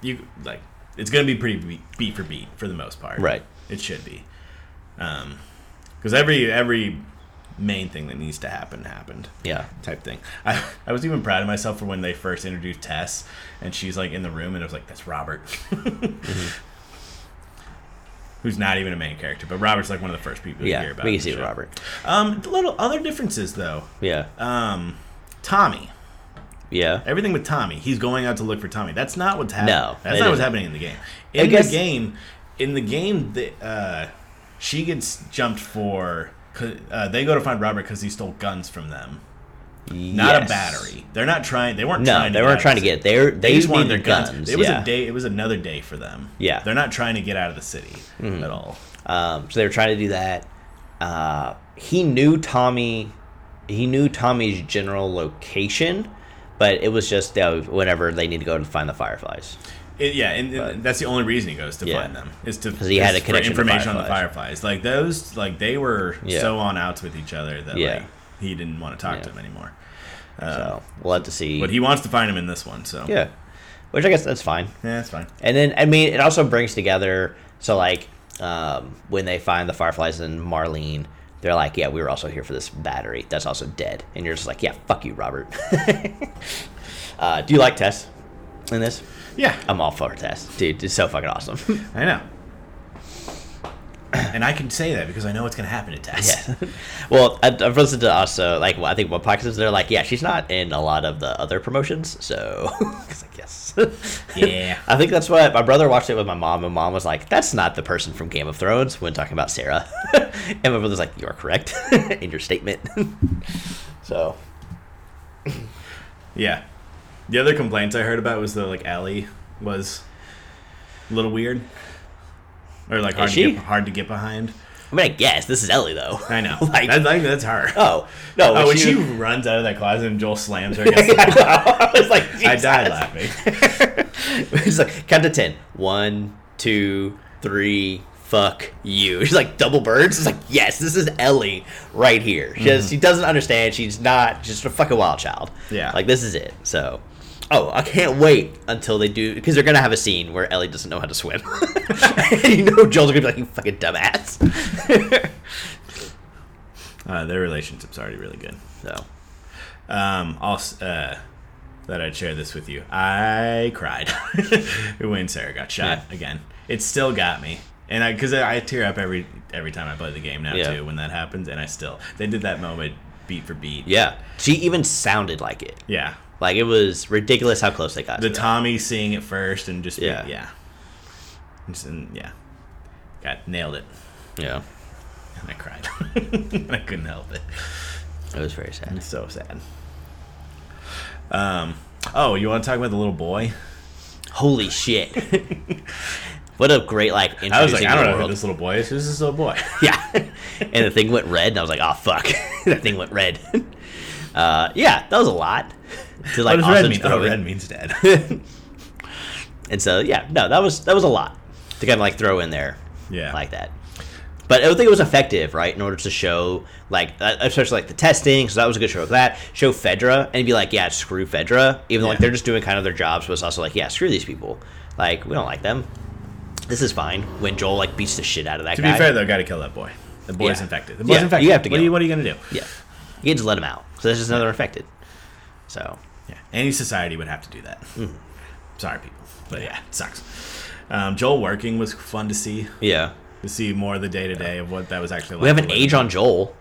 S1: you like, it's gonna be pretty beat, beat for beat for the most part.
S2: Right.
S1: It should be, um, because every every main thing that needs to happen happened.
S2: Yeah.
S1: type thing. I, I was even proud of myself for when they first introduced Tess, and she's like in the room, and I was like, "That's Robert," <laughs> who's not even a main character, but Robert's like one of the first people you hear
S2: Yeah.
S1: about.
S2: We
S1: in
S2: can
S1: the
S2: see
S1: show.
S2: Robert.
S1: Um, little other differences though.
S2: Yeah.
S1: Um, Tommy.
S2: Yeah.
S1: Everything with Tommy. He's going out to look for Tommy. That's not what's happening.
S2: No,
S1: that's
S2: it
S1: not what's
S2: isn't.
S1: happening in the game.
S2: I
S1: In
S2: guess-
S1: the game, in the game, the, uh, she gets jumped for. 'cause, Uh, they go to find Robert because he stole guns from them not
S2: Yes.
S1: a battery. They're not trying. They weren't.
S2: No,
S1: trying
S2: they weren't trying to
S1: out of the
S2: get it. They're,
S1: city.
S2: they
S1: just wanted their
S2: their
S1: guns.
S2: guns.
S1: It was
S2: yeah.
S1: a day. It was another day for them.
S2: Yeah. Mm-hmm.
S1: they're not trying to get out of the city at all.
S2: Um, so they were trying to do that. Uh, he knew Tommy. He knew Tommy's general location, but it was just uh, whenever they need to go to find the fireflies.
S1: It- yeah, and, and that's the only reason he goes to
S2: Yeah.
S1: find them is to
S2: 'Cause he had
S1: is
S2: a
S1: for
S2: connection to
S1: information on the fireflies. Like those, like they were
S2: Yeah.
S1: so on outs with each other that
S2: Yeah.
S1: like he didn't want to talk to
S2: Yeah.
S1: him anymore.
S2: so we'll have to see.
S1: Uh, But he wants to find him in this one. So
S2: yeah, which I guess that's fine.
S1: yeah, that's fine.
S2: And then I mean, it also brings together. So like, um, when they find the fireflies and Marlene, they're like, "Yeah, we were also here for this battery that's also dead." And you're just like, "Yeah, fuck you, Robert." <laughs> uh, do you like Tess in this?
S1: Yeah,
S2: I'm all for Tess, dude. It's so fucking awesome. <laughs>
S1: I know. And I can say that because I know what's going to happen to Tess.
S2: yeah. Well, I, I've listened to also like well, I think what podcasts they're like, "Yeah, she's not in a lot of the other promotions," so. <laughs> 'Cause I guess.
S1: Yeah.
S2: I think that's what my brother watched it with my mom, and mom was like, "That's not the person from Game of Thrones." When talking about Sarah, <laughs> and my brother's like, "You are correct <laughs> in your statement." <laughs> so,
S1: Yeah. The other complaints I heard about was the like Ellie was a little weird, or like hard
S2: Is
S1: to
S2: she?
S1: get, hard to get behind.
S2: I mean, I guess this is Ellie though.
S1: I know.
S2: <laughs> like,
S1: That- like, that's her. <laughs> Oh,
S2: oh no,
S1: when she
S2: she-
S1: runs out of that closet and Joel slams her against the wall,
S2: <laughs> I was like,
S1: I died
S2: "Jesus."
S1: laughing.
S2: She's like, count to ten. One, two, three. Fuck you. She's like double birds. It's like yes, this is Ellie right here. She
S1: Mm-hmm.
S2: has, she doesn't understand. She's not just a fucking wild child.
S1: Yeah.
S2: like this is it. So, oh, I can't wait until they do because they're gonna have a scene where Ellie doesn't know how to swim. <laughs> and you know Joel's gonna be like, you fucking dumbass. <laughs>
S1: Uh, their relationship's already really good.
S2: so,
S1: Um, I'll s- uh, that I'd share this with you. I cried <laughs> when Sarah got shot
S2: Yeah.
S1: again. It still got me, and I because I, I tear up every every time I play the game now
S2: Yeah.
S1: too when that happens, and I still they did that moment beat for beat.
S2: yeah, she even sounded like it.
S1: Yeah.
S2: Like it was ridiculous how close they got.
S1: The
S2: to it.
S1: Tommy seeing it first and just yeah,
S2: Yeah.
S1: yeah, Just- and yeah, got nailed it,
S2: yeah,
S1: and I cried. <laughs> I couldn't help it.
S2: it was very sad.
S1: It's so sad. Um. Oh, you want to talk about the little boy?
S2: Holy shit! what a great like introducing
S1: I was like, I
S2: the
S1: don't know who
S2: world.
S1: this little boy is. Who's this little boy?
S2: <laughs> yeah. And the thing went red, and I was like, oh, fuck. <laughs> that thing went red. <laughs> Uh, yeah, that was a lot. To,
S1: what
S2: like,
S1: does
S2: also
S1: red mean?
S2: throw
S1: Oh,
S2: in.
S1: red means dead. yeah. <laughs>
S2: And so, yeah, no, that was that was a lot to kind of like throw in there like that. But I would think it was effective, right, in order to show like uh, especially like the testing. So that was a good show of that. Show Fedra and be like, yeah, screw Fedra, even though like
S1: Yeah.
S2: they're just doing kind of their jobs, but it's also like, yeah, screw these people. Like we don't like them. This is fine. When Joel like beats the shit out of that
S1: to
S2: guy.
S1: be fair, though, gotta kill that boy. The boy's
S2: Yeah.
S1: infected. The boy's
S2: Yeah,
S1: infected.
S2: you have to
S1: what,
S2: kill
S1: are you,
S2: him.
S1: what are you gonna do?
S2: Yeah. You can just let them out. So that's just another infected. So,
S1: Yeah. Any society would have to do that.
S2: Mm-hmm.
S1: Sorry, people. But yeah, it sucks. Um, Joel working was fun to see.
S2: yeah.
S1: To see more of the day to day of what that was actually like.
S2: We have an
S1: to live.
S2: age on Joel.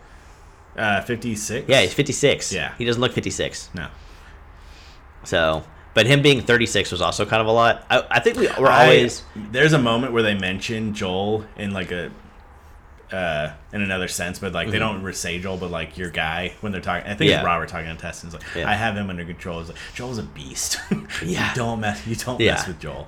S1: Uh, 56?
S2: Yeah, he's 56.
S1: Yeah.
S2: He doesn't look 56.
S1: No.
S2: So, but him being 36 was also kind of a lot. I, I think we were
S1: I-
S2: always.
S1: there's a moment where they mention Joel in like a uh, in another sense, but like they don't re- say Joel, but like your guy when they're talking. I think
S2: Mm-hmm. Yeah.
S1: it's Robert talking to Tess, and he's like,
S2: Yeah.
S1: "I have him under control." He's like, "Joel's a beast. <laughs>
S2: Yeah.
S1: you don't mess. You don't
S2: Yeah.
S1: mess with Joel."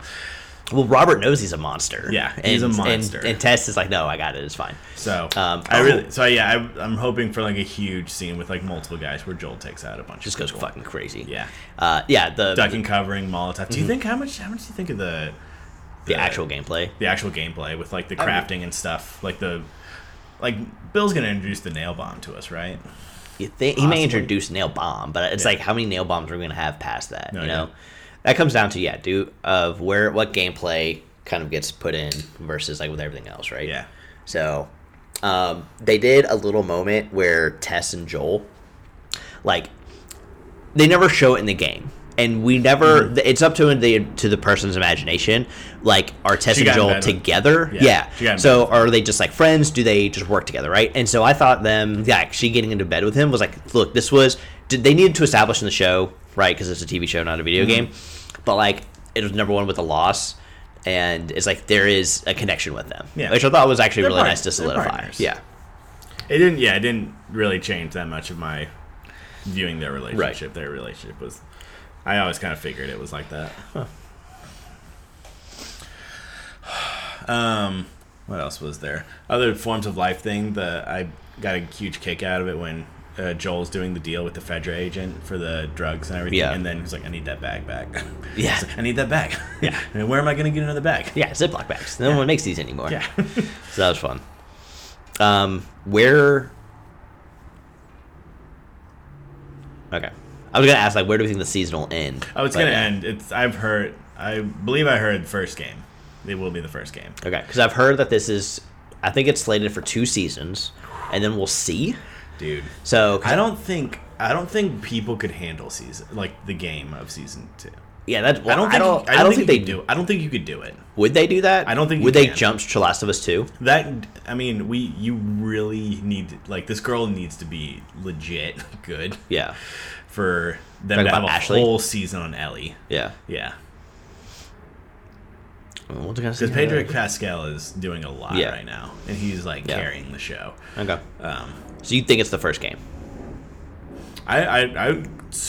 S2: Well, Robert knows he's a monster.
S1: Yeah, he's
S2: and,
S1: a
S2: and-
S1: monster.
S2: And, Tess is like, no, I got it. It's fine.
S1: So
S2: Um,
S1: I
S2: oh.
S1: really, so yeah, I, I'm hoping for like a huge scene with like multiple guys where Joel takes out a bunch.
S2: Just
S1: of
S2: goes
S1: people.
S2: fucking crazy.
S1: Yeah,
S2: Uh, yeah. The
S1: ducking, covering, Molotov. Do you think how much? How much do you think of the
S2: Mm-hmm. the actual gameplay.
S1: the actual gameplay with like the crafting and stuff, like the like Bill's gonna introduce the nail bomb to us, right?
S2: You think he may
S1: Possibly.
S2: introduce nail bomb, but it's
S1: Yeah.
S2: like how many nail bombs are we gonna have past that?
S1: No
S2: you
S1: idea.
S2: know, that comes down to yeah, do of where what gameplay kind of gets put in versus like with everything else, right?
S1: Yeah.
S2: So, um, they did a little moment where Tess and Joel, like, they never show it in the game. And we never.
S1: Mm-hmm.
S2: th- It's up to the to the person's imagination. Like, are Tess
S1: She
S2: and
S1: got in
S2: Joel
S1: bed with-
S2: together?
S1: Yeah,
S2: Yeah.
S1: she got in bed
S2: So, are they just like friends? Do they just work together, right? And so, I thought them. Yeah, like, she getting into bed with him was like, look, this was. Did they needed to establish in the show, right? Because it's a TV show, not a video
S1: Mm-hmm.
S2: game. But like, it was number one with a loss, and it's like there is a connection with them,
S1: Yeah.
S2: which I thought was actually
S1: They're
S2: really
S1: part-
S2: nice to
S1: they're
S2: solidify.
S1: partners.
S2: Yeah.
S1: It didn't. Yeah, it didn't really change that much of my viewing their relationship. Their relationship was. I always kind of figured it was like that. <sighs> Um, what else was there? Other forms of life thing. The I got a huge kick out of it when uh, Joel's doing the deal with the Fedra agent for the drugs and everything,
S2: Yeah.
S1: and then he's like, "I need that bag back." <laughs>
S2: Yeah.
S1: He's like, I need that bag.
S2: Yeah.
S1: <laughs> and where am I gonna get another bag?
S2: Yeah, Ziploc bags. No one makes these
S1: <laughs>
S2: anymore.
S1: Yeah.
S2: So that was fun. Um, where? Okay, I was gonna ask like, where do we think the season will end?
S1: Oh, it's
S2: But-
S1: gonna end. It's I've heard. I believe I heard first game. It will be the first game.
S2: Okay, because I've heard that this is, I think it's slated for two seasons, and then we'll see.
S1: dude.
S2: So
S1: I don't think I don't think people could handle season like the game of season two.
S2: yeah, that's.
S1: I don't think
S2: I don't,
S1: I don't, think,
S2: they
S1: you could
S2: do.
S1: do. I don't think you could do it.
S2: Would they do that?
S1: I don't think you
S2: Would they
S1: can.
S2: jump to Last of Us two?
S1: That I mean, we you really need like this girl needs to be legit good
S2: Yeah,
S1: for them
S2: Talking
S1: to have a
S2: about Ashley?
S1: whole season on Ellie.
S2: yeah.
S1: Yeah,
S2: We'll just see
S1: because
S2: how
S1: Pedro
S2: that-
S1: Pascal is doing a lot
S2: Yeah.
S1: right now, and he's like
S2: Yeah.
S1: carrying the show.
S2: Okay.
S1: Um,
S2: So you think it's the first game?
S1: I, I I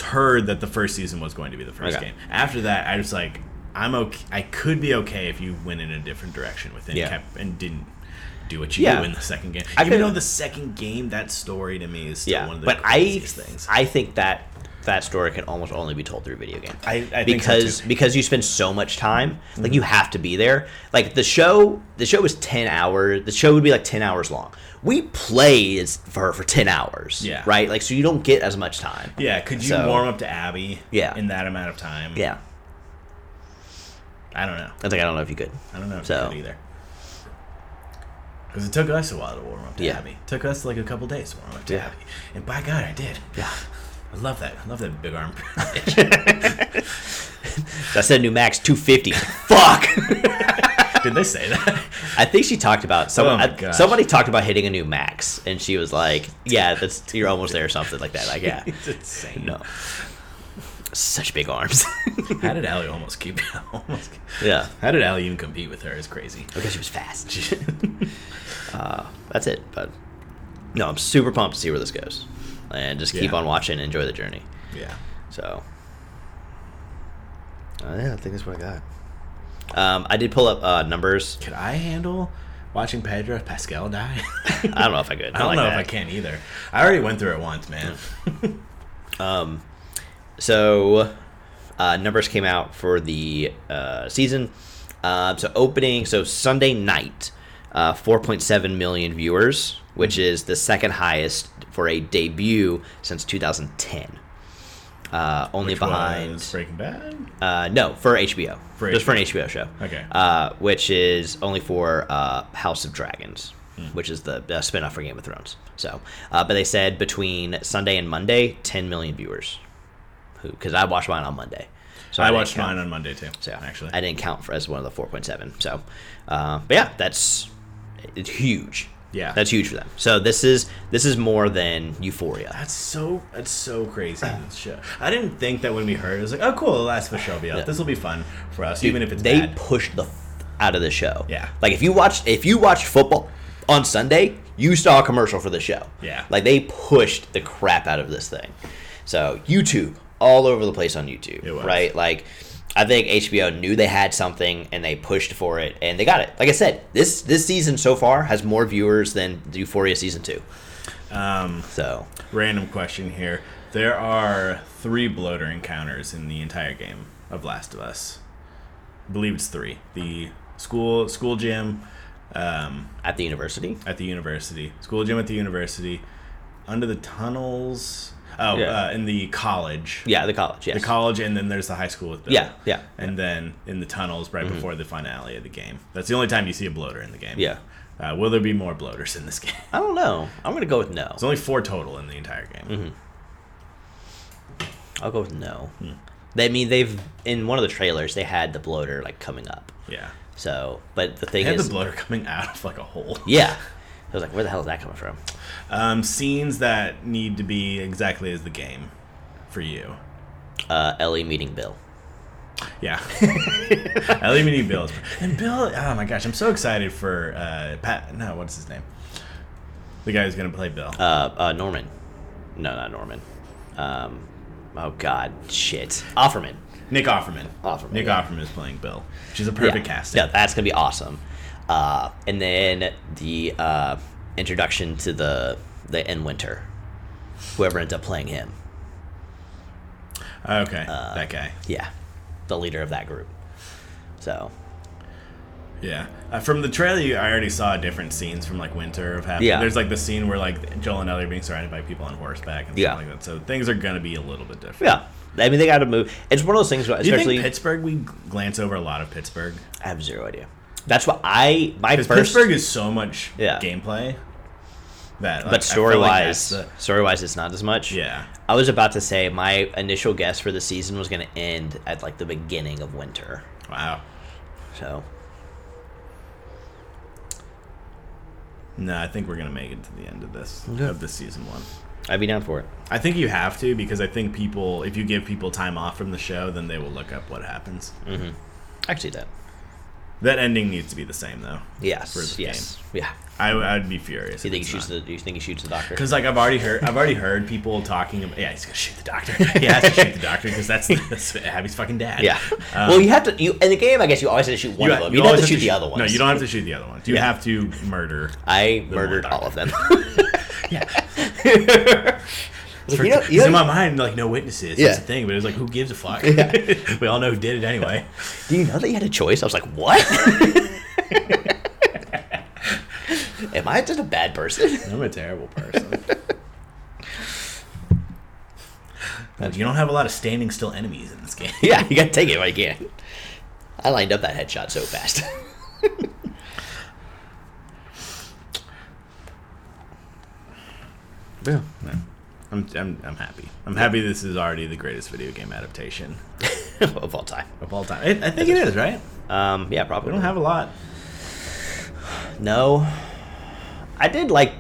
S1: heard that the first season was going to be the first
S2: Okay.
S1: game. After that, I was like, I'm okay. I could be okay if you went in a different direction with it
S2: Yeah.
S1: and, kept, and didn't do what you
S2: Yeah.
S1: do in the second game.
S2: I
S1: Even
S2: could-
S1: though the second game, that story to me is still
S2: Yeah,
S1: one of the
S2: but I
S1: craziest things.
S2: I think that that story can almost only be told through video game.
S1: I- I think so,
S2: because
S1: too. Mm-hmm.
S2: because you spend so much time, like you have to be there. Like the show, the show is ten hours. The show would be like ten hours long. We played for for ten hours.
S1: Yeah.
S2: right. Like so, you don't get as much time.
S1: yeah, could you
S2: So-
S1: warm up to Abby?
S2: Yeah.
S1: in that amount of time.
S2: yeah.
S1: I don't know.
S2: I think I don't know if you could.
S1: I don't know if
S2: So-
S1: you could either. Because it took us a while to warm up to
S2: Yeah.
S1: Abby. took us like a couple days to warm up to
S2: Yeah.
S1: Abby, and by God, I did.
S2: Yeah,
S1: I love that. I love that big arm. <laughs>
S2: I said new max two fifty. <laughs> Fuck.
S1: Did they say that?
S2: I think she talked about
S1: Oh
S2: someone.
S1: my
S2: I-
S1: gosh.
S2: somebody talked about hitting a new max, and she was like, "Yeah, that's you're almost there or something like that."
S1: <laughs>
S2: Like, yeah,
S1: it's insane.
S2: No. Such big arms. <laughs>
S1: How did Allie almost keep <laughs> almost?
S2: yeah.
S1: How did Allie even compete with her? It's crazy.
S2: Because she was fast. <laughs> uh, that's it, but no, I'm super pumped to see where this goes. And just keep
S1: Yeah.
S2: on watching and enjoy the journey.
S1: Yeah.
S2: So Uh, yeah, I think that's what I got. Um, I did pull up uh, <laughs> numbers.
S1: Could I handle watching Pedro Pascal die? <laughs>
S2: I don't know if I could.
S1: I don't
S2: like
S1: know
S2: that.
S1: if I can either. I already went through it once, man.
S2: Um, so uh, numbers came out for the uh, season. Um, so opening, so Sunday night, uh, 4.7 million viewers, which is the second highest for a debut since 2010. Uh, only behind
S1: Was Breaking Bad.
S2: uh, no, for HBO.
S1: For
S2: Just for an HBO show.
S1: Okay.
S2: Uh, which is only for uh, House of Dragons,
S1: Hmm.
S2: which is the uh, spin off for Game of Thrones. So, uh, but they said between Sunday and Monday, 10 million viewers. Who? Because I watched mine on Monday. So
S1: I
S2: didn't
S1: watched
S2: count-
S1: mine on Monday too.
S2: So
S1: actually,
S2: I didn't count for as one of the 4.7. So, uh, but yeah, that's it's huge.
S1: Yeah.
S2: that's huge for them. So this is this is more than Euphoria.
S1: That's so that's so <clears throat> crazy. this show. I didn't think that when we heard it, it was like, oh cool, the last of Us show will be out.
S2: Yeah.
S1: This will be fun for us, even if it's
S2: they
S1: bad.
S2: pushed the f- out of the show.
S1: Yeah.
S2: Like if you watched if you watched football on Sunday, you saw a commercial for the show.
S1: Yeah.
S2: Like they pushed the crap out of this thing. So YouTube all over the place on YouTube,
S1: It was.
S2: right? Like I think HBO knew they had something and they pushed for it and they got it. Like I said, this this season so far has more viewers than the Euphoria season 2. Um so
S1: Random question here: There are three bloater encounters in the entire game of Last of Us. I believe it's three: the school school gym um,
S2: at the university,
S1: at the university, school gym at the university, under the tunnels. Oh,
S2: Yeah.
S1: uh, in the college.
S2: yeah, the college, yes.
S1: The college, and then there's the high school with Bill.
S2: Yeah, yeah. Mm-hmm.
S1: And then in the tunnels right before the finale of the game. That's the only time you see a bloater in the game.
S2: Yeah.
S1: Uh, will there be more bloaters in this <laughs> game?
S2: I don't know. I'm going to go with no.
S1: There's only four total in the entire game.
S2: Mm-hmm. I'll go with no.
S1: Hmm.
S2: They I mean they've in one of the trailers they had the bloater like coming up.
S1: Yeah.
S2: So, but the thing
S1: They had
S2: is,
S1: the bloater coming out of like a hole.
S2: yeah, I was like, where the hell is that coming from?
S1: Um, scenes that need to be exactly as the game for you.
S2: Uh, Ellie meeting Bill. <laughs>
S1: Yeah. I leave me Bill. And Bill, oh my gosh, I'm so excited for uh, Pat. No, what's his name? The guy who's going to play Bill.
S2: Uh, uh, Norman. No, not Norman. Um, oh God, shit. Offerman.
S1: Nick Offerman.
S2: Offerman,
S1: Nick
S2: yeah.
S1: Offerman is playing Bill, which is a perfect
S2: yeah.
S1: casting.
S2: Yeah, that's gonna be awesome. Uh, and then the uh, introduction to the the end winter. Whoever ends up playing him.
S1: Oh, Okay,
S2: Uh,
S1: that guy.
S2: Yeah, the leader of that group. So
S1: Yeah, uh, from the trailer, you- I already saw different scenes from like Winter of happening.
S2: Yeah.
S1: There's like the scene where like Joel and Ellie are being surrounded by people on horseback and
S2: Yeah.
S1: stuff like that. So things are gonna be a little bit different.
S2: Yeah, I mean they got to move. It's one of those things, where,
S1: Do you
S2: especially.
S1: think Pittsburgh? We glance over a lot of Pittsburgh
S2: I have zero idea. That's what I my
S1: because
S2: first,
S1: Pittsburgh is so much
S2: Yeah.
S1: gameplay that. like, I feel
S2: but story
S1: like
S2: wise,
S1: that's the-
S2: story wise, it's not as much.
S1: yeah,
S2: I was about to say my initial guess for the season was going to end at like the beginning of winter.
S1: wow.
S2: So
S1: No, I think we're gonna make it to the end of this of this season one.
S2: I'd be down for it.
S1: I think you have to because I think people, if you give people time off from the show, then they will look up what happens.
S2: Mm. I could see that.
S1: That ending needs to be the same though. For
S2: Yes.
S1: the
S2: Yes. Yeah.
S1: I, I'd be furious.
S2: Do you think he shoots the? Do you think he shoots the doctor?
S1: Because like I've already heard, I've already heard people talking about. Yeah, he's gonna shoot the
S2: <laughs>
S1: doctor. He has to shoot the doctor because that's, that's <laughs> Abby's fucking dad.
S2: <laughs> Yeah.
S1: Um,
S2: well, you have to. You in the game, I guess you always have to shoot one
S1: you
S2: of
S1: ha-
S2: them.
S1: you
S2: You, don't have
S1: always
S2: to shoot the other ones.
S1: No, you don't have to shoot the other ones. You
S2: Yeah.
S1: have to
S2: <laughs>
S1: murder.
S2: I
S1: one
S2: murdered all of them.
S1: <laughs> Yeah.
S2: <laughs> Like,
S1: For,
S2: you don't- you
S1: in my
S2: don't-
S1: mind, like no witnesses.
S3: Yeah.
S1: That's the thing. But it was like, who gives a fuck?
S2: Yeah.
S1: <laughs> we all know who did it anyway.
S2: do you know that you had a choice? I was like, what? <laughs> Am I just a bad person? <laughs>
S1: I'm a terrible person. you don't have a lot of standing still enemies in this game.
S2: yeah, you gotta take it while you can. I lined up that headshot so fast. <laughs>
S1: <laughs>
S2: yeah.
S1: I'm, I'm, I'm happy. I'm happy this is already the greatest video game adaptation
S2: of all time.
S1: of all time. I, I think it is, right?
S2: Um, yeah, probably.
S1: We don't have a lot.
S2: No. I did like.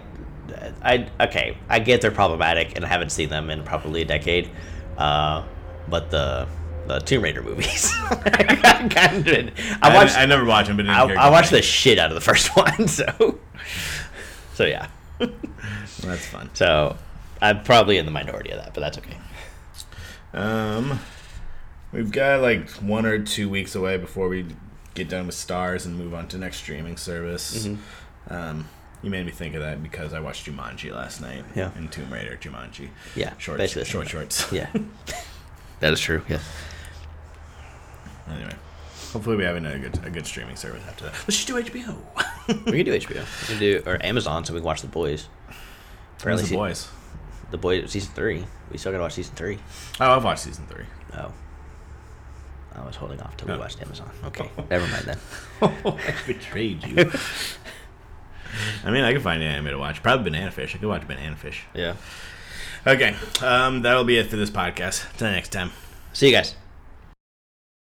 S2: I okay. I get they're problematic, and I haven't seen them in probably a decade. Uh, but the the Tomb Raider movies. <laughs> I, kind of, I
S1: I,
S2: watched.
S1: I, never watched them, but
S2: I,
S1: didn't
S2: I watched the shit out of the first <laughs> one, so so yeah.
S1: this. That's fun.
S2: So I'm probably in the minority of that, but that's okay.
S1: Um, We've got like one or two weeks away before we get done with stars and move on to next streaming service. Um, you made me think of that because I watched Jumanji last night.
S2: Yeah.
S1: And Tomb Raider, Jumanji.
S2: Yeah,
S1: Short,
S2: basically.
S1: short shorts.
S2: <laughs> Yeah, that is true. Yeah.
S1: <laughs> anyway, hopefully we have another good a good streaming service after that. Let's just do HBO.
S2: We can do HBO. We can do or Amazon, so we can watch The Boys. Or at
S1: Friends
S2: least
S1: the boys.
S2: The Boys season three. We still gotta watch season three.
S1: Oh, I've watched season three.
S2: Oh, I was holding off till
S1: Oh.
S2: we watched Amazon. <laughs> Okay, never mind then.
S1: I betrayed you. <laughs> I mean, I could find an anime to watch. Probably Banana Fish. I could watch Banana Fish.
S2: Yeah.
S1: Okay, um, that'll be it for this podcast. Till next time.
S2: See you guys.